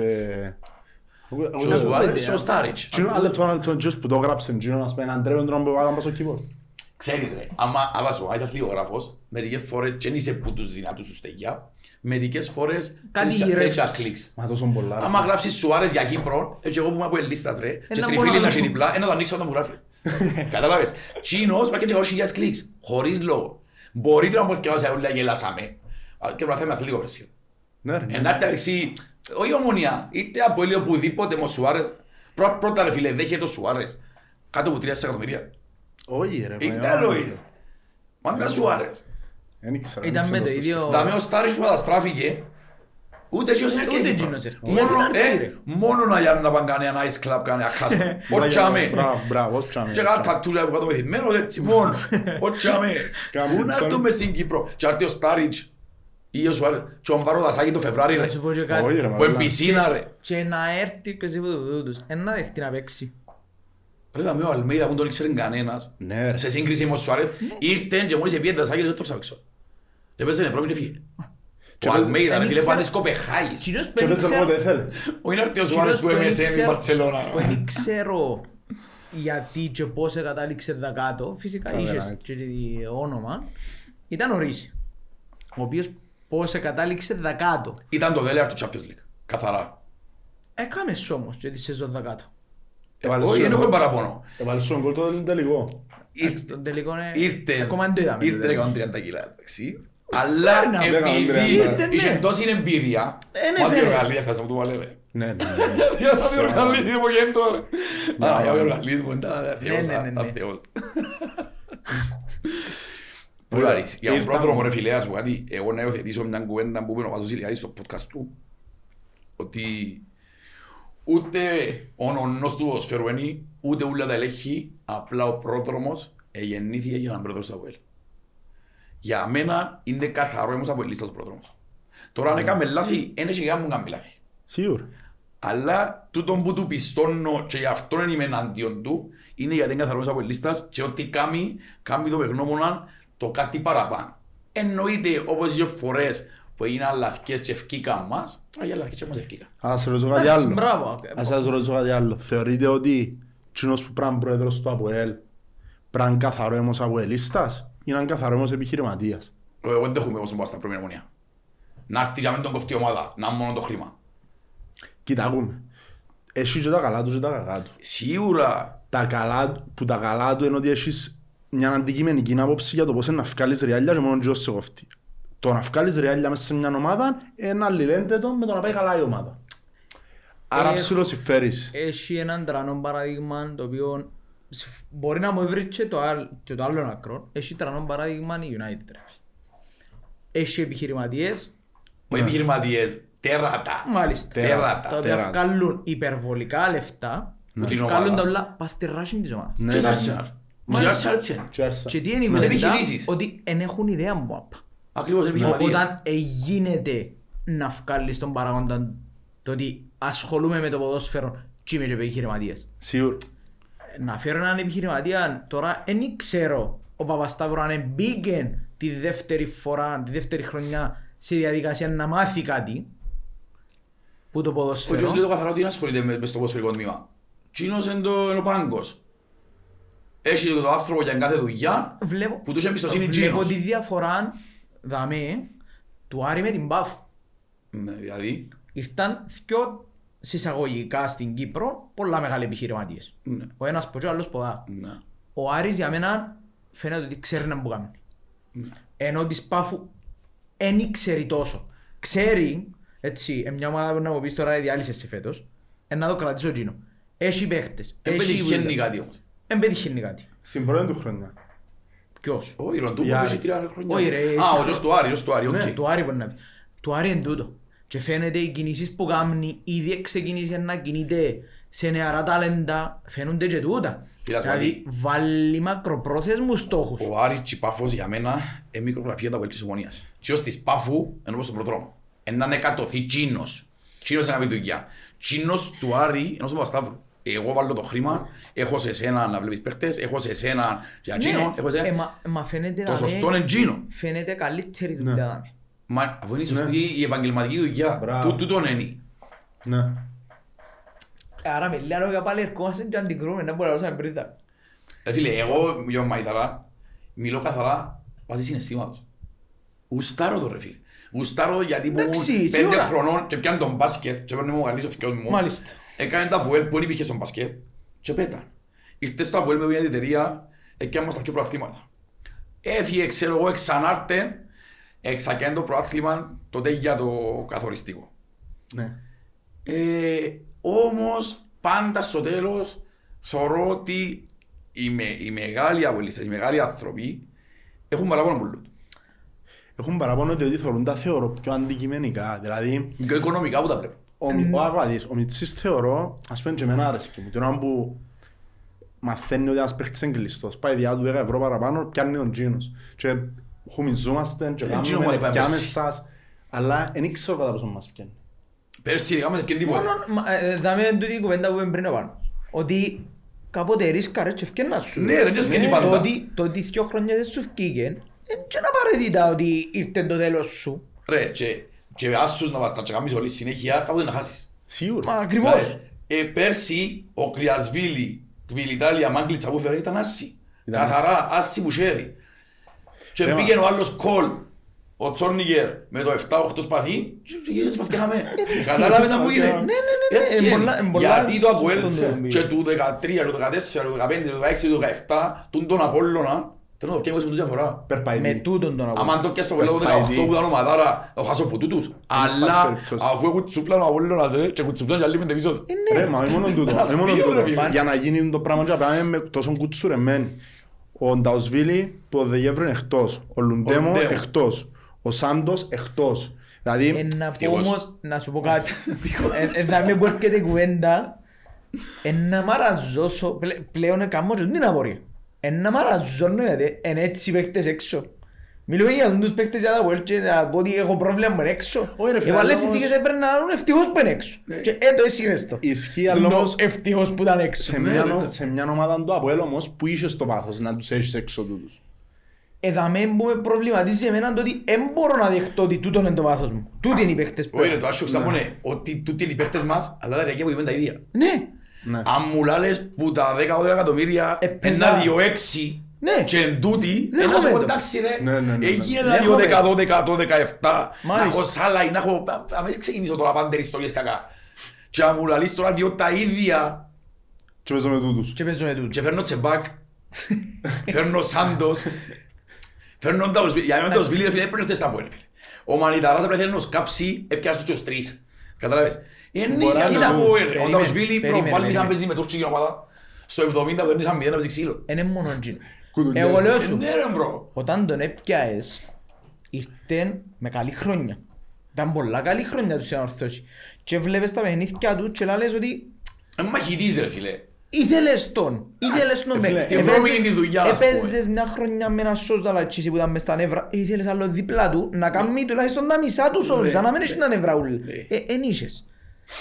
B: Και ο Σουάρες
A: ναι.
B: και ο Στάριτς.
C: Τζίνο, ένα λεπτό, ένα λεπτό, τζιος που το έγραψε, Τζίνο, ας πούμε, έναν τρέπον τρόπο που βάλαμε πάνω στο keyboard.
B: Ξέρεις ρε, άμα, άμα σου είσαι αθλιογράφος, μερικές φορές δεν είσαι που τους δυνατούς σου στεγιά, μερικές φορές
A: Κάτι
B: τέτοια-
A: γυρεύεις.
B: τέτοια κλικς.
C: Μα τόσο πολλά. ρε.
B: Άμα γράψεις Σουάρες για Κύπρο, έτσι εγώ που είμαι από Ελλίστας ρε,
A: να
B: και τριφύλλι
A: μπορώ να
B: να γίνει
A: δω.
B: πλά, ένα το ανοίξω όταν μου γράφει. Κατάλαβες. Τσίνος πρέπει να έχει χιλιάς κλικς, χωρίς λόγο. Μπορείτε να μου ευκαιράσει όλα γελάσαμε. Α, Και πρέπει να είμαι αθλητικό ρε σίγουρα.
C: Ναι, ρε, ναι.
B: Εντάξει, όχι ομονία, είτε από ήλιο οπουδήποτε με ο Σουάρες. Πρω- Πρώτα ρε φίλε, δέχεται ο Σουάρες. Κάτω από 3 εκατομμύρια.
C: Όχι, ρε, μα,
B: Ήταν
C: ε,
B: ο ίδιος. Μάντα Σουάρες.
C: Δεν ήξερα.
A: Ήταν
C: δεν
A: με το
C: ήξερα
A: ίδιο...
B: Δαμέ ο Στάρις που καταστράφηκε, ούτε εκείνος είναι
A: Ούτε
B: αρκετή.
A: εκείνος, ρε.
B: Μόνο,
A: Γιατί να
B: ε,
A: έρθει, ρε.
B: μόνο να γιάνουν να πάνε κάνει ένα ice club, κάνει ένα χάσμα.
C: το
B: Ο
C: ίδιο.
B: Τσάμε.
C: Μπράβο, μπράβο, ως τσάμε.
B: Και κάνα τατούρα που κάτω μεθυμένο, έτσι μόνο. Ο Τσάμε.
C: Κάμουν
B: Πού να
C: τσάμε.
B: έρθουμε στην Κύπρο. Και έρθει ο Στάριτς ή ο Σουάρες. Και ο Βάρο Δασάκη το Φεβράρι, Ε, ρε.
A: Να σου πω και
C: Όχι,
A: κάτι.
B: Που
C: ρε, μαλάκα.
B: εμπισίνα, ρε.
A: Και να έρθει και σε βοηθούν τους. Ε, να δεχτεί να παίξει.
B: Ρε δαμέ ο Αλμέιδα που δεν τον ήξερε κανένας.
C: Ναι, ρε.
B: Σε σύγκριση με ο Σουάρες, ήρθε και μόλις επίε Δασάκη δεν το έψαξε έξω. Δεν παίζει νεφρό και φύγε. Ο
C: παίζει-
B: Αλμέιδα, ρε
A: δεν
B: φίλε,
A: ήξερα-
B: πάνε σκοπεχάης.
A: Κυρίως
C: Και δεν ξέρω πότε
A: πένιξε...
C: θέλει.
B: Όχι να έρθει ο Σουάρες του MSN η Μπαρτσελώνα.
A: Δεν ξέρω γιατί και πώς κατάληξε τα κάτω. Φυσικά
C: Καβεράκι.
A: είχες και το όνομα. Ήταν ο Ρίση. Ο οποίος πώς κατάληξε τα κάτω.
B: Ήταν το δέλεαρ του Champions League. Καθαρά.
A: Έκαμες όμως και τη σεζόν τα κάτω.
B: Ε,
C: Έβαλε
B: Όχι,
C: σου
B: δεν
C: ένα.
B: έχω παραπονό.
C: Έβαλε σου τον κόλ το τελικό.
B: Ήρθε-
A: Τον τελικό είναι...
B: Ήρθε.
A: Ακόμα δεν το είδαμε. δηλαδή.
B: Ήρθε
A: Ήρθε.
B: 130 κιλά, εντάξει. Αλλά
A: Φέρνα,
B: επειδή
C: Ήρθε,
A: ναι.
B: είχε τόση εμπειρία,
A: Ε, ναι,
B: μα
A: φέρε.
B: διοργαλία θα μου του βάλε, ρε.
C: Ναι, ναι, ναι.
B: Για να διοργαλίσει μου γέντο, ρε. Α, για
C: ναι.
B: διοργαλισμό, εντάξει, αθεός,
A: Ναι, ναι, ναι, ναι.
B: αθεός. Πού λαλείς, για τον
C: Ήρθα-
B: πρόδρομο, ρε φίλε, ας πω κάτι, εγώ να υιοθετήσω μια κουβέντα που είπε ο Πάσος Ηλιάδης στο podcast του, ότι ούτε ο νονός του ο Σφερουένη, ούτε ούλα τα ελέγχει, απλά ο πρόδρομος εγεννήθηκε για να μπροδώσει τα ΑΠΟΕΛ. Για μένα είναι καθαρό όμως από ελίστας ο πρόδρομος. Τώρα αν έκαμε λάθη, ένα σιγά μου κάνει λάθη.
C: Σίγουρα.
B: Αλλά τούτο που του πιστώνω και γι' αυτό δεν είμαι εναντίον του είναι γιατί είναι καθαρός από λίστας και ό,τι κάνει, κάνει το με γνώμονα το κάτι παραπάνω. Εννοείται όπως οι φορές που έγιναν λαθιές και ευκήκαν μας, τώρα για λαθιές και μας ευκήκαν.
C: Ας σας ρωτήσω κάτι
A: Εντάξει,
C: άλλο.
A: μπράβο.
C: Ας σας ρωτήσω κάτι άλλο. Θεωρείτε ότι τσινός που πράγμα πρόεδρος του ΑΠΟΕΛ πράγμα καθαρό αίμος ΑΠΟΕΛΙΣΤΑς ή έναν καθαρό αίμος επιχειρηματίας.
B: Ε, Εγώ δεν δέχομαι όπως πάω στα πρώτη μνημονία. Να έρθει για μεν τον κοφτή ομάδα, να είναι μόνο το χρήμα.
C: Κοίτα, ακούμε. Έχει και τα καλά τους και τα κακά τους.
B: Σίγουρα
C: Τα καλά, που τα καλά του είναι ότι έχεις μια αντικειμενική άποψη για το πώς είναι να βγάλεις ρεάλια και μόνο τζιος σε κοφτεί. Το να βγάλεις ρεάλια μέσα σε μια ομάδα είναι αλληλένδετο με το να πάει καλά η ομάδα. Άρα
A: Ε,
C: ψηλοσυφέρεις.
A: Έχει έναν τρανό παράδειγμα το οποίο σφ- μπορεί να μου έβριξε το, άλλ- και το άλλο άκρο. Έχει τρανό παράδειγμα η United. ρε. Έχει επιχειρηματίες,
C: Ναι.
B: οι επιχειρηματίες, τέρατα.
A: μάλιστα.
B: Τέρατα,
A: Τα οποία
C: τέρατα.
A: βγάλουν υπερβολικά λεφτά,
B: Ναι.
A: βγάλουν τα όλα πας στη ράση της ομάδας.
C: Ναι,
B: Και
C: ναι,
B: η
C: ναι.
B: Arsenal. Και η
A: Μάλιστα.
B: Arsenal έτσι είναι.
C: Και άρσα.
A: Και τι είναι η
B: Ναι.
A: κουβέντα,
B: Επιχειρήσεις.
A: ότι δεν έχουν ιδέα μου απ.
C: Ναι,
B: Ακριβώς οι επιχειρηματίες.
A: Όταν ε, γίνεται να βγάλεις τον παράγοντα το ότι ασχολούμαι με το ποδόσφαιρο και είμαι και επιχειρηματίας.
C: Σίγουρα.
A: να φέρω έναν επιχειρηματία τώρα δεν ξέρω ο Παπασταύρου αν μπήκε τη δεύτερη φορά, τη δεύτερη χρονιά σε διαδικασία να μάθει κάτι που το
B: Ο Τζος λέει
A: ποδοσφαίρο.
B: το καθαρά ότι δεν ασχολείται με, μες στο ποδοσφαιρικό τμήμα. Τζίνος είναι το- είναι ο πάγκος. Έχει το άνθρωπο για κάθε δουλειά.
A: Βλέπω,
B: Που τους εμπιστοσύνη
A: βλέπω
B: Τζίνος.
A: τη διαφορά δαμέ του Άρη με την ΠΑΦ.
B: Ναι, δηλαδή.
A: Ήρθαν δυο συσσαγωγικά στην Κύπρο πολλά μεγάλοι επιχειρηματίες.
B: Ναι,
A: Ο ένας που και ο άλλος ποδά.
B: ναι.
A: Ο Άρης για μένα φαίνεται ότι ξέρει να μου κάνει. Ενώ της Πάφου δεν ήξερε τόσο. Ξέρει, έτσι, ε, μια ομάδα που να μου πεις τώρα διάλυσες σε φέτος, ε, να το κρατήσω εκείνο. Έχει παίχτες.
B: Δεν
A: έχει
B: πετυχαίνει
A: δουλειά.
B: κάτι όμως.
A: Εν πετυχαίνει κάτι.
C: Στην πρώτη του χρονιά.
A: Ποιος.
B: Όχι, Ροντού
C: Η
B: που
C: Άρη.
B: έχει τρία χρόνια.
A: Όχι, ρε,
B: Α,
A: εσύ-
B: ο Τζος του Άρη, ο Τζος του Άρη,
A: Ναι,
B: οκ.
A: του Άρη μπορεί να πει. Του Άρη είναι τούτο. Και φαίνεται οι κινήσεις που κάνει, ήδη ξεκίνησε να κινείται σε νεαρά ταλέντα, φαίνονται και τούτα.
B: Κοίτα,
A: Δηλαδή βάλει μακροπρόθεσμους στόχους.
B: Ο Άρης και η Πάφος για μένα είναι μικρογραφία τα της Ομονίας. Και ως της Πάφου είναι όπως τον προδρόμο. Έναν εκατοθεί Τσίνος. Τσίνος είναι να πει δουλειά. Τσίνος του Άρη είναι ως τον Παπασταύρου. Εγώ βάλω το χρήμα, έχω σε σένα να βλέπεις παίχτες, έχω σε σένα για Τσίνο, έχω σε
A: ε,
B: σένα.
A: μα, μα φαίνεται
B: Το Ναι.
A: να
B: σωστό
A: είναι-
B: είναι Τσίνο.
A: φαίνεται καλύτερη δουλειά. να είναι.
B: Μα αφού είναι η
A: Ναι.
B: σωστή η επαγγελματική δουλειά,
C: Μπράβο.
B: του- τούτον είναι.
C: Ναι.
A: Άρα με λίγα λόγια πάλι ερχόμαστε και αντικρούμε, δεν μπορούμε να πριν τα.
B: Ρε Ε, φίλε, εγώ για τον Μαϊταρά μιλώ καθαρά βάσει συναισθήματος. Γουστάρω το ρε φίλε. Γουστάρω το γιατί μου
A: Εντάξει,
B: πέντε
A: σίγουρα.
B: χρονών και πιάνε τον μπάσκετ και παίρνει μου γαλί στο θυκιό μου.
A: Μάλιστα.
B: Έκανε τα πουέλ που δεν υπήρχε στον μπάσκετ και πέτα. Ήρθες στο πουέλ με μια εταιρεία και άμαστε και προαθλήματα. Έφυγε, ξέρω εγώ, εξανάρτε, εξακένει το προάθλημα τότε για το καθοριστικό.
C: Ναι.
B: Ε, Όμως, πάντα στο τέλος, θεωρώ ότι οι, με, οι μεγάλοι αγωνιστέ, οι μεγάλοι άνθρωποι έχουν παράπονο πολύ.
C: Έχουν παραπάνω διότι θεωρούν τα θεωρώ πιο αντικειμενικά. Δηλαδή,
B: Πιο οικονομικά που τα βλέπω.
C: ο, Μι- ο Αγαδής, ο Μιτσής θεωρώ, ας πούμε και εμένα αρέσκει μου. Τώρα που μαθαίνει ότι ένας παίχτης είναι κλειστός, πάει διά του 10 ευρώ παραπάνω, πιάνει τον τζίνος. Και χουμιζόμαστε και
B: Ε, τζίνο
C: κάνουμε
B: μας είπαμε
C: λεπτιά
B: πέρσι.
C: μεσάς. Αλλά δεν ξέρω κατά πόσο μας βγαίνει.
B: Πέρσι είχαμε και
A: Μόνο,
B: τίποτα.
A: μα, ε, δάμε τούτη η κουβέντα που είπαμε πριν πάνω. Ότι κάποτε ρίσκαρε και ευκαιρνά σου. Ε,
B: Ναι, ρε, και ευκαιρνεί
A: Το
B: πάντα.
A: ότι- Το ότι δυο χρόνια δεν σου ευκήγεν, δεν είναι απαραίτητα ότι ήρθε το τέλος σου.
B: Ρε, και, και άσους να βαστά, και κάνεις όλη συνέχεια, κάποτε να χάσεις.
A: Μα,
C: Σίγουρα.
A: Ακριβώς.
B: Δηλαδή, Ε, πέρσι, ο Κρυασβίλη, Κβιλιτάλια, Μάγκλητσα που έφερε ήταν άσι.
C: Ήταν
B: Καθαρά, άσι που χέρι. Και
C: Θέμα.
B: πήγαινε ο άλλος κολ, ο Τσόρνιγκερ, με το 7-8 σπαθί, και γύρισε το σπαθί και χαμε. Κατάλαβες να που
C: Σπαθιά.
B: είναι.
C: Ναι, ναι,
A: ναι, ναι.
B: Έτσι
A: Ε,
B: είναι.
A: πολλά- ε, πολλά
B: Γιατί το Αποέλ
A: στον τομέα.
B: και του 13, του 14, του 15, του 16, του 17, του τον Απόλλωνα, θέλω να το πιάνω με τούτη διαφορά.
A: Με
C: Περπαϊτή.
A: τούτον τον αγώνα.
B: Άμα αν το πιάσω πελό το 18 που ήταν ομαδάρα, θα το χάσω από τούτους.
C: υπάρχει
B: Αλλά
C: περίπτωση.
B: αφού έχουν τσουφλά ο Απόλλωνας ρε, και έχουν τσουφλά και άλλοι πέντε πίσω. του.
C: Ρε, μα όχι μόνο τούτο,
B: Ένα
C: όχι μόνο
B: αστείο, ρε,
C: τούτο.
B: φίλε.
C: Για να γίνει το πράγμα και να πάμε με τόσο κουτσουρεμένοι. Ο Νταοσβίλη που ο Δεγεύρο είναι εκτός, ο Λουντέμο
B: Ο Λουντέμο.
C: εκτός, ο Σάντος εκτός.
A: Ε,
C: Δηλαδή,
A: να πω
B: Ευτυχώς.
A: όμως, να σου πω
C: Ε,
A: κάτι. Ε, Να μην πω έρχεται η κουβέντα. Ε, να μ' αραζώσω, πλε- πλέον κάνω και την απορία. Ε, να μ' αραζώνω γιατί είναι έτσι οι παίχτες έξω. Μιλούμε για τους παίκτες για τα World και να πω ότι έχω πρόβλημα που είναι έξω.
C: Όχι, ρε φίλε,
A: Οι άλλες
C: αλλά
A: συνθήκες
C: όμως-
A: έπρεπε να δουν ευτυχώς που είναι έξω.
B: Ναι.
A: Και ε, το έσυρες το.
C: Ισχύει, αλλά
A: Το
C: όμως
A: ευτυχώς που ήταν έξω.
C: σε μια,
A: ναι.
C: νο- σε μια ομάδα του Αποέλ όμως που είσαι στο βάθος να τους έχεις έξω τούτους.
A: Εδαμέ που Ε, με προβληματίζει εμένα το ότι δεν μπορώ να δεχτώ ότι τούτο είναι το βάθος μου. Τούτοι είναι οι παίχτες που
B: Όχι ρε,
A: έχω.
B: το άσχο ξαμώνε ότι τούτοι οι παίχτες μας, αλλά τα ριακή μου τα ίδια.
A: Ναι,
C: Ναι.
B: Αν μου λάλες που τα 10-12 εκατομμύρια
A: Επέζα.
B: ένα δύο έξι
A: Ναι.
B: και εν τούτη,
A: Ναι,
B: να σου
A: έχουμε
B: πω
A: το.
B: εντάξει
C: Ναι, ναι, ναι,
B: ρε,
C: ναι.
B: έγινε
A: Ναι,
B: ένα δύο
A: έχουμε.
B: δέκα δώδεκα το δεκαεφτά, να
A: Μάλιστα.
B: έχω σάλα ή να έχω... Α, μην ξεκινήσω τώρα πάντα ιστορίες κακά. Και αν μου λαλείς τώρα δύο τα ίδια
C: Και παίζω με τούτους.
A: και παίζω με τούτο.
B: και φέρνω τσεμπάκ, φέρνω σάντος, φέρνω τα οσβίλη, για μένα τα οσβίλη ρε φίλε έπαιρνε τέσσερα από φίλε. Ο Μανιταράς απλά θέλει να σκάψει, έπιασε τους και ως τρεις. Κατάλαβες. Είναι
C: Μπορεί να
B: κοίτα
C: το-
B: που ε, ρε, ο
A: Περίμενε,
B: Νταουσβίλη
A: περίμενε,
B: προβάλλει
A: περίμενε.
B: να παίζει με τουρκική ομάδα. Στο 70 δεν είσαι αμυντή να παίζει ξύλο.
A: Είναι μόνο εκείνο.
C: Κουτουλιάς.
A: Εγώ λέω
B: Ε,
A: σου,
B: Ναι ρε μπρο.
A: όταν τον έπιαες, ήρθε με καλή χρόνια. Ήταν πολλά καλή χρόνια τους σε ανορθώσει. Και βλέπεις τα παιχνίδια τους και λες ότι
B: Είναι Ε, μαχητής ρε
A: Ε,
B: φίλε.
A: ήθελες τον, ήθελες
B: Ε,
A: τον
C: φίλε,
A: παίκτη.
B: η Ευρώπη
A: Έπαιζες-
B: είναι η δουλειά, ας πούμε.
A: Έπαιζες μια χρονιά με ένα σως δαλατσίσι που ήταν μες στα νεύρα, ήθελες άλλο δίπλα του να κάνει τουλάχιστον τα μισά του σως, σαν να μην έχει τα νεύρα ούλ.
B: Ναι.
A: Ε, εν είχες.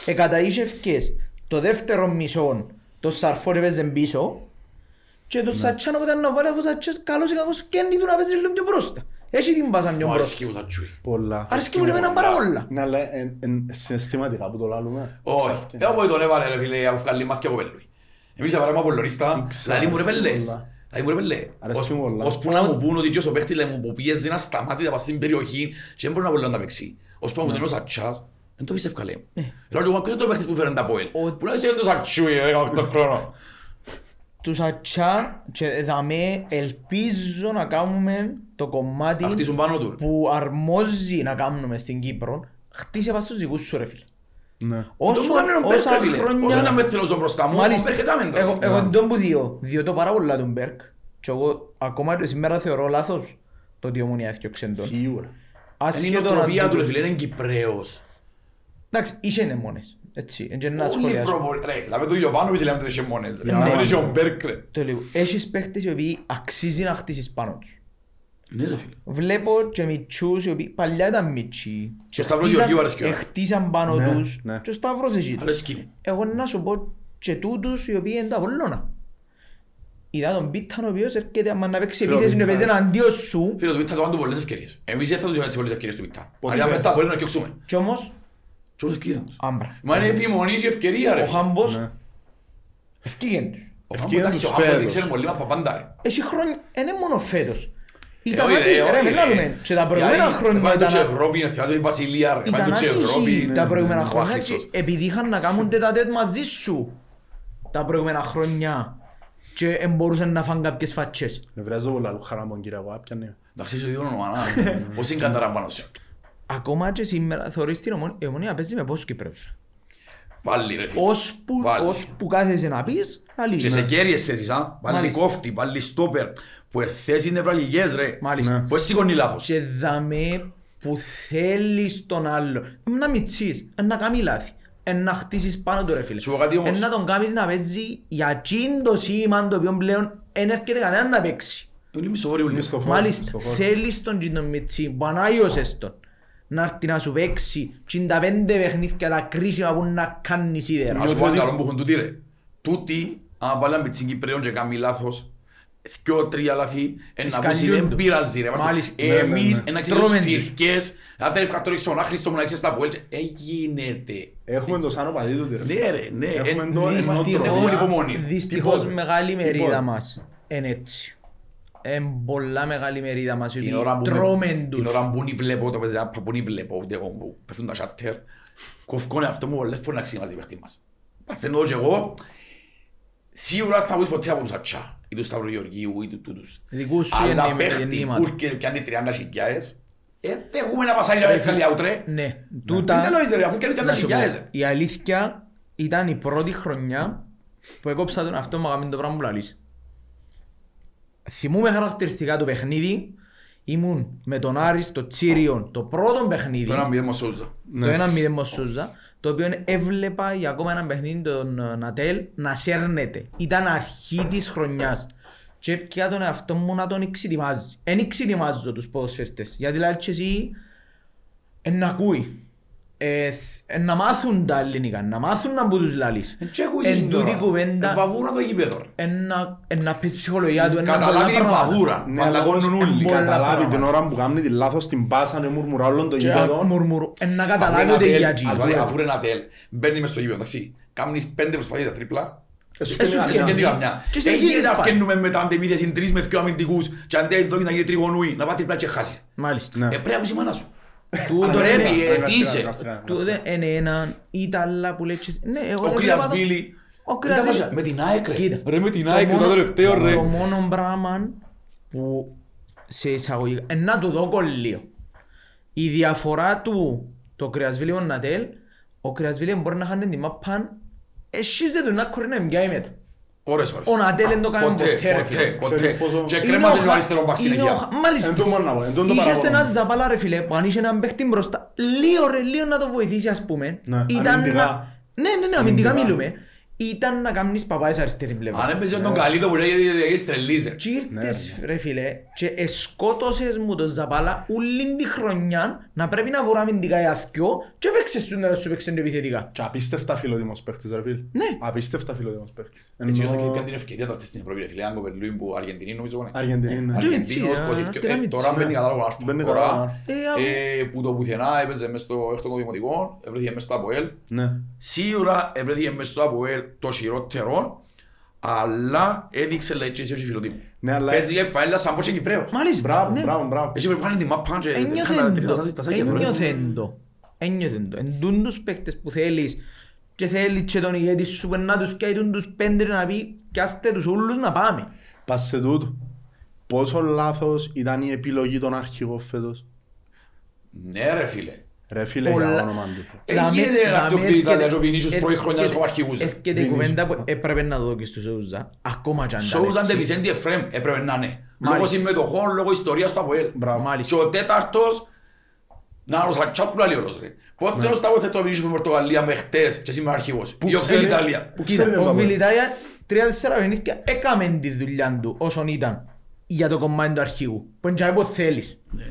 A: Ε, κατά είχες ευκές. Το δεύτερο μισό, το σαρφόρ έπαιζε πίσω και
B: Ναι.
A: το σατσάνο που ήταν να βάλει αφού σατσές καλός ή κακός φκένει του να παίζει λίγο πιο μπροστά. Έχει την πάσα πιο
B: Μου
A: μπροστά.
B: αρέσκει μου τα τσουί.
C: Πολλά.
A: Αρέσκει μου εμένα πάρα πολλά.
C: Ναι, αλλά εν- εν- συναισθηματικά που το λάλλουμε.
B: Όχι.
C: Ψάχνει.
B: Εγώ τον έβαλε ρε φίλε αφού βγάλει μάθη από πέλου. Εμείς θα βάλουμε απολωρίστα.
C: Ξέρω,
B: Λαλή μου ρε
C: αρέσκει
B: πέλε.
C: πολλά.
B: Λαλή μου ρε πέλε.
C: Αρέσκει
B: Ως-
C: μου πολλά.
B: Ως που να μου πούν ότι και ο παίχτης λέει, μου που πιέζει να σταμάτητα από στην περιοχή και δεν μπορεί να μπορεί να τα παίξει. Ως που να μου δίνει ο Σατσάς. Δεν το πίστευκα λέει. Λέω και εγώ, ποιος είναι το παίχτης που φέρνει τα πόελ.
A: Ο-
B: Που να είσαι το Σατσούι 18 χρόνο.
A: Τους σατσά και δαμέ ελπίζω να κάνουμε το κομμάτι
B: Θα χτίσουν πάνω τους.
A: που αρμόζει να κάνουμε στην Κύπρο, χτίσε πας στους δικούς σου ρε φίλε.
C: Ναι.
B: Όσο
A: Όσο, όσα
B: Όσο να με
A: χρόνια...
B: θέλω μπροστά μου, ο
A: Μάλιστα,
B: Μπέρκε κάμεν το.
A: εγώ, εγώ τον που δύο, διότι πάρα πολλά τον Μπέρκ και εγώ ακόμα και σήμερα θεωρώ λάθος το ότι ομονία έφτιαξε τον.
C: Σίγουρα.
B: Είναι η
A: Άσχετο να
B: νοοτροπία του
A: τούτο.
B: ρε φίλε, είναι Κυπρέος.
A: Εντάξει, είσαι είναι μόνες, έτσι, εν και να
B: Όλοι
A: σχολιάσω.
B: προπο- ρε, λάβε του Γιωβάνοβιτς λέμε ότι είχε μόνες, ρε.
C: Ναι.
B: Λάβε τον Γιωμπέρκ, ρε.
A: Το λέω, έχεις παίχτες οι οποίοι αξίζει να χτίσεις πάνω τους.
B: Ναι ρε φίλε.
A: Βλέπω και μητσούς οι οποίοι παλιά ήταν μητσοί και
B: Και ο Σταύρος
A: χτίζαν- ε,
B: Γεωργίου αρέσκει ωραία.
A: χτίζαν πάνω
C: Ναι,
A: τους
C: ναι.
A: και ο Σταύρος εσύ.
B: Αρέσκει μου.
A: Εγώ να σου πω και τούτους οι οποίοι είναι τα Απολλώνα. Είδα τον Πίτταν ο οποίος έρχεται άμα να παίξει
C: Φίλε, ο
A: επίθεση να
C: Πίτανας.
A: παίζεις εναντίον σου
B: Φίλε, το Μιτά το κάνουν πολλές ευκαιρίες. Εμείς δεν θα τους δίνουμε τις πολλές ευκαιρίες του Μιτά.
C: Ποτέ.
B: Αν τα πέστα πολύ να κοιοξούμε.
A: και όμως
B: Και όλες ευκαιρίες τους.
A: άμπρα.
B: Μα είναι επιμονής και ευκαιρία ρε.
A: Ο
B: φίλε.
A: Χάμπος
C: Ναι.
A: ευκήγεν τους.
B: Ο Χάμπος,
C: ευκαιρία
B: εντάξει, ο
C: τους
B: Χάμπος δεν
C: φέτος.
B: ξέρει πολύ μας από πάντα ρε.
A: Έχει χρόνια, ε, είναι μόνο φέτος. Ήταν
B: Ε, όχι,
A: άτι-
B: ρε,
A: ρε,
B: όχι,
A: μην
B: ρε.
A: λάλλουμε. Και τα προηγούμενα
B: Γιατί
A: χρόνια
B: πάνε τους
A: ήταν
B: Ευρώπη, να θυμάσαι η Βασιλεία ρε. Πάνε
A: ήταν
B: τους
A: άτυχοι
B: Ευρώπη. ναι,
A: τα προηγούμενα
B: Ο
A: χρόνια
B: Άχρηστος.
A: και επειδή είχαν να κάνουν τέτα τέτ μαζί σου τα προηγούμενα χρόνια και εν μπορούσαν να φάνε κάποιες φατσές.
C: Νευράζω πολλά λόγω χαρά μου, κύριε Αγουά, πιάνε.
B: Εντάξει, είσαι ο ίδιος ο Μανάς, ρε. Πώς είναι κατάρα πάνω σου.
A: Ακόμα και σήμερα θεωρείς την ομονία, η ομονία παίζει με πόσους Κυπρέους.
B: Πάλι ρε φίλε.
A: ώσπου,
B: Βάλει.
A: ώσπου κάθεσαι να πεις, να
B: Και
A: λύσεις.
B: σε κέρυες θέσεις, α. Πάλι
A: Μάλιστα.
B: κόφτη, πάλι στόπερ. Που θέσεις νευραλικές ρε.
A: Μάλιστα.
C: Ναι.
B: Πώς σηκώνει λάθος.
A: Και δαμε που θέλεις τον άλλο. Να μητσείς, να κάνει λάθη. ε, Να χτίσεις πάνω του ρε φίλε.
B: Σου πω κάτι όμως.
A: Ε, Να τον κάνεις να παίζει για εκείνο το σήμα το οποίο πλέον δεν έρχεται κανένα να παίξει.
B: Είναι μισοφόροι ούλοι.
C: στο φόρμα,
A: Μάλιστα,
C: στο φόρμα.
A: θέλεις τον εκείνο μητσί που ανάγιωσες τον να έρθει να σου παίξει 55 παιχνίδια τα κρίσιμα που να κάνεις
B: Ας
A: ύδερα.
B: σου πω ένα καλό που έχουν τούτοι ρε. Τούτοι, αν πάλι με τσιν Κυπρέων και κάνει λάθος, δυο τρία λάθη, ένα
A: Σκαλιούν
B: πούσι δεν
A: του.
B: πειράζει ρε.
A: Μάλιστα,
B: Ε, Εμείς
C: ναι,
B: ένα
A: Τρώμεν
B: ξέρεις
A: τους.
B: φυρκές, να τρέφει κατόρι στον άχρηστο μου να ξέρεις τα πουέλτ. Ε, γίνεται.
C: Έχουμε το σάνο παδί του, κύριε.
B: Ναι ρε, ναι.
C: Έχουμε
B: Ε,
C: το-
B: δυστυχώς,
C: έχουμε
B: έχουμε
C: το-
B: υπομονή.
A: Δυστυχώς
B: Λοιπόν,
C: Τι πόδι.
A: μεγάλη
C: Τι
A: μερίδα
C: πόδι.
A: μας είναι έτσι. Είναι πολλά μεγάλη μερίδα μας.
B: Την
A: οι
B: ώρα που-
A: Τρώμεν
B: Την
A: τους.
B: ώρα που νη βλέπω το παίζει άπα, που νη βλέπω, ούτε εγώ που πέφτουν τα σάτερ, κοφκώ είναι αυτό μου πολλές φορές να ξυνημάζει παίχτη μας. Παθαίνω το κι εγώ, σίγουρα θα βγεις ποτέ από τους ατσά, ή τους Σταύρου Γεωργίου, ή του τούτους.
A: Δικούς σου
B: Αλλά
A: γεννήμα-
B: παίχτη
A: γεννήματα.
B: που και πιάνει 30 χιλιάες, ε, δεν έχουμε να πασάρει να βρεις καλή άουτρε.
A: Ναι.
B: Δεν τα
A: Τούτα,
B: νοείς ρε, αφού πιάνει 30
A: να σου πω,
B: χιλιάες. ε.
A: η αλήθεια ήταν η πρώτη χρονιά που έκοψα τον αυτό μου αγαπημένο το πράγμα που λαλείς. Θυμούμαι χαρακτηριστικά το παιχνίδι. Ήμουν με τον Άρης στο Τσίριον το πρώτο παιχνίδι.
B: Το ένα μηδέν μας Σόουζα.
A: Το ένα μηδέν με ο Σούζα, το οποίο έβλεπα για ακόμα ένα παιχνίδι τον ε, Νατέλ να σέρνεται. Ήταν αρχή της χρονιάς. και πια τον εαυτό μου να τον εξετοιμάζει. Εν εξετοιμάζω τους ποδοσφαιριστές. Γιατί δηλαδή και εσύ ε, να ακούει. Ε, θ- ε, να μάθουν τα ελληνικά, να μάθουν να μπουν τους λαλείς.
B: Ε, τι ακούεις εσύ
A: Εν τούτη
B: τώρα.
A: κουβέντα,
B: Ε, Βαβούρα το γήπεδο. ρε.
A: εν να- εν να πεις ψυχολογία του, εν να πολλά
B: Καταλάβει την
A: πράγματα.
B: βαβούρα.
C: Ναι, αλλά
B: Πανταγώνουν όλοι.
A: εμπο- πολλά
C: καταλάβει
A: πράγματα.
C: την ώρα που κάνει τη λάθος την πάσα να μουρμουρά όλων των
A: Και α-
C: γήπεδων.
A: μουρμουρού. Εν να
B: Αφού είναι
A: καταλάβει ότι
B: Αντέλ,
A: για
B: ας
A: τζι.
B: βάλει- Αφού είναι Αντέλ, μπαίνει μες στο γήπεδο. εντάξει. Κάμνεις πέντε προσπαθείς τα τρίπλα.
C: Εσύ
A: Εσύ
C: και
A: Ε, και-
B: Εσύ
C: μια-
B: και καμιά.
A: Και
B: Δεν
A: συνεχίζεις
B: γίνεται να
A: πάλι.
B: φτιάχνουμε με τα αντεπίθεση τρεις με δυο αμυντικούς και αν δεν δόκει να γίνει τριγωνούι, να πάει τρίπλα και χάσεις.
A: Μάλιστα.
C: Ναι.
B: Ε, πρέπει να ακούσει η μάνα σου.
A: Του το
B: Πρέπει,
A: ρε,
B: ε,
C: Αναγκαστικά,
B: τι είσαι.
C: αναγκαστικά,
A: Τούτε είναι έναν Ιταλά που λέει «Τσες». Ναι, εγώ
B: Ναι. Ο
A: δεν
B: Κρίας
A: βλέπα το-
B: Βίλη.
A: Ο Κρίας
B: Ήταν
A: Βίλη.
B: μαζί- Με την ΑΕΚ ρε.
A: Κοίτα.
B: Ρε με την
A: Το
B: ΑΕΚ ρε,
A: μόνο-
B: το τελευταίο ρε.
A: Το μόνο πράγμα που σε εισαγωγικά... Ε, να του δω κολλείο. Η διαφορά του το Κρυασβίλη με τον Νατέλ, ο Κρυασβίλη μπορεί να χάνει την μαπάν, εσύζε του να κορνάει μια ή μετά.
B: Ώρες, ώρες.
A: Ο Νατέλ δεν το κάνει
B: Ποτέ,
A: ποτέ, ρε,
B: ποτέ,
A: φίλε.
B: ποτέ.
C: Ξέρεις πόσο-
B: Και
C: Είναι
B: κρέμαζε
A: Είναι ο
B: το
A: Χα-
B: αριστερό μπακ
A: είναι ο
B: συνέχεια.
A: Χα- Μάλιστα.
C: Εν το μόνο να πω, εν το
A: Είχες
C: παράπονο.
A: ένας ζαπάλα ρε φίλε που αν είχε έναν παίχτη μπροστά λίγο ρε λίγο να το βοηθήσει ας πούμε
C: Ναι,
A: ήταν
C: αμυντικά.
A: να... Ναι, ναι, ναι, αμυντικά
C: Αμυντικά.
A: μιλούμε Ήταν να κάνεις παπάες αριστερή πλευρά
B: Αν έπαιζε
A: Ναι.
B: τον καλύτο που έγινε στρελίζε.
A: Και
C: Ναι,
A: ήρθες ρε φίλε και εσκότωσες μου το ζαπάλα ούλην τη χρονιά να πρέπει να βρω αμυντικά οι αθκιό και παίξες του να σου παίξουν επιθετικά
C: Και απίστευτα φιλότιμος παίχτης ρε φίλε.
A: Ναι.
C: Απίστευτα φιλότιμος παίχτης.
B: Έτσι
C: Ενώ-
B: όσο Ε, και πιάνει την ευκαιρία του αυτής στην Ευρώπη, ρε φίλε, αν κοπελούει που Αργεντινή νομίζω είναι.
C: Αργεντινή, ναι.
A: Αρ-
B: Αργεντίνος,
A: Τζιμιτσί,
B: Κώσης,
A: α,
B: και-
A: και τα
B: ε,
A: Μιτσί.
B: Τώρα μπαίνει κατάλογο άρθρο.
C: Μπαίνει
B: Τώρα,
C: κατάλογο άρθρο.
B: ε, Που το πουθενά έπαιζε μες στο έκτο το δημοτικό, έβρεθηκε μες στο ΑΠΟΕΛ.
C: Ναι.
B: Σίγουρα έβρεθηκε μες στο ΑΠΟΕΛ το χειρότερο, αλλά έδειξε λέει και εσύ όχι φιλοτήμο.
C: Ναι, αλλά-
B: Παίζει και φαέλα σαν πόσο Κυπρέος.
A: Μάλιστα,
C: Μπράβο,
A: ναι
C: μπράβο, μπράβο.
B: Εσύ πρέπει να είναι τη μάπα και
A: Ένιωθεν
B: ε,
A: Ε, το.
B: τα- τα- τα- τα- τα- τα- τα-
A: Ένιωθεν το. Ένιωθεν το. Εν τούν τους παίχτες που θέλεις και θέλεις και τον ηγέτη σου που να τους πιάει τούν τους πέντε να πει πιάστε τους όλους να πάμε.
C: Πας σε τούτο. Πόσο λάθος ήταν η επιλογή των αρχηγών φέτος.
B: Ναι ρε φίλε.
C: Ρε φίλε,
A: Πολλά-
C: για όνομα του.
B: Ε,
A: Λαμέ-
B: γίνεται να
A: λαμέ
B: το πει
A: έρχεται-
B: ο Βινίσιος πρώτη
A: έρχεται-
B: χρονιά να σου αρχηγούσε.
A: Έρχεται η
C: Βινίσιους.
A: κουβέντα που έπρεπε να δω και στο Σόουζα. Ακόμα κι αν ήταν
B: Σόουζαν
A: έτσι.
B: τε Βισέντη Εφραίμ έπρεπε να είναι. Λόγω
A: Μάλιστα.
B: συμμετοχών, λόγω ιστορίας του ΑΠΟΕΛ.
C: Μπράβο.
B: Και
A: Μάλιστα.
B: ο τέταρτος, να ο Σατσάπουλα λέει όλος ρε.
A: Ναι.
B: Πότε τέλος τα βοηθέτω ο Βινίσιος με Πορτογαλία με χτες και σήμερα αρχηγός.
C: Πού
B: Ή ο
C: ξέρει-
B: Φίλ Ιταλία.
C: πού
A: Κοίτα,
C: ξέρεις,
A: ο
C: Παπαδόπουλος.
A: Βιλιτάρια τρία-τέσσερα παιχνίδια έκαμε τη δουλειά του όσον ήταν για το κομμάτι του αρχηγού. Που είναι που θέλεις.
B: Ναι.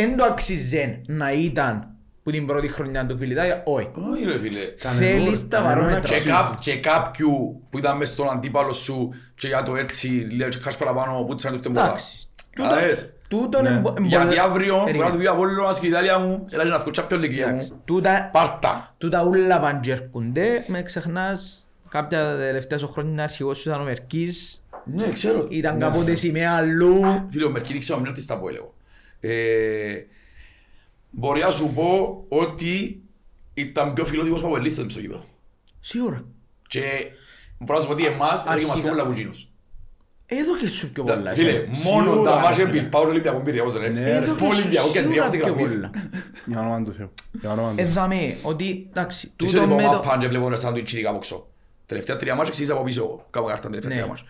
A: Εν το αξιζέν να ήταν που την πρώτη χρονιά του Βιλιτάρια, όχι.
B: Όχι ρε φίλε.
A: Θέλεις τα
C: κανένα
A: βαρόμετρα.
B: Και,
C: αξίζει.
B: κά, και κάποιου που ήταν μες στον αντίπαλο σου και για το έτσι λέει και χάσει παραπάνω που τσάνε το μωρά.
A: Εντάξει.
B: Κατάλαβες.
A: Τούτον
C: Ναι.
A: εμπο- εμπο-
B: Γιατί αύριο μπορεί να
A: Περίμενε.
B: του πει Απόλλωνας και η Ιταλία μου, έλα και να βγω Champions League μου.
A: Τούτα-
B: Πάρτα.
A: Τούτα ούλα παντζερκούνται, με ξεχνάς κάποια τελευταία σου χρόνια αρχηγός σου ήταν ο Μερκής,
B: Ναι, ξέρω.
A: ήταν κάποτε σημαία αλλού.
B: Φίλε, ο Μερκίνη ξέρω μην έρθει στα πω, έλεγω. Ε, μπορεί να σου πω ότι ήταν πιο φιλότιμος παπελίστας μες στο γήπεδο.
A: Σίγουρα.
B: Και μπορώ να σου πω ότι εμάς
A: αρχικά.
B: έρχεται μας κόμμα λαγουτζίνος.
A: Εδώ και σου πιο πολλά.
B: Φίλε,
A: εσένα.
B: μόνο
C: Σίγουρα,
B: τα μάτια
C: φίλε.
B: Μπιλπάου και Ολυμπιακού Πυραιός Ε, ρε.
C: Ναι,
A: Εδώ
B: Μόνο
A: και σου
B: Ολυμπιακού και
A: σίγουρα
B: Αντριακού στην
A: πιο
B: γραμμή.
A: πολλά.
C: Για όνομα του Θεού. Για όνομα του
A: Ε,
C: Θεού.
A: Εδάμε ότι, εντάξει,
B: Τι ξέρω
A: τούτο με
B: είπα,
A: το...
B: μα πάντα βλέπω ένα σάντουιτς ειδικά από ξώ. Τελευταία τρία μάτια ξεκίνησα από πίσω εγώ. Κάμω κάρτα τελευταία
A: Ναι.
B: τρία μάτια.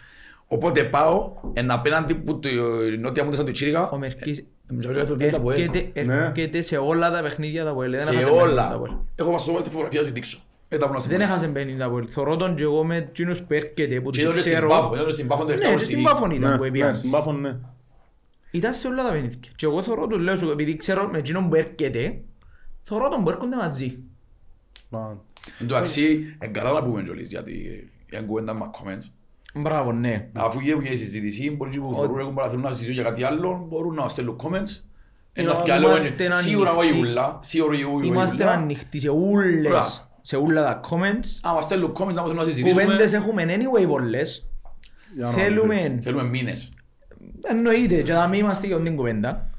B: Οπότε πάω, εν απέναντι που το νότια μου τα σαντουιτσίδικα,
A: Ο Μερκής
B: ε, μου λέει, «Ρε, φίλε, τα πω, ε».
A: έρχεται,
C: Ναι.
A: έρχεται σε όλα τα παιχνίδια τα Αποέλ.
B: σε όλα. Έχω μας το βάλει τη φωτογραφία να σου τη δείξω. Μετά από να σε
A: Δεν
B: μιλήσω.
A: έχασε παιχνίδια τα Αποέλ. Θωρώ τον και εγώ με εκείνους που έρχεται, που
B: Και ε,
A: τους
B: ήταν στην Πάφο,
A: ξέρω.
B: ήταν στην Πάφο το
A: Ναι,
B: τελευταίο
A: και στην
B: παιχνίδι.
A: Πάφων
C: Ναι,
A: ήταν που
C: ναι,
A: έπιαν.
C: στην Πάφων, ναι.
A: Ήταν σε όλα τα παιχνίδια. Και εγώ θωρώ τους, λέω σου, επειδή ξέρω με εκείνον που έρχεται, θωρώ τον που έρχονται μαζί.
C: Μα-
B: Εντάξει, είναι καλά να πούμε κιόλις, γιατί είναι κουβέντα με comments.
A: Μπράβο, ναι.
B: Αφού γίνεται και η συζήτηση, μπορεί και που θεωρούν έχουν παραθυρούν να συζητούν για κάτι άλλο, μπορούν να στέλνουν comments. Ένα
A: Είμαστε
B: φτιάλο,
A: ανοιχτοί.
B: σίγουρα όχι ούλα, σίγουρα όχι ούλα.
A: Είμαστε ανοιχτοί σε ούλες,
B: Μπράβο.
A: σε όλα τα comments.
B: Αν μας στέλνουν comments να μπορούμε να
A: Κουβέντες
B: συζητήσουμε,
A: έχουμε anyway πολλές.
C: για όνομα του Θεού.
A: Θέλουμε
B: θέλουμε μήνες.
A: Εννοείται, και θα μην είμαστε για την κουβέντα.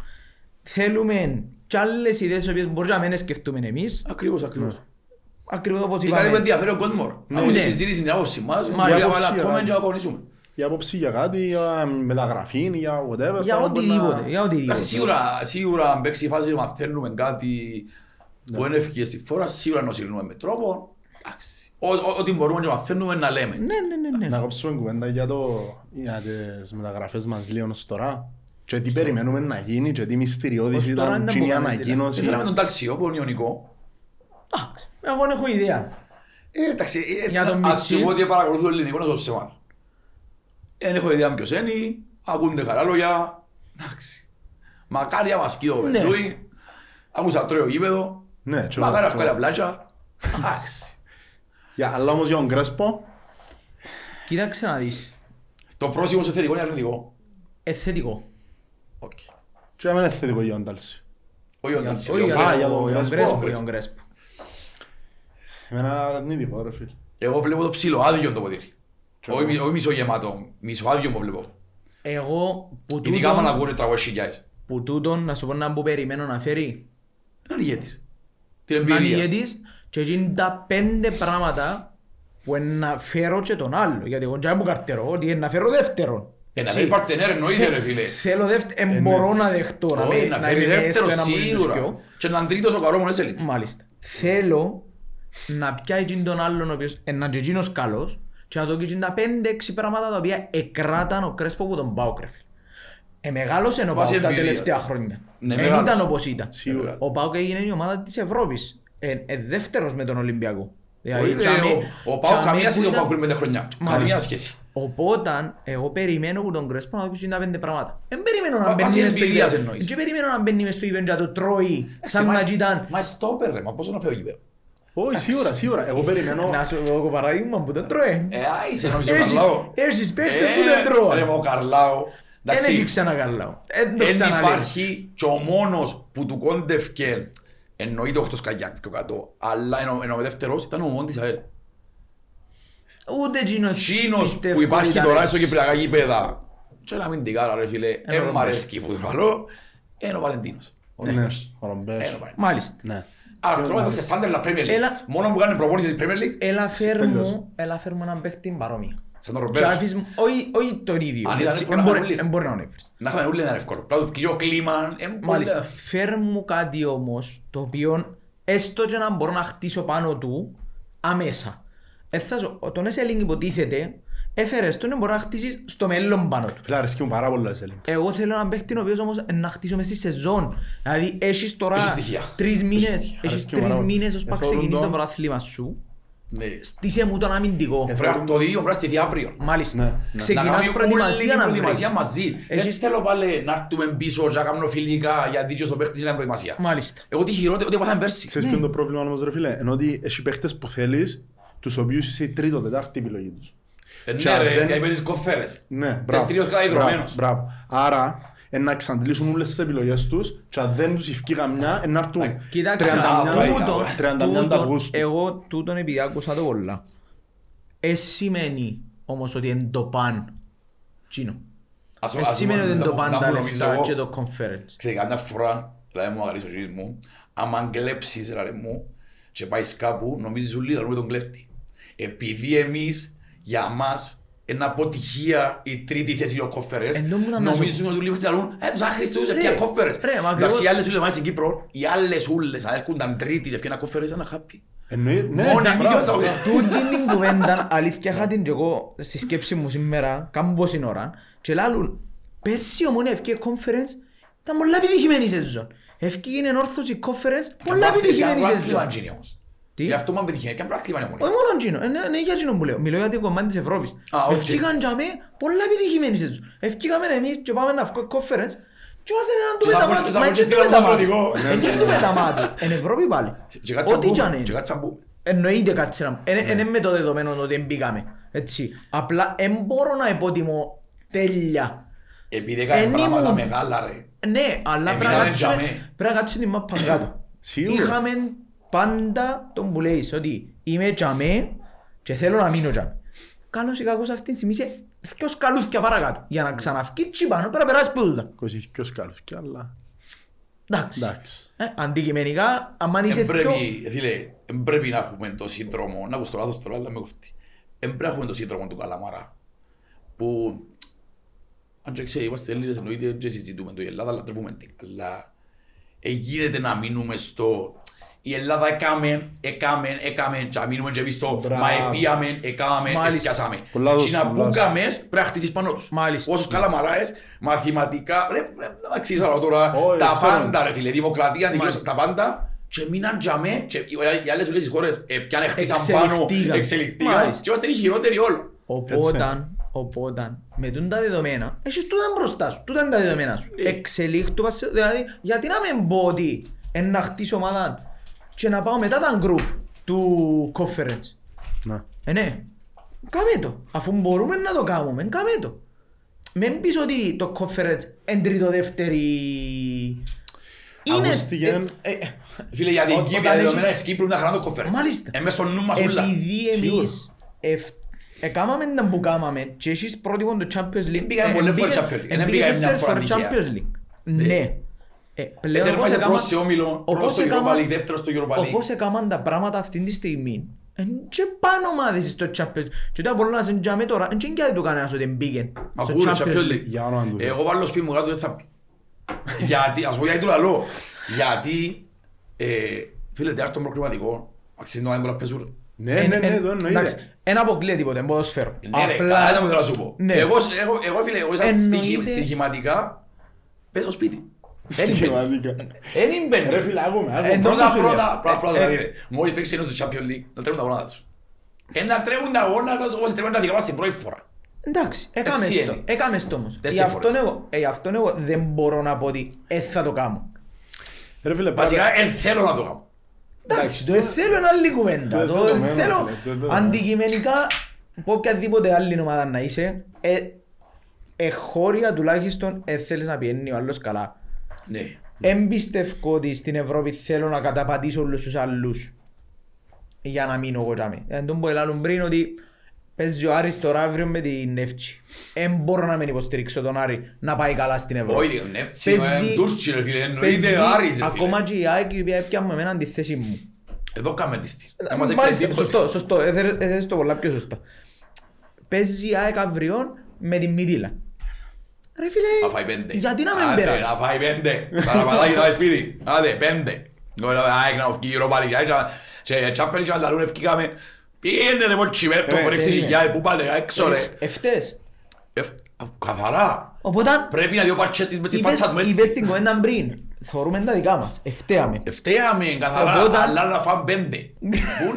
A: Θέλουμε κι άλλες ιδέες, οι οποίες μπορεί να μην σκεφτούμε εμείς,
B: Ακριβώς, ακριβώς.
A: ακριβώς όπως
B: Και κάτι που
A: είπαμε.
B: ενδιαφέρει ο κόσμος. ρε.
A: Ναι.
B: Να ακούσει
A: Ναι.
B: συζήτηση, την άποψη μας,
A: Μα,
B: να
C: η
B: βάλει
C: άποψη,
B: comment
C: ρε.
B: και να κονίσουμε.
C: Για άποψη για κάτι, για μεταγραφή, για whatever.
A: Για
C: τώρα μπορεί να-
A: οτιδήποτε, για
B: Εντάξει,
A: οτιδήποτε.
B: σίγουρα, σίγουρα αν παίξει η φάση μαθαίνουμε κάτι που είναι ευκαιρία στη φορά, σίγουρα να συγκρινούμε με τρόπο. Εντάξει. Ό- ό- Ό,τι μπορούμε και μαθαίνουμε να λέμε.
A: Ναι, ναι, ναι,
C: Να
A: ναι.
C: κόψουμε κουβέντα για, το, για τις μεταγραφές μας λίγο ως τώρα. Και τι περιμένουμε να γίνει και τι μυστηριώδης
A: Ως τώρα
C: ήταν
A: δεν
C: και η
A: μπορούμε να
C: ανακοίνωση.
B: Έφεραμε τον Ταλσιό που είναι ιονικό.
A: Α, Εγώ δεν έχω ιδέα.
B: Ε, Εντάξει, ε,
A: Για τον
B: να- ας
A: Μιτσί.
B: σου πω ότι παρακολουθούν ελληνικό να ζω σε μάλλον. Δεν έχω ιδέα ποιος είναι, ακούνται καλά λόγια. Εντάξει. Μακάρι άμα σκεί το
A: Ναι.
B: Βερλούι, άκουσα τρώει ο γήπεδο,
C: Ναι, και ο-
B: μακάρι
C: και ο-
B: αυκάλει τα πλάτια. Εντάξει.
C: Για- Αλλά όμως για τον Κρέσπο,
A: Κοίταξε να δεις.
B: Το πρόσημο σε θετικό είναι αρνητικό.
A: Εθετικό.
B: Οκ.
C: και να μην είναι θετικό για τον Τάλση.
B: Όχι ο Ντάντσι, όχι ο
A: για
B: Ντάντσι.
C: Α, για
A: τον-
C: τον
A: για τον
C: Κρέσπο,
A: Κρέσπο, για τον Κρέσπο.
C: Εμένα αρνητικό ρε φίλε.
B: Εγώ βλέπω το ψηλό, άδειο το ποτήρι. Όχι μι- όχι μισογεμάτο, μισοάδιο που βλέπω.
A: Εγώ που
B: Ειδικά άμα να
A: τούτον,
B: ακούνε 300.000.
A: που τούτον, να σου πω να που περιμένω να φέρει,
B: Είναι ηγέτης. Την
A: να είναι
B: εμπειρία.
A: ηγέτης και γίνει τα πέντε πράγματα που εν να φέρω και τον άλλο. Γιατί εγώ τζάμπου καρτερώ ότι εν να φέρω δεύτερον.
B: Ε, να
A: Έτσι.
B: φέρει παρτενέρ εννοείται ρε φίλε.
A: Θέλω δεύτερο, εν μπορώ να δεχτώ. να
B: Όχι,
A: με-
B: να
A: να
B: φέρει
A: είμαι
B: δεύτερο
A: έστω ένα από τους
B: σίγουρα.
A: δυο.
B: Και να είναι τρίτος ο καρόμον έτσι λέει.
A: Μάλιστα. Θέλω να πιάει τζιν τον άλλον ο οποίος ε, να είναι τζινός καλός και να το γίνει τα 5-6 πράγματα τα οποία εκράταν ο Κρέσπο που τον Πάοκ ρε φίλε. Ε, μεγάλωσε ο
B: Βάσει
A: Πάοκ τα
B: εμπειρίας.
A: τελευταία χρόνια.
B: Ναι,
A: Δεν
B: μεγάλωσε.
A: ήταν όπως ήταν.
B: Σίγουρα.
A: Ο Πάοκ έγινε η ομάδα της Ευρώπης. Ε, ε, δεύτερος με τον Ολυμπιακό.
B: Όχι, ρε,
A: τζαμί-
B: Ο ο Πάο
A: τζαμί
B: καμία
A: που
B: σχέση με τον
A: ήταν-
B: Πάο πριν πέντε χρονιά.
A: Μάλιστα.
B: Καμία σχέση.
A: Οπότε, εγώ περιμένω που τον Κρέσπο να δείξει τα πέντε πράγματα. Δεν περιμένω
B: Βα-
A: να μπαίνει
B: βάσει
A: μες στο
B: εμπειρίας
A: γήπεδο.
B: εννοείς. Ε,
A: Δεν περιμένω να μπαίνει μες στο γήπεδο και να το τρώει σαν
B: Μα-
A: να ήταν.
B: Μα στόπερ ρε, μα πόσο να φέρει εκεί πέρα.
C: Όχι, σίγουρα, σίγουρα. Εγώ περιμένω...
A: Να σου δω εγώ παράδειγμα που το τρώει.
B: Ε, α, είσαι νομίζω ο
A: Έχεις-
B: Καρλάο.
A: Έχεις παίχτες
B: Ε,
A: που δεν
B: Ρε, μα
A: τρώω.
B: ο Καρλάο.
A: Δεν
B: Εντάξει,
A: έχει ξανά καλά. Δεν το
B: Εν
A: ξαναλέω.
B: υπάρχει και ο μόνος που του κόντευκε εννοείται ο Χτοσκαγιάκ πιο κάτω, αλλά ενώ- ενώ ο δεύτερος ήταν ο Μόντις Αέλ.
A: Ούτε εκείνος
B: Τσίνος
A: πιστεύω
B: που υπάρχει
A: ήταν
B: τώρα
A: έτσι.
B: στο κυπριακά γήπεδα. Και να μην την κάρα ρε φίλε,
A: ο
B: εν μ'
A: Ρομπέρ.
B: αρέσκει που το βάλω, είναι ο Βαλεντίνος. Ο
C: Ναι,
B: δεύτερος.
C: ο Ρομπέρ.
A: Ε,
B: Είναι ο Βαλεντίνος.
A: Μάλιστα.
C: Ναι.
B: Άρα τώρα έπαιξε σαν τα Premier League.
A: Έλα.
B: Μόνο που κάνει προπόνηση στην Premier League,
A: Έλα φέρ
C: Τέλος.
A: μου- Έλα φέρ μου έναν παίχτη παρόμοιο.
B: σαν τον
A: Και
B: Ρομπέρ.
A: άφης μου- όχι- Όχι τον ίδιο.
B: Αν ήταν
A: έτσι,
B: εύκολο
A: εν
B: να
A: μπορεί-
B: χαμηλεί.
A: εν μπορεί να τον έφερες.
B: Να είχαμε όλοι ένα εύκολο. Πράγμα του φκύλιο κλίμα. ε, πολύ-
A: Μάλιστα. Φέρ μου κάτι όμως το οποίο έστω και να μπορώ να χτίσω πάνω του αμέσα. Ε, θα σου- Τον Εσελίνγκ υποτίθεται έφερες τον και μπορώ να χτίσεις στο μέλλον πάνω του.
C: Φίλε, αρέσκει μου πάρα πολύ ο Σέλινγκ.
A: Εγώ θέλω έναν παίχτη ο οποίος όμως να χτίσω μες στη σεζόν. Δηλαδή έχεις τώρα
B: Έχεις στοιχεία.
A: τρεις
B: Έχεις
A: μήνες,
B: στοιχεία.
A: έχεις
C: Αρέσκει μου
A: τρεις
C: πάρα πολύ.
A: μήνες ώσπου να
C: Ε, θεωρούν
A: ξεκινήσεις το
C: το-
A: πρωτάθλημα σου. Ε,
B: Ναι.
A: Στήσε μου τον αμυντικό.
C: Ε,
B: Πρέπει να το δει, πρέπει να στηθεί αύριο.
A: Μάλιστα.
C: ναι, ναι.
B: Να
A: Ξεκινάς
B: κάνουμε
A: προετοιμασία
B: όλη την
A: να βρεις.
B: προετοιμασία μαζί. Δεν
A: Έχεις-
B: θέλω πάλι να έρθουμε πίσω για να κάνουμε φιλικά γιατί και στο παίχτης είναι προετοιμασία.
A: Μάλιστα.
B: Εγώ τι χειρότερο, ό,τι έπαθαμε πέρσι.
A: Ναι.
C: Ξέρεις ποιο είναι το πρόβλημα όμως ρε φίλε, ενώ ότι έχει παίχτες που θέλεις, τους οποίους είσαι η τρίτο, τετάρτη επιλογή τους.
B: Ε,
C: Και
B: Ναι
C: αν
B: ρε,
C: δεν-
B: γιατί παίζεις κοφέρες.
C: Ναι,
B: Τες
C: μπράβο.
B: τρίος καταϊδρωμένος.
C: Μπράβο, Μπράβο. Άρα, ε, να εξαντλήσουν όλες τις επιλογές τους και αν δεν τους ευκεί καμιά, ε, να έρθουν
A: Κοιτάξτε,
C: 39
A: τούτον-
C: 39
A: τούτον-
C: Αυγούστου.
A: εγώ τούτον επειδή άκουσα το πολλά. Ε, σημαίνει όμως ότι είναι το παν. Τσίνο.
B: Ας-
A: Ε,
B: ας-
A: σημαίνει ότι είναι
B: να-
A: το παν
B: να
A: τα
B: μου νομίζω
A: λεφτά
B: εγώ.
A: και το conference.
B: Ξέρετε, κάποια φορά, δηλαδή μου αγαλείς ο κύριος μου, άμα κλέψεις ρε μου και πάεις κάπου, νομίζεις ούλοι λαλούμε τον κλέφτη. Επειδή εμείς, για μας, είναι αποτυχία η τρίτη θέση των κόφερες,
A: Εν τω μεταξύ,
B: νομίζουν ότι ούλοι λαλούν, ε, τους άχρηστους,
A: Ρε,
B: ευκαιρία κόφερες.
A: ρε, μα
B: Εντάξει, οι
A: ακριβώς.
B: άλλες ούλοι μας στην Κύπρο, οι άλλες ούλες, αν έρχονταν τρίτη, ευκαιρία κόφερες, ήταν happy.
C: Εννοεί- ναι,
B: Μόνο
C: ναι,
B: εμείς
C: μπράβο.
B: είμαστε ο-
A: Τούτη Ε, την κουβέντα, αλήθεια είχα την και εγώ στη σκέψη μου σήμερα, κάμουν πόση ώρα, και λάλλουν, πέρσι η ομόνια ευκεί conference, ήταν πολλά επιτυχημένη η σεζόν. Ευκεί είναι ενόρθωση conference, πολλά
B: Καμπάθλι-
A: επιτυχημένη η
B: καμπάθλι
A: σεζόν.
B: μαντζίνι όμως.
A: Τι?
B: Γι' αυτό μου πετυχαίνει, και αν πράγμα είναι μόνο.
A: Όχι μόνο τζίνο, είναι είναι ναι, για τζίνο που λέω, μιλώ για το κομμάτι της Ευρώπης.
B: Α, οκ.
A: Ευκήκαν για με πολλά επιτυχημένη η σεζόν. Ευκήκαμε εμείς και πάμε να βγω conference, και μας είναι έναν του
B: Και σαν
A: μεταμάτου,
B: φορές- σαν
A: μα είναι
B: φορές
A: του
B: στείλαμε τον
A: μεταμάτου.
B: προοδηγό.
A: Είναι του μεταμάτου, είναι Ευρώπη πάλι.
B: ναι. Και κάτσα
A: Ό,τι κι αν
B: μπούμε,
A: είναι.
B: και κάτσα μπούμε.
A: Εννοείται κάτι να
C: Ναι.
A: Είναι με το δεδομένο ότι μπήκαμε. Έτσι. Απλά δεν μπορώ να υποτιμώ τέλεια.
B: Επειδή έκαμε
A: Εν
B: πράγματα
A: ήμουν-
B: μεγάλα ρε.
A: Ναι, αλλά πρέπει να
B: Εμείναμε
A: κάτσουμε-
B: τζαμί.
A: πρέπει να κάτσουμε την μάπα κάτω.
C: Ε, Σίγουρα.
A: Είχαμε πάντα τον που λέεις ότι είμαι τζαμέ και θέλω να μείνω τζαμέ. Καλός ή κακός αυτήν τη στιγμή είσαι δυο σκαλούθκια παρακάτω. Για να ξαναφκεί τσι πάνω πρέπει να περάσεις που δουλειά.
C: 22 σκάλφκι, αλλά
A: Εντάξει.
C: εντάξει.
A: Ε, Αντικειμενικά, αν είσαι
B: Εν
A: δυο...
B: πρέπει, φίλε, εν πρέπει να έχουμε το σύνδρομο, να ακούς το λάθος τώρα, αλλά με κοφτεί. Εν πρέπει να έχουμε το σύνδρομο του Καλαμάρα, που αν και ξέρει, είμαστε Έλληνες, εννοείται και συζητούμε το η Ελλάδα, αλλά τρεβούμε την. Αλλά ε, γίνεται να μείνουμε στο η Ελλάδα έκαμε, έκαμε, έκαμε και να μείνουμε και εμείς στο
C: Μπράβο.
B: μα επίαμε, έκαμε,
A: Μάλιστα.
B: εφτιάσαμε. Και
C: Πολλά
B: να
C: δώσουμε, πολλά.
B: που κάμες, πρέπει να χτίσεις πάνω τους.
A: Μάλιστα.
B: Όσους καλαμαράες, μαθηματικά, ρε, ρε, να τα ξέρεις όλα τώρα,
C: Όχι,
B: τα
C: ξέρω.
B: πάντα ρε φίλε, δημοκρατία,
A: Μάλιστα.
B: δικαιώσεις τα πάντα και μείναν τζαμέ και οι- οι άλλες όλες οι χώρες ε, πιάνε χτίσαν πάνω,
A: Εξελιχτήκαν.
B: εξελιχτήκαν
A: Μάλιστα.
B: και είμαστε οι χειρότεροι όλων.
A: Οπότε, Οπότε, με τούν τα δεδομένα, έχεις τούτα μπροστά σου, τούτα είναι τα δεδομένα σου.
B: Ναι.
A: Εξελίχτου, πας σε- δηλαδή, γιατί να μην πω ότι εν να χτίσω ομάδα και να πάω μετά τα group του conference.
C: Ναι.
A: Ε, ναι. Κάμε το. Αφού μπορούμε να το κάνουμε, κάμε το. Μην πεις ότι το conference εν τρίτο δεύτερη...
C: Ακούστηκε.
A: ε, ε,
B: Φίλε, για την
A: Ό-
B: Κύπρο,
A: όταν
B: τα δεδομένα
A: έχεις-
B: της Κύπρου να χαράνε το κόφερες.
A: Ε, Μάλιστα.
B: Εμείς Ε, στο νου μας ούλα.
A: Επειδή ε,
C: Σίγουρα.
A: εμείς εφ- Εκάμαμε τα που κάμαμε και εσείς πρότυπον το Champions League
B: Πήγαμε
A: ε,
B: πολλές φορές
A: εμπήκες-
B: Champions League. Δεν
A: εμπήκες
B: πήγαμε μια
A: σε
B: φορά ε.
A: for
B: τυχαία.
A: Champions League Ναι Ε, Πλέον
B: Τέρμα
A: όπως
B: σε
A: έκαμα- ε,
B: πρώτος σε όμιλο, πρώτος
A: όπως
B: στο Europa
A: έκαμα-
B: League, δεύτερος στο Europa League.
A: Όπως έκαναν τα πράγματα αυτή τη στιγμή Εν και πάνω ομάδες στο Champions League Και τώρα μπορούν να σε τζάμε τώρα Εν και γιατί του κανένας ότι μπήκε στο
B: Ακούω,
A: Champions
B: Champions
A: League
B: League.
C: Για όνομα του Θεού.
B: Εγώ βάλω σπίτι μου κάτω δεν θα πει. Γιατί, ας πω γιατί το λαλώ. Γιατί, ε, φίλε, τεράστιο το προκριματικό. Αξίζει να μην μπορούν να παίζουν.
C: Ναι, ναι,
A: Εν-
C: ναι,
A: εν-
C: το εννοείται.
A: εντάξει, Εν αποκλείεται τίποτε, εν ποδοσφαίρο
B: Ναι, ρε, καλά ήταν που θέλω να σου πω.
A: Ναι.
B: Εγώ, εγώ- εγώ, φίλε, εγώ σαν
A: Εννοείται.
B: στοιχη- στοιχηματικά παίζω σπίτι.
C: Σημαντικά.
B: Δεν μπαίνει.
C: Ρε φίλε, ακούμε, ακούμε.
A: Ε,
B: Πρώτα,
A: Εντός σου,
B: πρώτα,
A: ρε.
B: πρώτα, πρώτα,
A: Ε,
B: δηλαδή, ρε. Μόλις παίξει ένας στο Champions League, να τρέχουν τα γόνατα τους. Ε, να τρέχουν τα γόνατα τους όπως τρέχουν τα δικά μας την πρώτη φορά.
A: Εντάξει, έκαμε
B: Έτσι
A: το.
B: είναι.
A: Έκαμε το όμως.
B: Δεν
A: Γι' αυτόν
B: συμφωνείς.
A: εγώ, ε, γι' αυτόν εγώ δεν μπορώ να πω ότι ε, θα το κάνω.
C: Ρε
A: Ε,
C: φίλε,
B: Βασικά,
C: πάμε.
B: δεν θέλω να το κάνω.
A: Εντάξει, το ε, θέλω είναι άλλη κουβέντα.
C: το
A: Το ε,
C: δεδομένο,
A: θέλω
C: φίλε, το δεδομένο.
A: αντικειμενικά από οποιαδήποτε άλλη ομάδα να είσαι, ε, εχώρια τουλάχιστον ε, θέλεις να πιένει ο άλλος καλά.
B: Ναι.
A: Εμπιστευκώ ότι στην Ευρώπη θέλω να καταπατήσω όλους τους άλλους για να μείνω εγώ τζάμε. Εν τον πω ελάλουν πριν ότι παίζει ο Άρης τώρα αύριο με την Εύτσι. Εν μπορώ να μην υποστηρίξω τον Άρη να πάει καλά στην Ευρώπη.
B: Όχι, δεν έφτιαξε,
A: Παίζει-
B: ε, Τούρκοι, ρε φίλε, εννοείται,
A: Παίζει
B: Άρης, ρε,
A: Ακόμα
B: φίλε.
A: και η ΑΕΚ η οποία έπιαμε με έναν τη θέση μου.
B: Εδώ κάμε τη στήρ.
A: Ε, Μάλιστα, σωστό, σωστό. Ε, Έθε- Έθεσες το πολλά πιο σωστά. Παίζει η ΑΕΚ αύριο με τη Μίτιλα. Ρε
B: Θα φάει
A: φίλε,
B: πέντε.
A: γιατί να μην
B: Άντε,
A: πέρα.
B: Θα φάει πέντε. Παραπατάκι να πάει σπίτι. Άντε, πέντε. Νομίζω, ΑΕΚ να βγει η Europa League. Έτσι, Σε Champions League ανταλούν ευκήκαμε. Πήγαινε ρε μότσι το
C: Ε,
B: φορέξεις
A: τέλεια.
B: χιλιάδες, πού πάτε έξω ρε.
A: Ευτές.
B: Ευ- α, Καθαρά.
A: Ε, Οπότε
B: Πρέπει να δυο παρτσές της με τη
A: είπες-
B: φάτσα μου
A: είπες
B: έτσι. Ε,
A: την κουβέντα πριν. Θεωρούμε τα δικά μας. Ευτέαμε.
B: Ευτέαμε καθαρά,
A: Οπότε-
B: αλλά να φάμε πέντε. Πού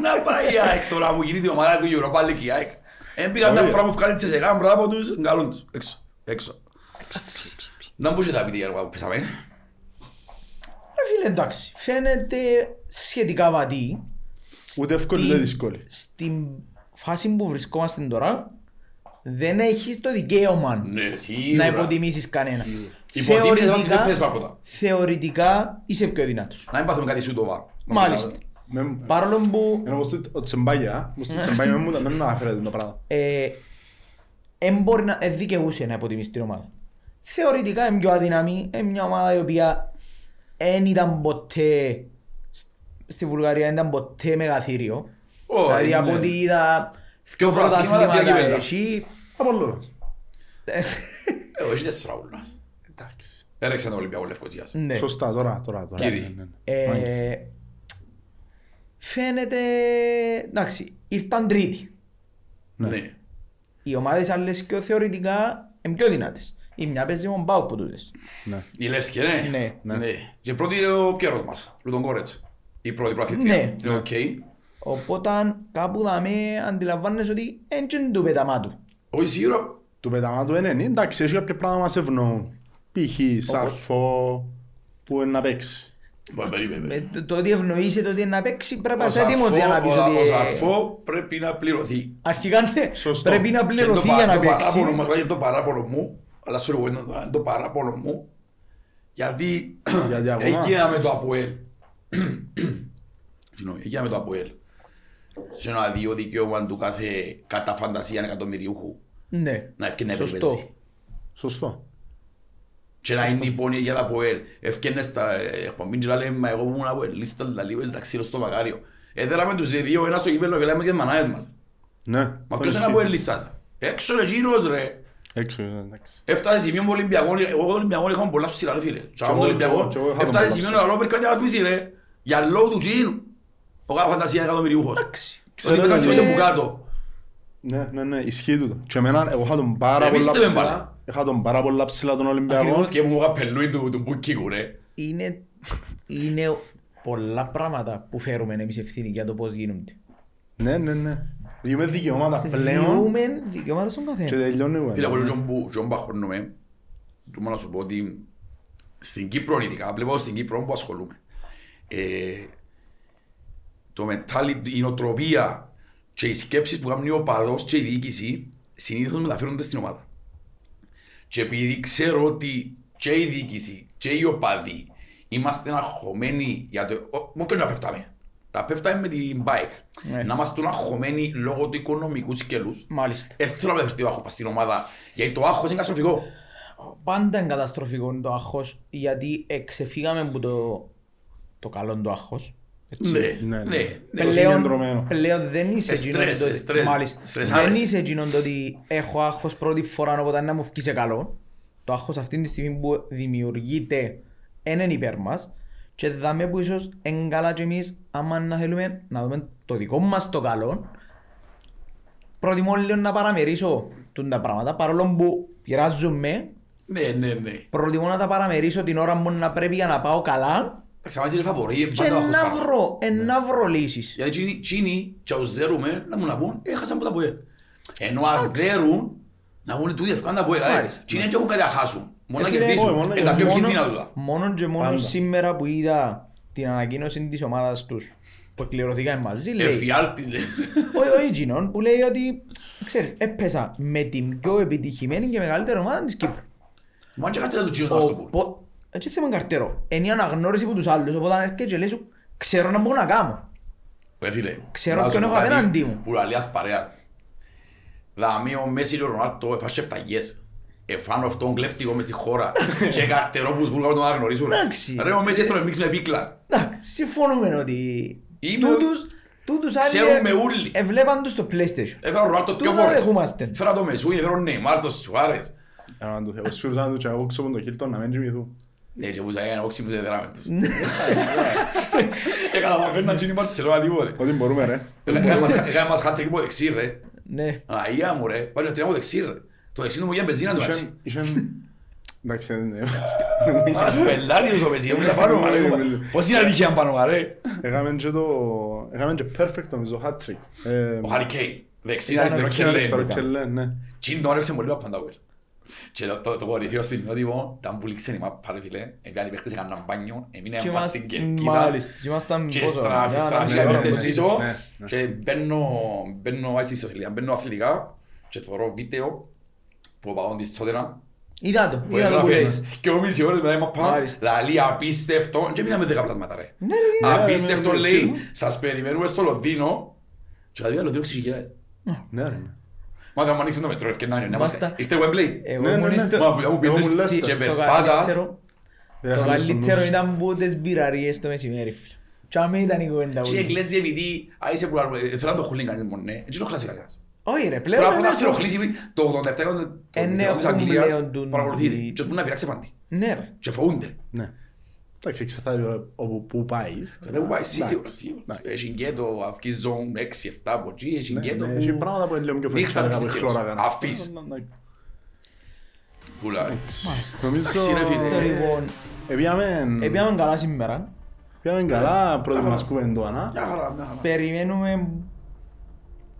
B: να πάει η ΑΕΚ τώρα που γίνει την ομάδα του Europa League η ΑΕΚ. Εν πήγα μια
C: Ωραία.
B: φορά μου βγάλει τσεσεκά, μπράβο από τους, εγκαλούν τους. Έξω, έξω. Να μπούσε τα πείτε για να πέσαμε.
A: Ρε φίλε, εντάξει. Φαίνεται σχετικά βατή.
C: Ούτε εύκολη ούτε δύσκολη.
A: Στην φάση που βρισκόμαστε τώρα, δεν έχεις το δικαίωμα
B: Ναι,
A: να
B: σίγουρα.
A: υποτιμήσεις κανένα.
B: Υποτίμησες ότι δεν
A: Θεωρητικά-
B: πες παραπονά.
A: Θεωρητικά είσαι πιο δυνατός.
B: Να μην πάθουμε κάτι σούτοβα.
A: Μάλιστα.
C: Με-
A: Παρόλο που
C: Ενώ πως το τσεμπάγια,
A: Ναι.
C: πως το τσεμπάγια μου δεν τα αναφέρεται το πράγμα.
A: ε, εν μπορεί να εν δικαιούσε να υποτιμήσει την ομάδα. Θεωρητικά είναι πιο αδύναμη, είναι μια ομάδα η οποία δεν ήταν ποτέ σ- στη Βουλγαρία, δεν ήταν ποτέ μεγαθύριο.
B: Ω,
A: δηλαδή
B: είναι.
A: από ό,τι είδα
B: Δυο
A: πρώτα
B: πρωταθλήματα, δύο
A: αθλήματα
B: κύπελλα.
A: εσύ.
C: Απολλώνας.
B: Ε, όχι τέσσερα ούλας.
C: Εντάξει.
B: Έρεξε τον Ολυμπιακό Λευκοσίας.
A: Ναι.
C: Σωστά, τώρα, τώρα, τώρα.
B: Κύριε.
C: Ναι, ναι, ναι.
A: Ε,
C: Μάγκες.
A: φαίνεται, εντάξει, ήρθαν τρίτη.
B: Ναι.
A: Οι ομάδες άλλες και θεωρητικά είναι πιο δυνατές. Η μια παίζει με τον Πάουκ που τούτες.
C: Ναι.
B: Η Λεύσκη, ναι.
A: Ναι.
B: Ναι. Και πρώτη ο Πιέρος μας, Λούτον Κόρετς. Η πρώτη προαθλήτρια.
A: Ναι.
B: Είναι οκ.
A: Οπότε κάπου θα με αντιλαμβάνεσαι ότι έντζεν του πέταμά του.
B: Όχι σίγουρα.
C: Του πετάμα του είναι, εντάξει, έχει κάποια πράγματα μας ευνοούν. Π.χ. σαρφό που είναι να παίξει.
B: Μα, περίμενε.
A: Ε, το- Το ότι ευνοείσαι το ότι είναι να παίξει πρέπει να
B: Ο
A: είσαι έτοιμος για να
B: Σαρφό-
A: πεις
B: ο-
A: ότι...
B: Ο
A: ε,
B: Σαρφό πρέπει να πληρωθεί.
A: Αρχικά ναι,
C: Σωστό.
A: πρέπει να
B: Και το
A: πληρωθεί
B: πα-
A: για να
B: το
A: παίξει.
B: παράπονο μου, για το παράπονο μου, αλλά σου λέω είναι το- το παράπονο μου, γιατί
C: Γιατί ακόμα.
B: έγινα με το Αποέλ. Συγγνώμη, έγινα με το Αποέλ. Σε ένα δύο δικαίωμα του κάθε κατά φαντασία εκατομμυριούχου
A: Ναι,
B: να ευκαιρνάει
A: σωστό.
B: περιπέζει.
C: Σωστό.
B: Και να είναι υπόνοια για τα Αποέλ. Ευκαιρνές τα εκπομπή και να λέμε «Μα εγώ ήμουν Αποέλ, λίστα λαλί, παίζα ξύλο στο μακάριο». Έδεραμε τους δύο, ένα στο κύπελλο και λέμε για τις μανάδες μας.
C: Ναι.
B: Μα ποιος είναι
C: Ισχύει.
B: Αποέλ λίστας. Έξω ρε εκείνος ρε.
C: Έξω, εντάξει.
B: Έφτασε σημείο με Ολυμπιακός, εγώ τον Ολυμπιακό είχα πολλά ψηλά ρε φίλε. Και
C: εγώ,
B: τον Ολυμπιακό,
C: κι εγώ, κι εγώ είχα τον
B: έφτασε
C: πολλά
B: σημείο
C: ψηλά.
B: να λέω κάτι αγαθμίσει ρε. Για λόγω του τζίνου. Ο κάθε φαντασία εκατομμυριούχος.
A: Εντάξει.
B: Ότι
C: Ξέρετε,
B: ήταν σημείο
C: ε,
B: που κάτω.
C: Ναι, ναι, ναι, ισχύει τούτο. Και εμένα, εγώ είχα τον πάρα
B: Εμείς
C: πολλά
B: δεν
C: ψηλά.
B: βάλαμε.
C: Είχα τον πάρα πολλά ψηλά τον Ολυμπιακό.
A: Ακριβώς.
B: Και μου είχα πελούι του του Μπουκίκου ρε.
A: Είναι, είναι πολλά πράγματα που φέρουμε εμείς ευθύνη για το πώς γίνονται.
C: Ναι, ναι, ναι. Διούμε δικαιώματα πλέον
A: Διούμε δικαιώματα στον
C: και
A: καθένα.
C: τελειώνει Ναι. η κουβέντα.
B: Φίλε, εγώ τον που τον παχώνομαι, του μόνο να σου πω ότι στην Κύπρο ειδικά, βλέπω στην Κύπρο που ασχολούμαι, ε, το mentality, η νοοτροπία και οι σκέψεις που κάνει ο παδός και η διοίκηση συνήθως μεταφέρονται στην ομάδα. Και επειδή ξέρω ότι και η διοίκηση και οι οπαδοί είμαστε αγχωμένοι για το... ο- Μόνο και να πέφταμε. Τα πέφταμε με την bike.
A: Ναι.
B: Να είμαστε αγχωμένοι λόγω του οικονομικού σκέλους
A: Μάλιστα.
B: δεν θέλω να μεταφερθεί ο άγχος στην ομάδα, γιατί το άγχος είναι καταστροφικό.
A: Πάντα είναι καταστροφικό το άγχος, γιατί εξεφύγαμε από το, το καλό το άγχος. έτσι.
C: ναι,
B: ναι,
C: ναι.
B: ναι.
C: Πελέ- συγκεντρωμένο.
A: Πλέον, πλέον δεν είσαι
B: Ε,
A: εκείνον
B: στρες,
A: το
B: ε, στρες.
A: ότι... Μάλιστα.
B: Στρεσάρες.
A: Δεν είσαι εκείνον το ότι έχω άγχος πρώτη φορά όποτε να μου βγει σε καλό. Το άγχος αυτή τη στιγμή που δημιουργείται εν εν υπέρ μας και δάμε που ίσως εν καλά και εμείς άμα να θέλουμε να δούμε το δικό μας το καλό προτιμώ λίγο να παραμερίσω τούν τα πράγματα παρόλο που πειράζομαι
B: Ναι, ναι, ναι.
A: προτιμώ να τα παραμερίσω την ώρα μου να πρέπει για να πάω καλά
B: Εντάξει, άμα είσαι φαβορή,
A: και
B: πάντα Ναι. ο άγχος
A: να
B: πάνω.
A: βρω, ε, να βρω λύσεις.
B: Γιατί τσίνοι- τσίνοι και ο Ζέρουμε να μου να πούν, έχασαν από τα ΠΟΕΛ. Ενώ αν δέρουν, να πούνε τούτοι ευκάνε τα ΠΟΕΛ. Ε,
A: Μάλιστα.
B: Τσίνοι δεν έχουν κάτι να χάσουν. Μόνο να
A: Ε, φίλε,
C: όχι, μόνο
B: κερδίσουν.
C: να
B: Ε, τα πιο
C: κερδίσουν.
B: κινδύνα τούτα.
A: Μόνο και μόνο
C: Πάντα.
A: σήμερα που είδα την ανακοίνωση της ομάδας τους που εκκληρωθήκαμε μαζί, λέει,
B: Εφιάλτης, λέει.
A: ο, ο Ιτζινόν που λέει ότι ξέρεις, έπεσα με την πιο επιτυχημένη και μεγαλύτερη ομάδα της Κύπρου.
B: Μα και κάτσε να του τσίνουν το άστοπο.
A: Οπο- Έτσι θέμα καρτέρο. Είναι η αναγνώριση από τους άλλους, οπότε αν έρχεται και λέει σου, ξέρω να μπορώ να κάνω.
B: Ρε φίλε,
A: Ξέρω
B: να σου
A: ποιον
B: πω
A: έχω
B: κάτι
A: απέναντί μου.
B: Που λαλεί ας παρέα. Δαμή ο Μέση και ο Ρονάλτο εφάσε φταγές. Εφάνω αυτόν κλέφτικο μες στη χώρα. Και καρτερό που βουλγάρω τον αναγνωρίζουν.
A: Εντάξει.
B: Ρε ο Μέση έτρωνε μίξ με πίκλα.
A: Να, συμφωνούμε ότι
B: Είμαι-
A: τούτους, τούτους ε-
B: Ξέρουμε όλοι.
A: εβλέπαν τους στο PlayStation.
B: Έφερα ο Ρονάλτο
A: Του
B: δυο
A: θα
B: φορές.
A: δεχούμαστε.
B: Έφερα το Μεσούι, έφερα ο Νεϊμάρ, τον Σουάρες.
C: Ένα Ε, να του θεώ, σφύρουσα του και εγώ ξέρω τον Χίλτον να μην κοιμηθούν.
B: Ναι, και βούσα ένα όξι μου δεν δράμε τους.
A: Ναι.
B: Ε, καταλαβαίνω να γίνει η Μπαρτσελώνα τίποτε.
C: Ό,τι μπορούμε ρε.
B: Ε, έκανε μας- Έκανε μας χάτρικ από δεξί ρε.
A: Ναι,
B: Αγία μου ρε, πάλι να τρέχω από δεξί ρε. Το δεξί του μου γίνει μπενζίνα του έτσι.
C: Είχαν- είχαν... Εντάξει, ναι. δεν είναι.
B: Ας πελάρει τους ο Μέση, ήμουν τα πάνω, ρε. Πώς είναι αλήθεια αν πάνω, ρε.
C: Έκαμε και το... Έκαμε και perfect νομίζω, hat-trick. Ε,
B: Ο Χάρη Κέιν. Δεξί
A: Ήταν
B: αριστερό
C: δεξιά,
B: και
C: αριστερό,
B: λέει.
C: κελέ, ναι.
B: Τι είναι το όρεξε πολύ ο Πανταουέλ. Και το- το το κορυφαίο στην νότιμο, ήταν που λήξε η μάπα ρε φίλε. Έκανε οι παίχτες έκαναν μπάνιο, έμεινε
A: και
B: μπας στην
A: ήμασταν-
B: Ε, κερκίδα.
A: μάλιστα, και ήμασταν
B: Και
A: πόσο,
B: στράφει,
A: μια
B: στράφει,
A: ανάμιση
C: ναι,
B: όρτες
C: ναι,
A: ώρα.
B: πίσω.
C: ναι, ναι.
B: Και μπαίνω, μπαίνω ας ισοσελίδα, μπαίνω αθλητικά και θωρώ βίντεο που ο παγόν της Τότενα
A: Είδα το,
B: που
A: είδα το που
B: έγραφε
A: λες.
B: δυόμιση ώρες μετά η μαπά,
A: Μάλιστα.
B: λαλεί απίστευτο και μείναμε δέκα πλάσματα ρε.
A: Ναι, ρε.
C: ναι,
B: Απίστευτο
C: ναι, ναι,
B: λέει,
C: ναι.
B: σας περιμένουμε στο Λονδίνο και θα δει ο Λονδίνο ξεκινάει.
C: Ναι, ρε, ναι.
B: Μα δεν μου ανοίξεις το μετρό, ευκαιρνά είναι. να είμαστε.
A: Μάστα.
B: Είστε Wembley.
A: Ε, Εγώ
C: Ναι, ναι,
A: ήμουν
C: ναι.
A: στο-
B: Μα μου
C: Εγώ
B: πίνεις
C: μου λες
B: και
C: τα.
A: το
B: περπάτας.
A: καλύτερο- Το
C: Είχαμε στο νους.
A: καλύτερο ήταν που τις πυραρίες το μεσημέρι. φίλε. Κι άμα ήταν η κουβέντα
B: Και οι
A: που-
B: Εγγλέζοι επειδή άισε που λαλούν, ε, θέλαν το χουλήν κανείς μόνο, ναι. Έτσι το χλάσει κανένας.
A: Όχι ρε,
B: Πρέπει
A: πλέον
B: να
A: δεν
B: σε
A: έχω-
B: ενοχλήσει πριν το 87 το- το
A: Ε, ναι,
B: της
A: έχουν
B: Αγγλίας
A: πλέον τον-
B: παρακολουθεί. Και τους πούν να πειράξει φάντη.
A: Ναι ρε.
B: Και φοβούνται.
C: Ναι. Εντάξει, εξαθάριο όπου που πάεις.
A: Ε,
B: Δεν μου πάει σίγουρα.
C: Εντάξει,
B: σίγουρα.
C: εντάξει.
B: Έχει και το αυκίζον 6-7 από εκεί, έχει
C: Ναι,
B: και το
C: ναι, έχει
B: που-
C: πράγματα που είναι λίγο πιο
B: νύχτα
C: φρέσκια,
B: στις
C: κάπου
B: τσίπες.
C: χλώρακα.
B: Αφής.
C: Ναι, ναι, ναι.
B: που λαλεί.
C: Νομίζω
B: Εντάξει, ρε, φίλε.
A: Το λοιπόν,
C: E επίαμε-
A: επίαμε καλά σήμερα.
C: επίαμε καλά πρώτη μας κουβεντούανα.
B: Μια χαρά, μια χαρά.
A: Περιμένουμε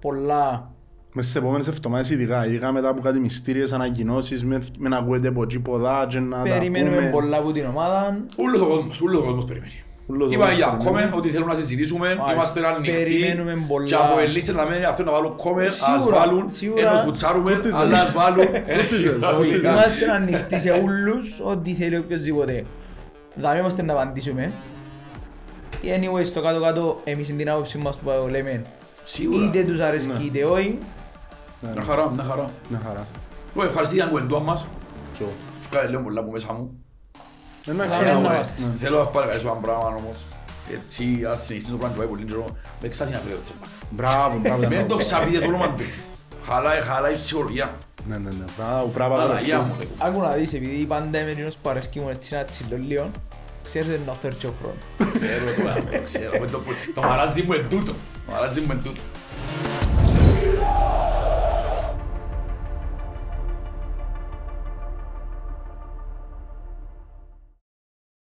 A: πολλά.
C: Μες στις επόμενες εβδομάδες ειδικά, ειδικά μετά από κάτι μυστήριες ανακοινώσεις, με, με να ακούετε από εκεί ποδά και να τα
A: Περιμένουμε
C: πούμε.
A: πολλά από την ομάδα.
B: Ούλος ο κόσμος, ούλος ο κόσμος περιμένει.
C: Ούλος ο
B: Είπα
C: κόσμος
B: για
C: περιμένει.
B: comment ότι θέλουμε να συζητήσουμε,
A: Μάλιστα.
B: είμαστε ανοιχτοί.
A: Περιμένουμε πολλά.
B: Και από ελίτσες να μένει αυτό να βάλουν comment, ας
A: Σίγουρα,
B: βάλουν,
A: σίγουρα.
B: ενώ σκουτσάρουμε,
C: Φόρτιζε.
B: αλλά ας βάλουν.
C: Φόρτιζε, φόρτιζε.
B: Είμαστε-
A: Είμαστε ανοιχτοί σε όλους, ό,τι θέλει οποιοςδήποτε. Δεν είμαστε να απαντήσουμε. Anyway, στο κάτω-κάτω, εμείς είναι την άποψη μας που λέμε.
B: Σίγουρα.
A: Είτε τους αρέσκει είτε όχι.
B: Μια χαρά, μια χαρά.
C: Μια χαρά.
B: Λοιπόν, ευχαριστή για την κουβεντούα μας.
C: Κι εγώ.
B: Βγάλε λέω πολλά από μέσα μου.
C: Ένα
A: Καλά,
C: ξανά,
A: ναι.
C: ρε.
A: είμαστε.
B: Ναι. Θέλω να παρακαλέσω ένα πράγμα όμως. Έτσι, ας συνεχίσει το πράγμα του πάει πολύ καιρό. Με εξάζει να φύγει το τσέπα.
C: Μπράβο, μπράβο.
B: Μην το
C: μπράβο.
B: ξαπείτε το όνομα του. Χαλάει, χαλάει η ψυχολογία.
C: Ναι, ναι, ναι. Μπράβο, μπράβο.
B: Αναγιά
C: αυτό.
B: μου λέγω.
A: Άκου να δεις, επειδή πάντα είμαι εκείνος που αρέσκει μου έτσι να τσιλώ λίγο, ξέρεις δεν είναι ο Θέρτσιο Χρόνο.
B: Ξέρω, το- ξέρω. Το- Το μαράζι μου εν τούτο. Το μαράζι μου εν τούτο.